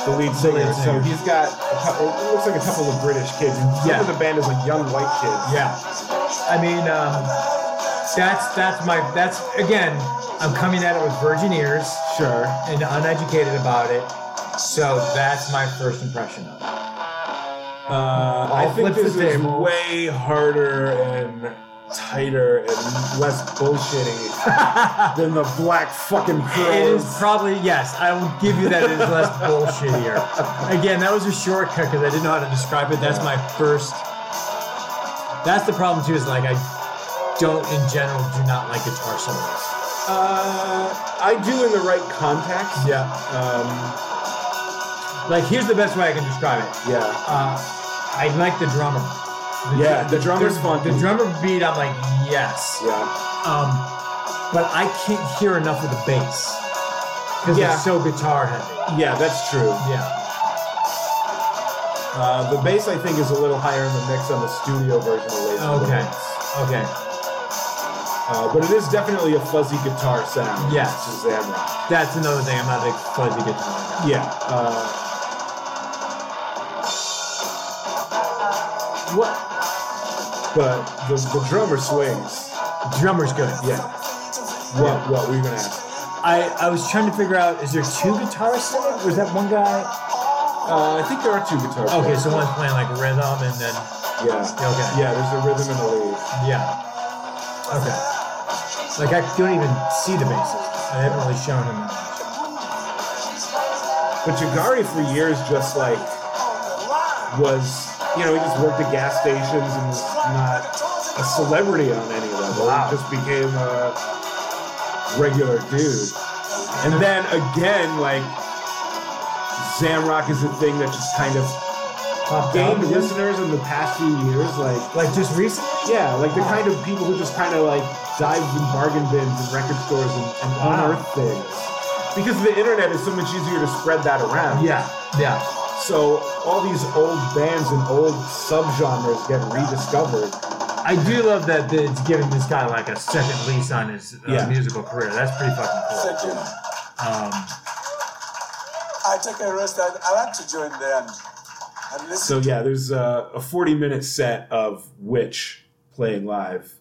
[SPEAKER 1] the lead singer.
[SPEAKER 2] lead
[SPEAKER 1] So
[SPEAKER 2] singer.
[SPEAKER 1] he's got a couple. It looks like a couple of British kids.
[SPEAKER 2] Yeah.
[SPEAKER 1] Yeah, the band is like young white kids.
[SPEAKER 2] Yeah. I mean, um, that's that's my that's again. I'm coming at it with virgin ears
[SPEAKER 1] sure.
[SPEAKER 2] and uneducated about it, so that's my first impression of it.
[SPEAKER 1] Uh, I think
[SPEAKER 2] flips
[SPEAKER 1] this
[SPEAKER 2] the
[SPEAKER 1] is
[SPEAKER 2] table.
[SPEAKER 1] way harder and tighter and less bullshitty than the Black fucking
[SPEAKER 2] It
[SPEAKER 1] Crows.
[SPEAKER 2] is probably yes. I will give you that. It is less bullshittier. Again, that was a shortcut because I didn't know how to describe it. That's my first. That's the problem too. Is like I don't in general do not like guitar solos.
[SPEAKER 1] Uh, I do in the right context.
[SPEAKER 2] Yeah.
[SPEAKER 1] Um,
[SPEAKER 2] Like here's the best way I can describe it.
[SPEAKER 1] yeah.
[SPEAKER 2] Uh, I like the drummer. The
[SPEAKER 1] Yeah, the drummer's
[SPEAKER 2] the,
[SPEAKER 1] funky.
[SPEAKER 2] The drummer beat, I'm like, yes.
[SPEAKER 1] Yeah.
[SPEAKER 2] Um, but I can't hear enough of the bass. because
[SPEAKER 1] Yeah.
[SPEAKER 2] it's so guitar heavy.
[SPEAKER 1] Yeah, that's true.
[SPEAKER 2] Yeah.
[SPEAKER 1] Uh, the bass, I think, is a little higher in the mix on the studio version of Lazy
[SPEAKER 2] Okay.
[SPEAKER 1] Bones.
[SPEAKER 2] Okay.
[SPEAKER 1] Uh, but it is definitely a fuzzy guitar sound.
[SPEAKER 2] Yes.
[SPEAKER 1] This is Zamrock.
[SPEAKER 2] That's another thing. I'm not a big fuzzy guitar guy.
[SPEAKER 1] Yeah. Uh,
[SPEAKER 2] What?
[SPEAKER 1] but the, the drummer swings.
[SPEAKER 2] Drummer's good.
[SPEAKER 1] Yeah. What, what were you going to ask?
[SPEAKER 2] I, I was trying to figure out is there two guitarists in it? Was that one guy?
[SPEAKER 1] Uh, I think there are two guitars.
[SPEAKER 2] Okay, so one's playing like rhythm and then
[SPEAKER 1] Yeah.
[SPEAKER 2] Okay.
[SPEAKER 1] Yeah, there's a rhythm and a lead.
[SPEAKER 2] yeah. Okay. Like I don't even see the basses. I haven't really shown him that much.
[SPEAKER 1] But Jagari for years just like was, you know, he just worked at gas stations and was not a celebrity on any level.
[SPEAKER 2] Wow.
[SPEAKER 1] He just became a regular dude. And then again, like Zamrock is a thing that just kind of
[SPEAKER 2] Popped out.
[SPEAKER 1] gained listeners in the past few years. Like,
[SPEAKER 2] Like just recently?
[SPEAKER 1] yeah, like the kind of people who just kind of like dive in bargain bins and record stores and, and
[SPEAKER 2] Wow.
[SPEAKER 1] unearth things. Because the internet is so much easier to spread that around.
[SPEAKER 2] Yeah. Yeah.
[SPEAKER 1] So all these old bands and old subgenres get rediscovered.
[SPEAKER 2] I do love that that it's giving this guy like a second lease on his uh,
[SPEAKER 1] Yeah.
[SPEAKER 2] musical career. That's pretty fucking cool.
[SPEAKER 5] Thank you.
[SPEAKER 2] Um,
[SPEAKER 5] I take a rest. I, I like to join them and
[SPEAKER 1] So
[SPEAKER 5] listen.
[SPEAKER 1] yeah, there's a, a 40 minute set of Witch playing live.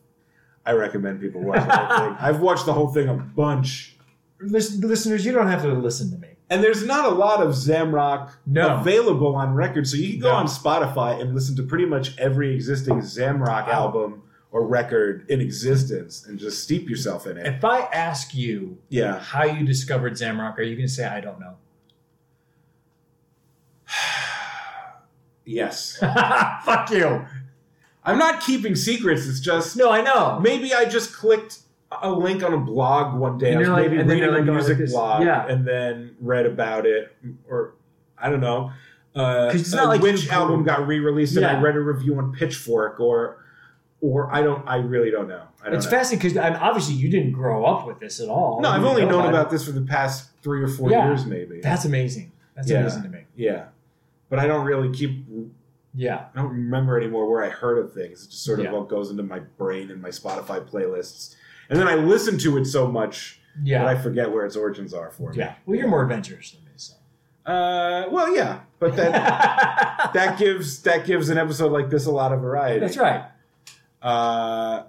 [SPEAKER 1] I recommend people watch the whole thing. I've watched the whole thing a bunch.
[SPEAKER 2] listen, listeners, you don't have to listen to me.
[SPEAKER 1] And there's not a lot of Zamrock
[SPEAKER 2] No.
[SPEAKER 1] available on record, so you can go
[SPEAKER 2] No.
[SPEAKER 1] on Spotify and listen to pretty much every existing Zamrock album or record in existence and just steep yourself in it.
[SPEAKER 2] If I ask you
[SPEAKER 1] Yeah.
[SPEAKER 2] how you discovered Zamrock, are you going to say I don't know?
[SPEAKER 1] Yes.
[SPEAKER 2] Fuck you.
[SPEAKER 1] I'm not keeping secrets, it's just
[SPEAKER 2] No, I know.
[SPEAKER 1] maybe I just clicked a link on a blog one day.
[SPEAKER 2] And
[SPEAKER 1] I was
[SPEAKER 2] you're like-
[SPEAKER 1] maybe
[SPEAKER 2] and then
[SPEAKER 1] reading
[SPEAKER 2] you're like,
[SPEAKER 1] a
[SPEAKER 2] oh,
[SPEAKER 1] music
[SPEAKER 2] this-
[SPEAKER 1] blog
[SPEAKER 2] yeah.
[SPEAKER 1] and then read about it, or I don't know. Uh,
[SPEAKER 2] 'Cause it's
[SPEAKER 1] a
[SPEAKER 2] not like
[SPEAKER 1] which
[SPEAKER 2] you-
[SPEAKER 1] album got re-released, and I
[SPEAKER 2] Yeah.
[SPEAKER 1] read a review on Pitchfork, or or I don't, I really don't know. I don't
[SPEAKER 2] It's
[SPEAKER 1] know.
[SPEAKER 2] fascinating because obviously you didn't grow up with this at all.
[SPEAKER 1] no, I've
[SPEAKER 2] You
[SPEAKER 1] only
[SPEAKER 2] know
[SPEAKER 1] known
[SPEAKER 2] it.
[SPEAKER 1] about this for the past three or four
[SPEAKER 2] Yeah.
[SPEAKER 1] years, maybe.
[SPEAKER 2] That's amazing. That's
[SPEAKER 1] Yeah.
[SPEAKER 2] amazing to me.
[SPEAKER 1] yeah, but I don't really keep.
[SPEAKER 2] Yeah.
[SPEAKER 1] I don't remember anymore where I heard of things. It just sort of
[SPEAKER 2] Yeah.
[SPEAKER 1] all goes into my brain and my Spotify playlists, and then I listen to it so much
[SPEAKER 2] Yeah.
[SPEAKER 1] but I forget where its origins are for me.
[SPEAKER 2] yeah. Well, you're more adventurous than me. So.
[SPEAKER 1] Uh, well, yeah, but that that gives that gives an episode like this a lot of variety.
[SPEAKER 2] That's right.
[SPEAKER 1] Uh,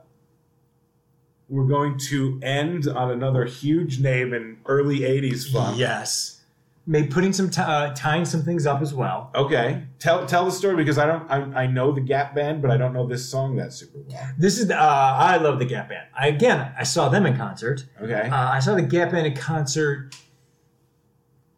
[SPEAKER 1] we're going to end on another huge name in early '80s funk.
[SPEAKER 2] Yes. Maybe putting some ti- uh, tying some things up as well.
[SPEAKER 1] Okay, tell tell the story because I don't I, I know the Gap Band, but I don't know this song that super well.
[SPEAKER 2] This is uh, I love the Gap Band. I, again, I saw them in concert.
[SPEAKER 1] Okay,
[SPEAKER 2] Uh, I saw the Gap Band in concert,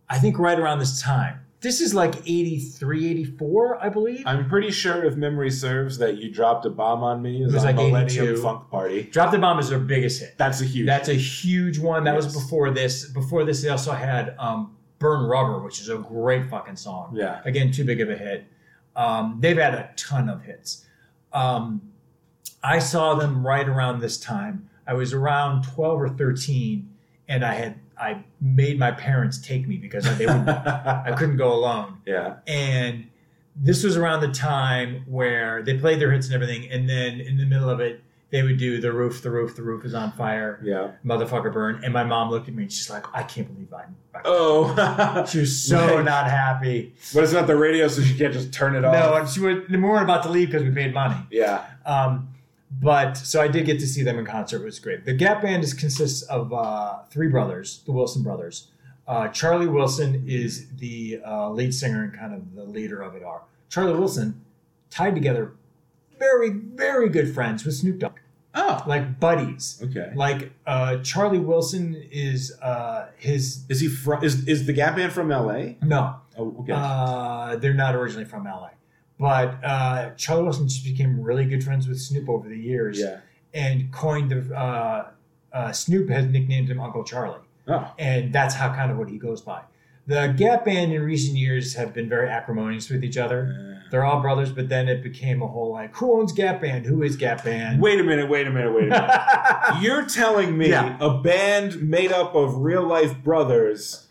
[SPEAKER 2] I think right around this time. This is like 83, 84, I believe.
[SPEAKER 1] I'm pretty sure if memory serves that you dropped a bomb on me is
[SPEAKER 2] was
[SPEAKER 1] on
[SPEAKER 2] like
[SPEAKER 1] Millennium
[SPEAKER 2] 82.
[SPEAKER 1] Funk Party.
[SPEAKER 2] Drop the Bomb is their biggest hit.
[SPEAKER 1] That's a huge.
[SPEAKER 2] That's a huge one. That was
[SPEAKER 1] Yes.
[SPEAKER 2] before this. Before this, they also had um, Burn Rubber, which is a great fucking song.
[SPEAKER 1] Yeah.
[SPEAKER 2] Again, too big of a hit. Um, they've had a ton of hits. Um, I saw them right around this time. I was around 12 or 13, and I had I made my parents take me because they would, I couldn't go alone
[SPEAKER 1] yeah.
[SPEAKER 2] and this was around the time where they played their hits and everything and then in the middle of it they would do the roof the roof the roof is on fire
[SPEAKER 1] Yeah.
[SPEAKER 2] motherfucker burn and my mom looked at me and she's like i can't believe i'm back.
[SPEAKER 1] Oh.
[SPEAKER 2] she was so
[SPEAKER 1] Right.
[SPEAKER 2] not happy
[SPEAKER 1] But it's not the radio, so she can't just turn it off.
[SPEAKER 2] no and she would, we weren't about to leave because we paid money
[SPEAKER 1] Yeah.
[SPEAKER 2] um, but so i did get to see them in concert it was great the gap band is consists of uh, three brothers the wilson brothers uh, charlie wilson is the uh, lead singer and kind of the leader of it are charlie wilson tied together very very good friends with snoop dogg
[SPEAKER 1] Oh.
[SPEAKER 2] like buddies
[SPEAKER 1] Okay.
[SPEAKER 2] like uh, charlie wilson is uh, his
[SPEAKER 1] Is he from? Is is the Gap Band from L.A.?
[SPEAKER 2] no
[SPEAKER 1] Oh, okay.
[SPEAKER 2] uh, they're not originally from la but uh, charlie wilson just became really good friends with snoop over the years
[SPEAKER 1] yeah.
[SPEAKER 2] and coined the uh, uh, Snoop has nicknamed him Uncle Charlie,
[SPEAKER 1] Oh.
[SPEAKER 2] and that's how kind of what he goes by. The Gap Band in recent years have been very acrimonious with each other. They're all brothers, but then it became a whole like, who owns Gap Band? Who is Gap Band?
[SPEAKER 1] Wait a minute. Wait a minute. Wait a minute. You're telling me
[SPEAKER 2] Yeah.
[SPEAKER 1] a band made up of real life brothers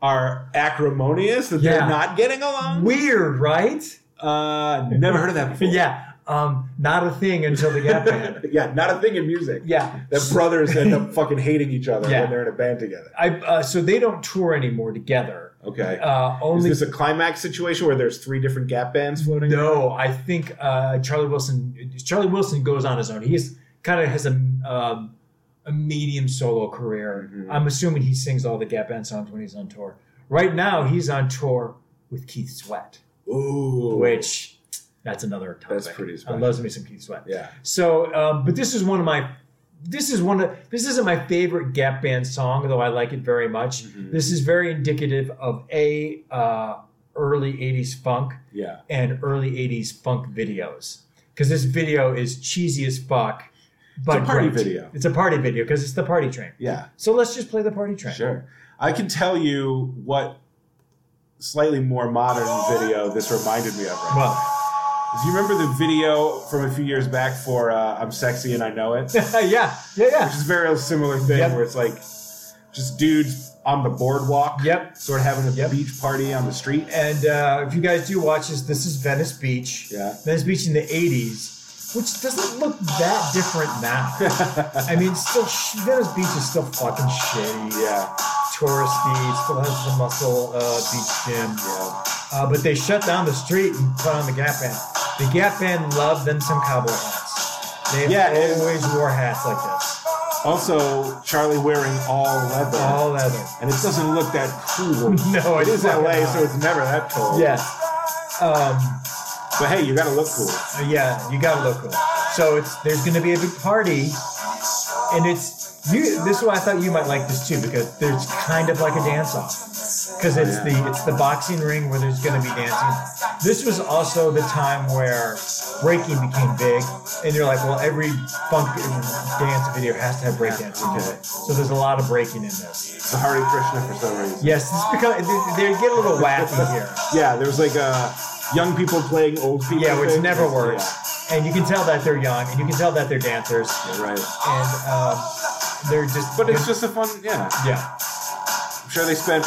[SPEAKER 1] are acrimonious that they're
[SPEAKER 2] Yeah.
[SPEAKER 1] not getting along.
[SPEAKER 2] Weird, right?
[SPEAKER 1] Uh, never heard of that before.
[SPEAKER 2] Yeah. Um, not a thing until the Gap Band.
[SPEAKER 1] yeah, not a thing in music.
[SPEAKER 2] Yeah.
[SPEAKER 1] That brothers end up fucking hating each other
[SPEAKER 2] Yeah.
[SPEAKER 1] when they're in a band together.
[SPEAKER 2] I uh, so they don't tour anymore together.
[SPEAKER 1] Okay.
[SPEAKER 2] Uh, only
[SPEAKER 1] Is this a climax situation where there's three different gap bands floating?
[SPEAKER 2] no. I think uh, Charlie Wilson. Charlie Wilson goes on his own. He's kind of has a um, a medium solo career.
[SPEAKER 1] Mhm.
[SPEAKER 2] I'm assuming he sings all the Gap Band songs when he's on tour. Right now, he's on tour with Keith Sweat,
[SPEAKER 1] Ooh.
[SPEAKER 2] which that's another topic.
[SPEAKER 1] That's pretty
[SPEAKER 2] I
[SPEAKER 1] special.
[SPEAKER 2] love me some Keith Sweat.
[SPEAKER 1] Yeah.
[SPEAKER 2] So, um, but this is one of my, this is one of, this isn't my favorite Gap Band song, though I like it very much.
[SPEAKER 1] Mhm.
[SPEAKER 2] This is very indicative of a uh, early '80s funk
[SPEAKER 1] Yeah.
[SPEAKER 2] and early '80s funk videos, because this video is cheesy as fuck. But
[SPEAKER 1] party
[SPEAKER 2] great.
[SPEAKER 1] video.
[SPEAKER 2] It's a party video because it's the party train.
[SPEAKER 1] Yeah.
[SPEAKER 2] So let's just play the party train.
[SPEAKER 1] Sure. I can tell you what slightly more modern video this reminded me of. Right?
[SPEAKER 2] Well,
[SPEAKER 1] Do you remember the video from a few years back for uh, "I'm Sexy and I Know It"? Which
[SPEAKER 2] yeah, yeah, yeah.
[SPEAKER 1] is a very similar thing
[SPEAKER 2] Yep.
[SPEAKER 1] where it's like just dudes on the boardwalk,
[SPEAKER 2] Yep.
[SPEAKER 1] sort of having a
[SPEAKER 2] Yep.
[SPEAKER 1] beach party on the street.
[SPEAKER 2] And uh, if you guys do watch this, this is Venice Beach.
[SPEAKER 1] Yeah.
[SPEAKER 2] Venice Beach in the '80s, which doesn't look that different now. I mean, still, sh- Venice Beach is still fucking shitty.
[SPEAKER 1] yeah,
[SPEAKER 2] touristy. it Still has the muscle uh, beach gym.
[SPEAKER 1] yeah.
[SPEAKER 2] Uh, but they shut down the street and put on the Gap Band. The Gap Band loved them some cowboy hats. They
[SPEAKER 1] Yeah, and-
[SPEAKER 2] always wore hats like this,
[SPEAKER 1] Also, Charlie wearing all leather,
[SPEAKER 2] all leather.
[SPEAKER 1] and it doesn't look that cool.
[SPEAKER 2] No,
[SPEAKER 1] it
[SPEAKER 2] it's
[SPEAKER 1] is that
[SPEAKER 2] fucking
[SPEAKER 1] way,
[SPEAKER 2] not.
[SPEAKER 1] so it's never that cool.
[SPEAKER 2] Yeah. Um,
[SPEAKER 1] but hey, you gotta look cool.
[SPEAKER 2] yeah, you gotta look cool. So it's there's gonna be a big party, and it's you. This is why I thought you might like this too because there's kind of like a dance off because it's the it's the boxing ring where there's gonna be dancing. This was also the time where breaking became big, and you're like, well, every funk dance video has to have breakdancing to it. So there's a lot of breaking in this.
[SPEAKER 1] It's a Hare Krishna for some reason.
[SPEAKER 2] Yes, this because they, they get a little wacky here.
[SPEAKER 1] Yeah, there's like uh, young people playing old people.
[SPEAKER 2] Yeah, which
[SPEAKER 1] thing.
[SPEAKER 2] never
[SPEAKER 1] Yeah,
[SPEAKER 2] works. And you can tell that they're young, and you can tell that they're dancers,
[SPEAKER 1] yeah, right.
[SPEAKER 2] and um, they're just.
[SPEAKER 1] But it's just a fun. Yeah,
[SPEAKER 2] yeah,
[SPEAKER 1] I'm sure they spent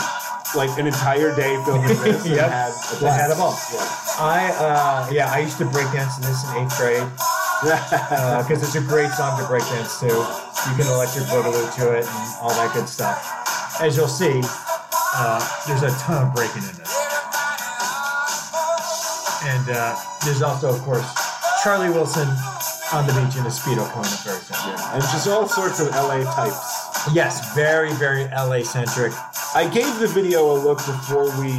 [SPEAKER 1] like an entire day filming this. and
[SPEAKER 2] Yep.
[SPEAKER 1] had a
[SPEAKER 2] They had a ball.
[SPEAKER 1] blast.
[SPEAKER 2] I uh, yeah I used to break dance to this in eighth grade
[SPEAKER 1] Yeah.
[SPEAKER 2] because it's a great song to break dance to. You can electric boogaloo to it and all that good stuff. As you'll see, uh, there's a ton of breaking in this, and uh, there's also of course Charlie Wilson on the beach in a speedo coming up very soon.
[SPEAKER 1] and just all sorts of LA types.
[SPEAKER 2] Yes, very very LA centric.
[SPEAKER 1] I gave the video a look before we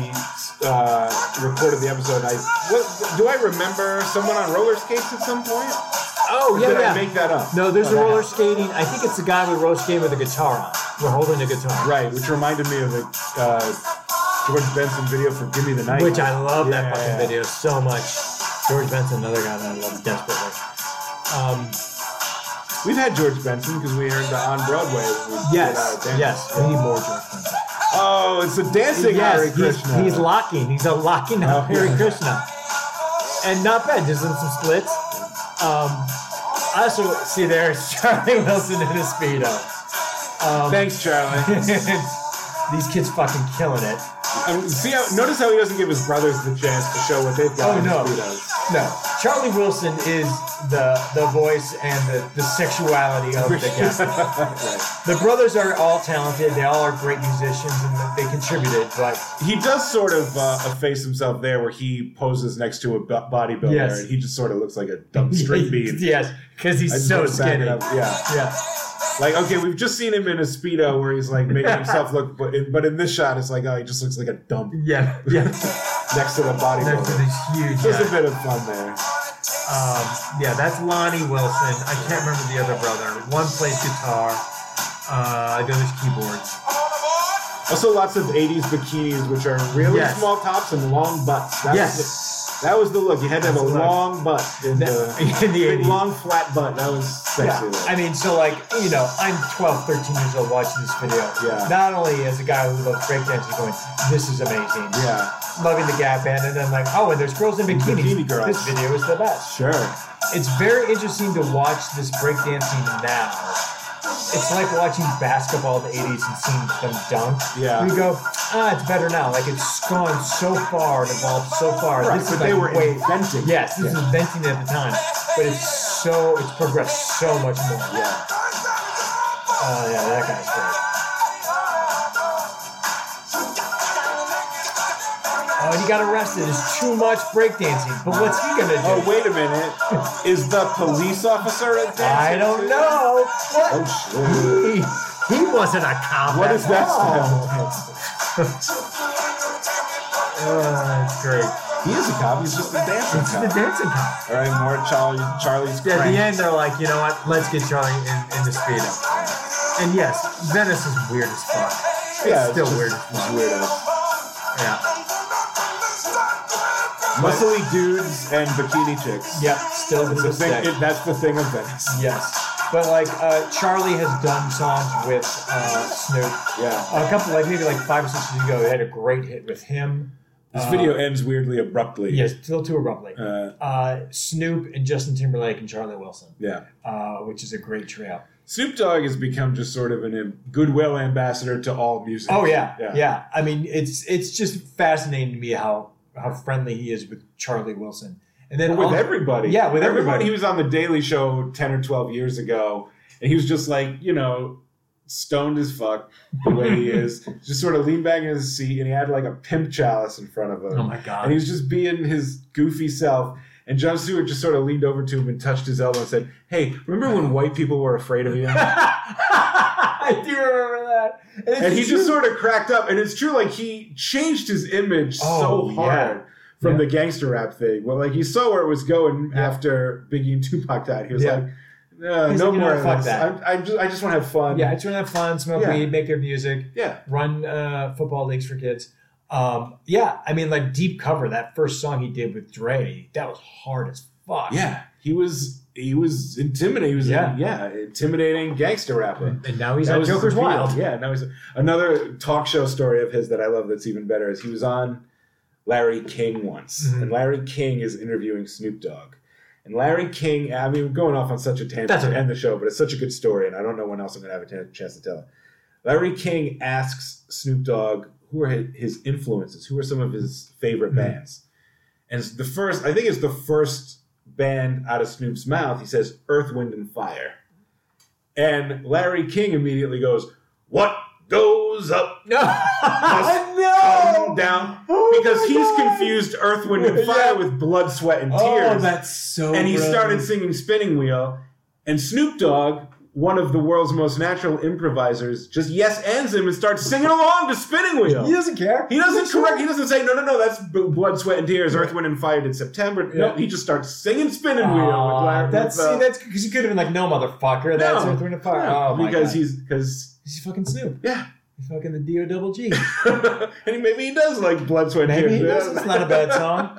[SPEAKER 1] uh, recorded the episode. I what, do I remember someone on roller skates at some point?
[SPEAKER 2] Oh
[SPEAKER 1] Or did I make that up?
[SPEAKER 2] No, there's
[SPEAKER 1] Oh,
[SPEAKER 2] a
[SPEAKER 1] that
[SPEAKER 2] roller
[SPEAKER 1] happened.
[SPEAKER 2] skating. I think it's the guy with roller skating with a guitar on. We're holding a guitar.
[SPEAKER 1] Right, which reminded me of the uh, George Benson video for "Give Me the Night,"
[SPEAKER 2] Which I love that
[SPEAKER 1] Yeah.
[SPEAKER 2] fucking video so much. George Benson, another guy that I love desperately. Um,
[SPEAKER 1] We've had George Benson because we heard the on Broadway. when we did our
[SPEAKER 2] yes,
[SPEAKER 1] dance.
[SPEAKER 2] yes. We need more George Benson.
[SPEAKER 1] Oh, it's a dancing Hare
[SPEAKER 2] Yes, he's,
[SPEAKER 1] Krishna.
[SPEAKER 2] he's locking. He's a locking
[SPEAKER 1] Oh,
[SPEAKER 2] up Hare
[SPEAKER 1] yeah.
[SPEAKER 2] Krishna. And not bad. Just in some splits. Um, I also see there's Charlie Wilson in a speedo. Um,
[SPEAKER 1] Thanks, Charlie.
[SPEAKER 2] These kids fucking killing it.
[SPEAKER 1] Um, see, how, notice how he doesn't give his brothers the chance to show what they've got.
[SPEAKER 2] Oh
[SPEAKER 1] in
[SPEAKER 2] no,
[SPEAKER 1] his speedos.
[SPEAKER 2] no. Charlie Wilson is the the voice and the, the sexuality of the cast.
[SPEAKER 1] Right.
[SPEAKER 2] the brothers are all talented. They all are great musicians and they contributed. But
[SPEAKER 1] He does sort of uh, efface himself there, where he poses next to a bu- bodybuilder,
[SPEAKER 2] Yes.
[SPEAKER 1] and he just sort of looks like a dumb straight bean.
[SPEAKER 2] yes, because
[SPEAKER 1] I
[SPEAKER 2] he's
[SPEAKER 1] just
[SPEAKER 2] so
[SPEAKER 1] wanna back it
[SPEAKER 2] skinny.
[SPEAKER 1] up. Yeah,
[SPEAKER 2] Yeah,
[SPEAKER 1] like okay, we've just seen him in a speedo where he's like making himself look, but in, but in this shot, it's like oh, he just looks like a dump
[SPEAKER 2] yeah, yeah.
[SPEAKER 1] next to the
[SPEAKER 2] Next to
[SPEAKER 1] bodybuilder.
[SPEAKER 2] these huge.
[SPEAKER 1] There's a
[SPEAKER 2] guys.
[SPEAKER 1] bit of fun there.
[SPEAKER 2] Um, yeah, that's Lonnie Wilson. I can't remember the other brother. One plays guitar. Uh, the other's keyboards.
[SPEAKER 1] Also, lots of '80s bikinis, which are really
[SPEAKER 2] Yes.
[SPEAKER 1] small tops and long butts. That
[SPEAKER 2] Yes.
[SPEAKER 1] was the, that was the look. You had to have a
[SPEAKER 2] That's the look.
[SPEAKER 1] long butt in
[SPEAKER 2] That-
[SPEAKER 1] the,
[SPEAKER 2] in the
[SPEAKER 1] big
[SPEAKER 2] 80s.
[SPEAKER 1] long flat butt. That was sexy.
[SPEAKER 2] Yeah.
[SPEAKER 1] though.
[SPEAKER 2] I mean, so like, you know, I'm 12, 13 years old watching this video.
[SPEAKER 1] Yeah.
[SPEAKER 2] Not only as a guy who loves breakdancing going, this is amazing.
[SPEAKER 1] yeah,
[SPEAKER 2] Loving the Gap Band. And then like, oh, and there's girls in bikinis.
[SPEAKER 1] Bikini girls.
[SPEAKER 2] This video is the best.
[SPEAKER 1] sure.
[SPEAKER 2] It's very interesting to watch this breakdancing now. It's like watching basketball in the 80s and seeing them dunk.
[SPEAKER 1] Yeah.
[SPEAKER 2] You go, ah, it's better now. Like it's gone so far and evolved so far.
[SPEAKER 1] Right,
[SPEAKER 2] this
[SPEAKER 1] but
[SPEAKER 2] is
[SPEAKER 1] they
[SPEAKER 2] like
[SPEAKER 1] were
[SPEAKER 2] way
[SPEAKER 1] inventing.
[SPEAKER 2] Yes, this
[SPEAKER 1] Yeah.
[SPEAKER 2] is venting at the time, but it's so it's progressed so much more.
[SPEAKER 1] Yeah.
[SPEAKER 2] Oh yeah, that guy's great. Oh, and he got arrested. It's too much breakdancing. But what's he gonna
[SPEAKER 1] Oh,
[SPEAKER 2] do?
[SPEAKER 1] wait a minute. Is the police officer at dancing?
[SPEAKER 2] I
[SPEAKER 1] too?
[SPEAKER 2] don't know. What?
[SPEAKER 1] Oh,
[SPEAKER 2] He, he wasn't a cop.
[SPEAKER 1] What
[SPEAKER 2] at
[SPEAKER 1] is that
[SPEAKER 2] all. Oh, it's great.
[SPEAKER 1] shit. He is a cop. He's just a dancing
[SPEAKER 2] It's the
[SPEAKER 1] cop.
[SPEAKER 2] dancing cop.
[SPEAKER 1] All right, more Charlie, Charlie's
[SPEAKER 2] At
[SPEAKER 1] Crank.
[SPEAKER 2] the end, they're like, you know what? Let's get Charlie in, in the speedo. And yes, Venice is weird as fuck. It's
[SPEAKER 1] Yeah,
[SPEAKER 2] still
[SPEAKER 1] just-
[SPEAKER 2] weird.
[SPEAKER 1] It's weird. as-
[SPEAKER 2] Yeah.
[SPEAKER 1] Muscly dudes and bikini chicks.
[SPEAKER 2] Yep. Still to
[SPEAKER 1] It's the
[SPEAKER 2] this
[SPEAKER 1] thing,
[SPEAKER 2] day.
[SPEAKER 1] it- that's the thing of Venice.
[SPEAKER 2] Yes. But like, uh, Charlie has done songs with uh, Snoop.
[SPEAKER 1] Yeah.
[SPEAKER 2] A couple, like maybe like five or six years ago, he had a great hit with him.
[SPEAKER 1] This
[SPEAKER 2] Uh,
[SPEAKER 1] video ends weirdly abruptly.
[SPEAKER 2] Yes, still too abruptly.
[SPEAKER 1] Uh,
[SPEAKER 2] Uh, Snoop and Justin Timberlake and Charlie Wilson,
[SPEAKER 1] yeah.
[SPEAKER 2] uh, which is a great trio.
[SPEAKER 1] Snoop Dogg has become just sort of an am- goodwill ambassador to all music.
[SPEAKER 2] Oh yeah, yeah, I mean, it's it's just fascinating to me how how friendly he is with Charlie Wilson, and then
[SPEAKER 1] But with
[SPEAKER 2] also-
[SPEAKER 1] everybody.
[SPEAKER 2] Yeah, with
[SPEAKER 1] Everyone,
[SPEAKER 2] everybody.
[SPEAKER 1] He was on the Daily Show ten or twelve years ago, and he was just like, you know, stoned as fuck the way he is. Just sort of leaned back in his seat, and he had like a pimp chalice in front of him,
[SPEAKER 2] Oh my
[SPEAKER 1] and he
[SPEAKER 2] god.
[SPEAKER 1] was just being his goofy self. And John Stewart just sort of leaned over to him and touched his elbow and said, "Hey, remember when white people were afraid of you?"
[SPEAKER 2] I do remember that. it's
[SPEAKER 1] and he
[SPEAKER 2] true.
[SPEAKER 1] just sort of cracked up. And it's true, like he changed his image
[SPEAKER 2] Oh,
[SPEAKER 1] so
[SPEAKER 2] yeah.
[SPEAKER 1] hard from
[SPEAKER 2] Yeah.
[SPEAKER 1] the gangster rap thing. Well, like he saw where it was going after Biggie and Tupac died. He was
[SPEAKER 2] Yeah.
[SPEAKER 1] like, "Uh, no,
[SPEAKER 2] He's
[SPEAKER 1] no
[SPEAKER 2] like, you know
[SPEAKER 1] more
[SPEAKER 2] what, fuck
[SPEAKER 1] of this.
[SPEAKER 2] that.
[SPEAKER 1] I, I just, I just want to have fun.
[SPEAKER 2] yeah, I just want to have fun, smoke
[SPEAKER 1] Yeah.
[SPEAKER 2] weed, make their music,
[SPEAKER 1] yeah.
[SPEAKER 2] run uh, football leagues for kids. Um, yeah, I mean, like deep cover. That first song he did with Dre, that was hard as fuck.
[SPEAKER 1] Yeah. He was he was intimidating. He was
[SPEAKER 2] Yeah.
[SPEAKER 1] yeah, intimidating gangster rapper.
[SPEAKER 2] And now he's
[SPEAKER 1] That
[SPEAKER 2] on
[SPEAKER 1] was his
[SPEAKER 2] Joker's
[SPEAKER 1] appeal.
[SPEAKER 2] Wild.
[SPEAKER 1] Yeah, now he's another talk show story of his that I love. That's even better is he was on Larry King once,
[SPEAKER 2] Mhm.
[SPEAKER 1] and Larry King is interviewing Snoop Dogg, and Larry King. I mean, we're going off on such a tangent
[SPEAKER 2] That's okay.
[SPEAKER 1] to end the show, but it's such a good story, and I don't know when else I'm going to have a t- chance to tell it. Larry King asks Snoop Dogg who are hi- his influences, who are some of his favorite
[SPEAKER 2] Mhm.
[SPEAKER 1] bands, and it's the first I think it's the first band out of Snoop's mouth. He says Earth, Wind, and Fire. And Larry King immediately goes, What goes up
[SPEAKER 2] No,
[SPEAKER 1] come down? Because he's confused Earth, Wind, and Fire
[SPEAKER 2] Oh Yeah.
[SPEAKER 1] with blood, sweat, and
[SPEAKER 2] Oh,
[SPEAKER 1] tears.
[SPEAKER 2] that's so.
[SPEAKER 1] and he
[SPEAKER 2] gross.
[SPEAKER 1] started singing Spinning Wheel. And Snoop Dogg, one of the world's most natural improvisers, just yes ands him and starts singing along to Spinning Wheel.
[SPEAKER 2] He doesn't care.
[SPEAKER 1] He doesn't correct. He doesn't say no, no, no. That's b- blood, sweat, and tears. Earth, wind, and fire did September. No,
[SPEAKER 2] Yeah.
[SPEAKER 1] he just starts singing spinning wheel.
[SPEAKER 2] Aw,
[SPEAKER 1] with Larry,
[SPEAKER 2] that's
[SPEAKER 1] with, uh,
[SPEAKER 2] see, that's because you could have been like, no, motherfucker, that's
[SPEAKER 1] No.
[SPEAKER 2] Earth, Wind, and Fire.
[SPEAKER 1] Yeah,
[SPEAKER 2] oh my
[SPEAKER 1] because
[SPEAKER 2] God.
[SPEAKER 1] he's because
[SPEAKER 2] he's fucking Snoop.
[SPEAKER 1] yeah,
[SPEAKER 2] He's fucking the D O double G.
[SPEAKER 1] and he- maybe he does like blood, sweat, and
[SPEAKER 2] Maybe
[SPEAKER 1] tears.
[SPEAKER 2] he knows it's not a bad song.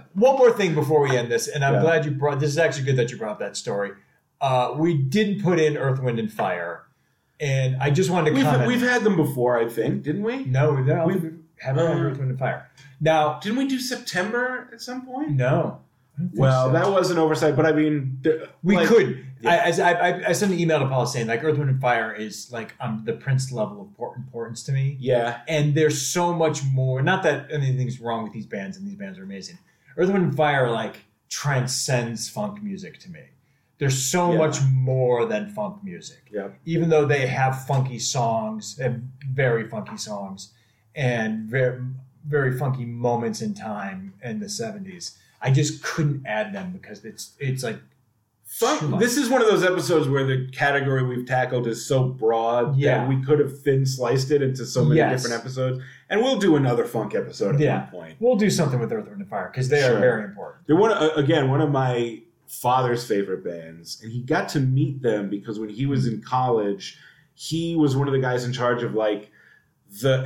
[SPEAKER 2] One more thing before we end this, and I'm
[SPEAKER 1] Yeah.
[SPEAKER 2] glad you brought. This is actually good that you brought up that story. Uh, we didn't put in Earth, Wind, and Fire, and I just wanted to
[SPEAKER 1] We've,
[SPEAKER 2] comment.
[SPEAKER 1] we've had them before, I think, didn't we?
[SPEAKER 2] no, we've, no,
[SPEAKER 1] we've-
[SPEAKER 2] we haven't had
[SPEAKER 1] uh,
[SPEAKER 2] Earth, Wind, and Fire. Now,
[SPEAKER 1] Didn't we do September at some point?
[SPEAKER 2] no. I don't think
[SPEAKER 1] Well,
[SPEAKER 2] so.
[SPEAKER 1] that was an oversight, but I mean, the-
[SPEAKER 2] We
[SPEAKER 1] like-
[SPEAKER 2] could.
[SPEAKER 1] Yeah.
[SPEAKER 2] I, as I, I, I sent an email to Paul saying like Earth, Wind, and Fire is like um, the Prince level of import- importance to me,
[SPEAKER 1] Yeah,
[SPEAKER 2] and there's so much more. Not that anything's wrong with these bands, and these bands are amazing. Earth, Wind, and Fire like transcends funk music to me. There's so
[SPEAKER 1] Yeah.
[SPEAKER 2] much more than funk music.
[SPEAKER 1] yeah.
[SPEAKER 2] Even though they have funky songs, they have very funky songs, and very very funky moments in time in the 70s. I just couldn't add them because it's it's like Too
[SPEAKER 1] Funk.
[SPEAKER 2] much.
[SPEAKER 1] This is one of those episodes where the category we've tackled is so broad
[SPEAKER 2] Yeah.
[SPEAKER 1] that we could have thin sliced it into so many
[SPEAKER 2] Yes.
[SPEAKER 1] different episodes, and we'll do another funk episode at
[SPEAKER 2] Yeah.
[SPEAKER 1] one point.
[SPEAKER 2] We'll do something with Earth, Wind, and Fire because they are
[SPEAKER 1] Sure.
[SPEAKER 2] very important.
[SPEAKER 1] They're one uh, again one of my father's favorite bands, and he got to meet them because when he was in college, he was one of the guys in charge of like the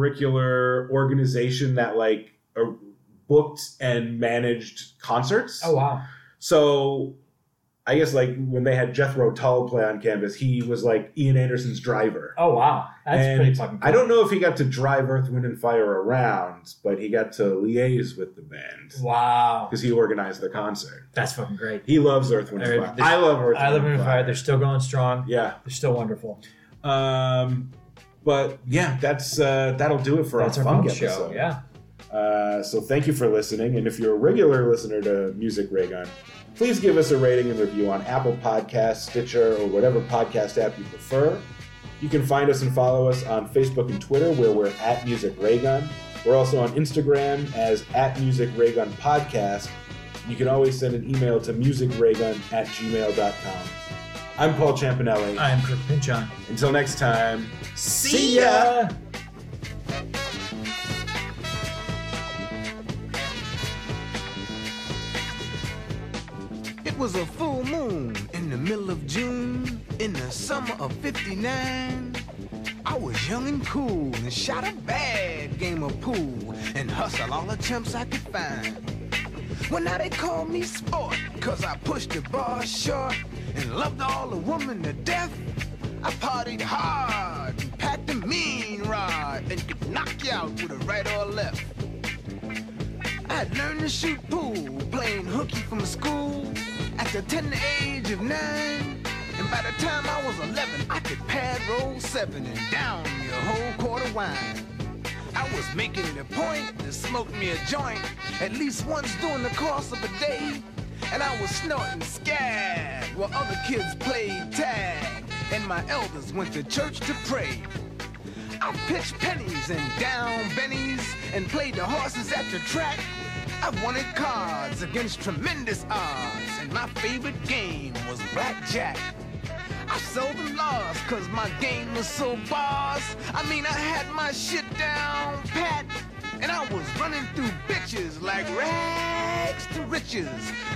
[SPEAKER 1] extracurricular organization that like uh, booked and managed concerts.
[SPEAKER 2] Oh wow!
[SPEAKER 1] So I guess like when they had Jethro Tull play on campus, he was like Ian Anderson's driver.
[SPEAKER 2] Oh wow! That's
[SPEAKER 1] And
[SPEAKER 2] pretty fucking. Cool.
[SPEAKER 1] I don't know if he got to drive Earth, Wind, and Fire around, but he got to liaise with the band
[SPEAKER 2] Wow,
[SPEAKER 1] because he organized the concert.
[SPEAKER 2] that's fucking great.
[SPEAKER 1] He loves Earth, Wind,
[SPEAKER 2] I-
[SPEAKER 1] and Fire.
[SPEAKER 2] this-
[SPEAKER 1] I love Earth,
[SPEAKER 2] I love
[SPEAKER 1] Wind, and
[SPEAKER 2] Fire. They're still going strong.
[SPEAKER 1] Yeah.
[SPEAKER 2] They're still wonderful.
[SPEAKER 1] Um, But yeah, that's uh, that'll do it for
[SPEAKER 2] That's
[SPEAKER 1] our,
[SPEAKER 2] our
[SPEAKER 1] funk
[SPEAKER 2] funk show.
[SPEAKER 1] episode.
[SPEAKER 2] Yeah.
[SPEAKER 1] Uh, so thank you for listening. And if you're a regular listener to Music Ray Gun, please give us a rating and review on Apple Podcasts, Stitcher, or whatever podcast app you prefer. You can find us and follow us on Facebook and Twitter, where we're at Music Ray Gun. We're also on Instagram as at Music Ray Gun Podcast. You can always send an email to musicraygun at gmail.com. I'm Paul Champanelli.
[SPEAKER 2] I am Kirk Pinchon.
[SPEAKER 1] Until next time.
[SPEAKER 2] See ya.
[SPEAKER 7] It was a full moon in the middle of June in the summer of 59. I was young and cool and shot a bad game of pool and hustled all the chumps I could find. Well, now they call me sport because I pushed the bar short and loved all the women to death. I partied hard and packed a mean rod and could knock you out with a right or a left. I learned to shoot pool, playing hooky from school at the tender age of nine. And by the time I was 11, I could pad roll seven and down your whole quarter wine. I was making it a point to smoke me a joint at least once during the course of a day. And I was snorting scab while other kids played tag. And my elders went to church to pray. I pitched pennies and down bennies and played the horses at the track. I wanted cards against tremendous odds, and my favorite game was blackjack. I seldom lost cause my game was so boss. I mean, I had my shit down pat, and I was running through bitches like rags to riches,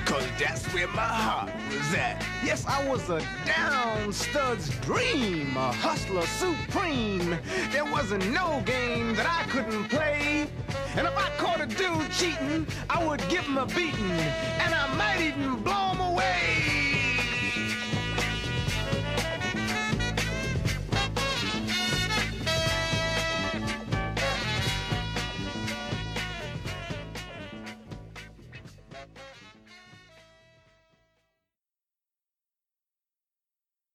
[SPEAKER 7] cause that's where my heart was at. Yes, I was a down stud's dream, a hustler supreme. There wasn't no game that I couldn't play. And if I caught a dude cheating, I would give him a beating, and I might even blow him away.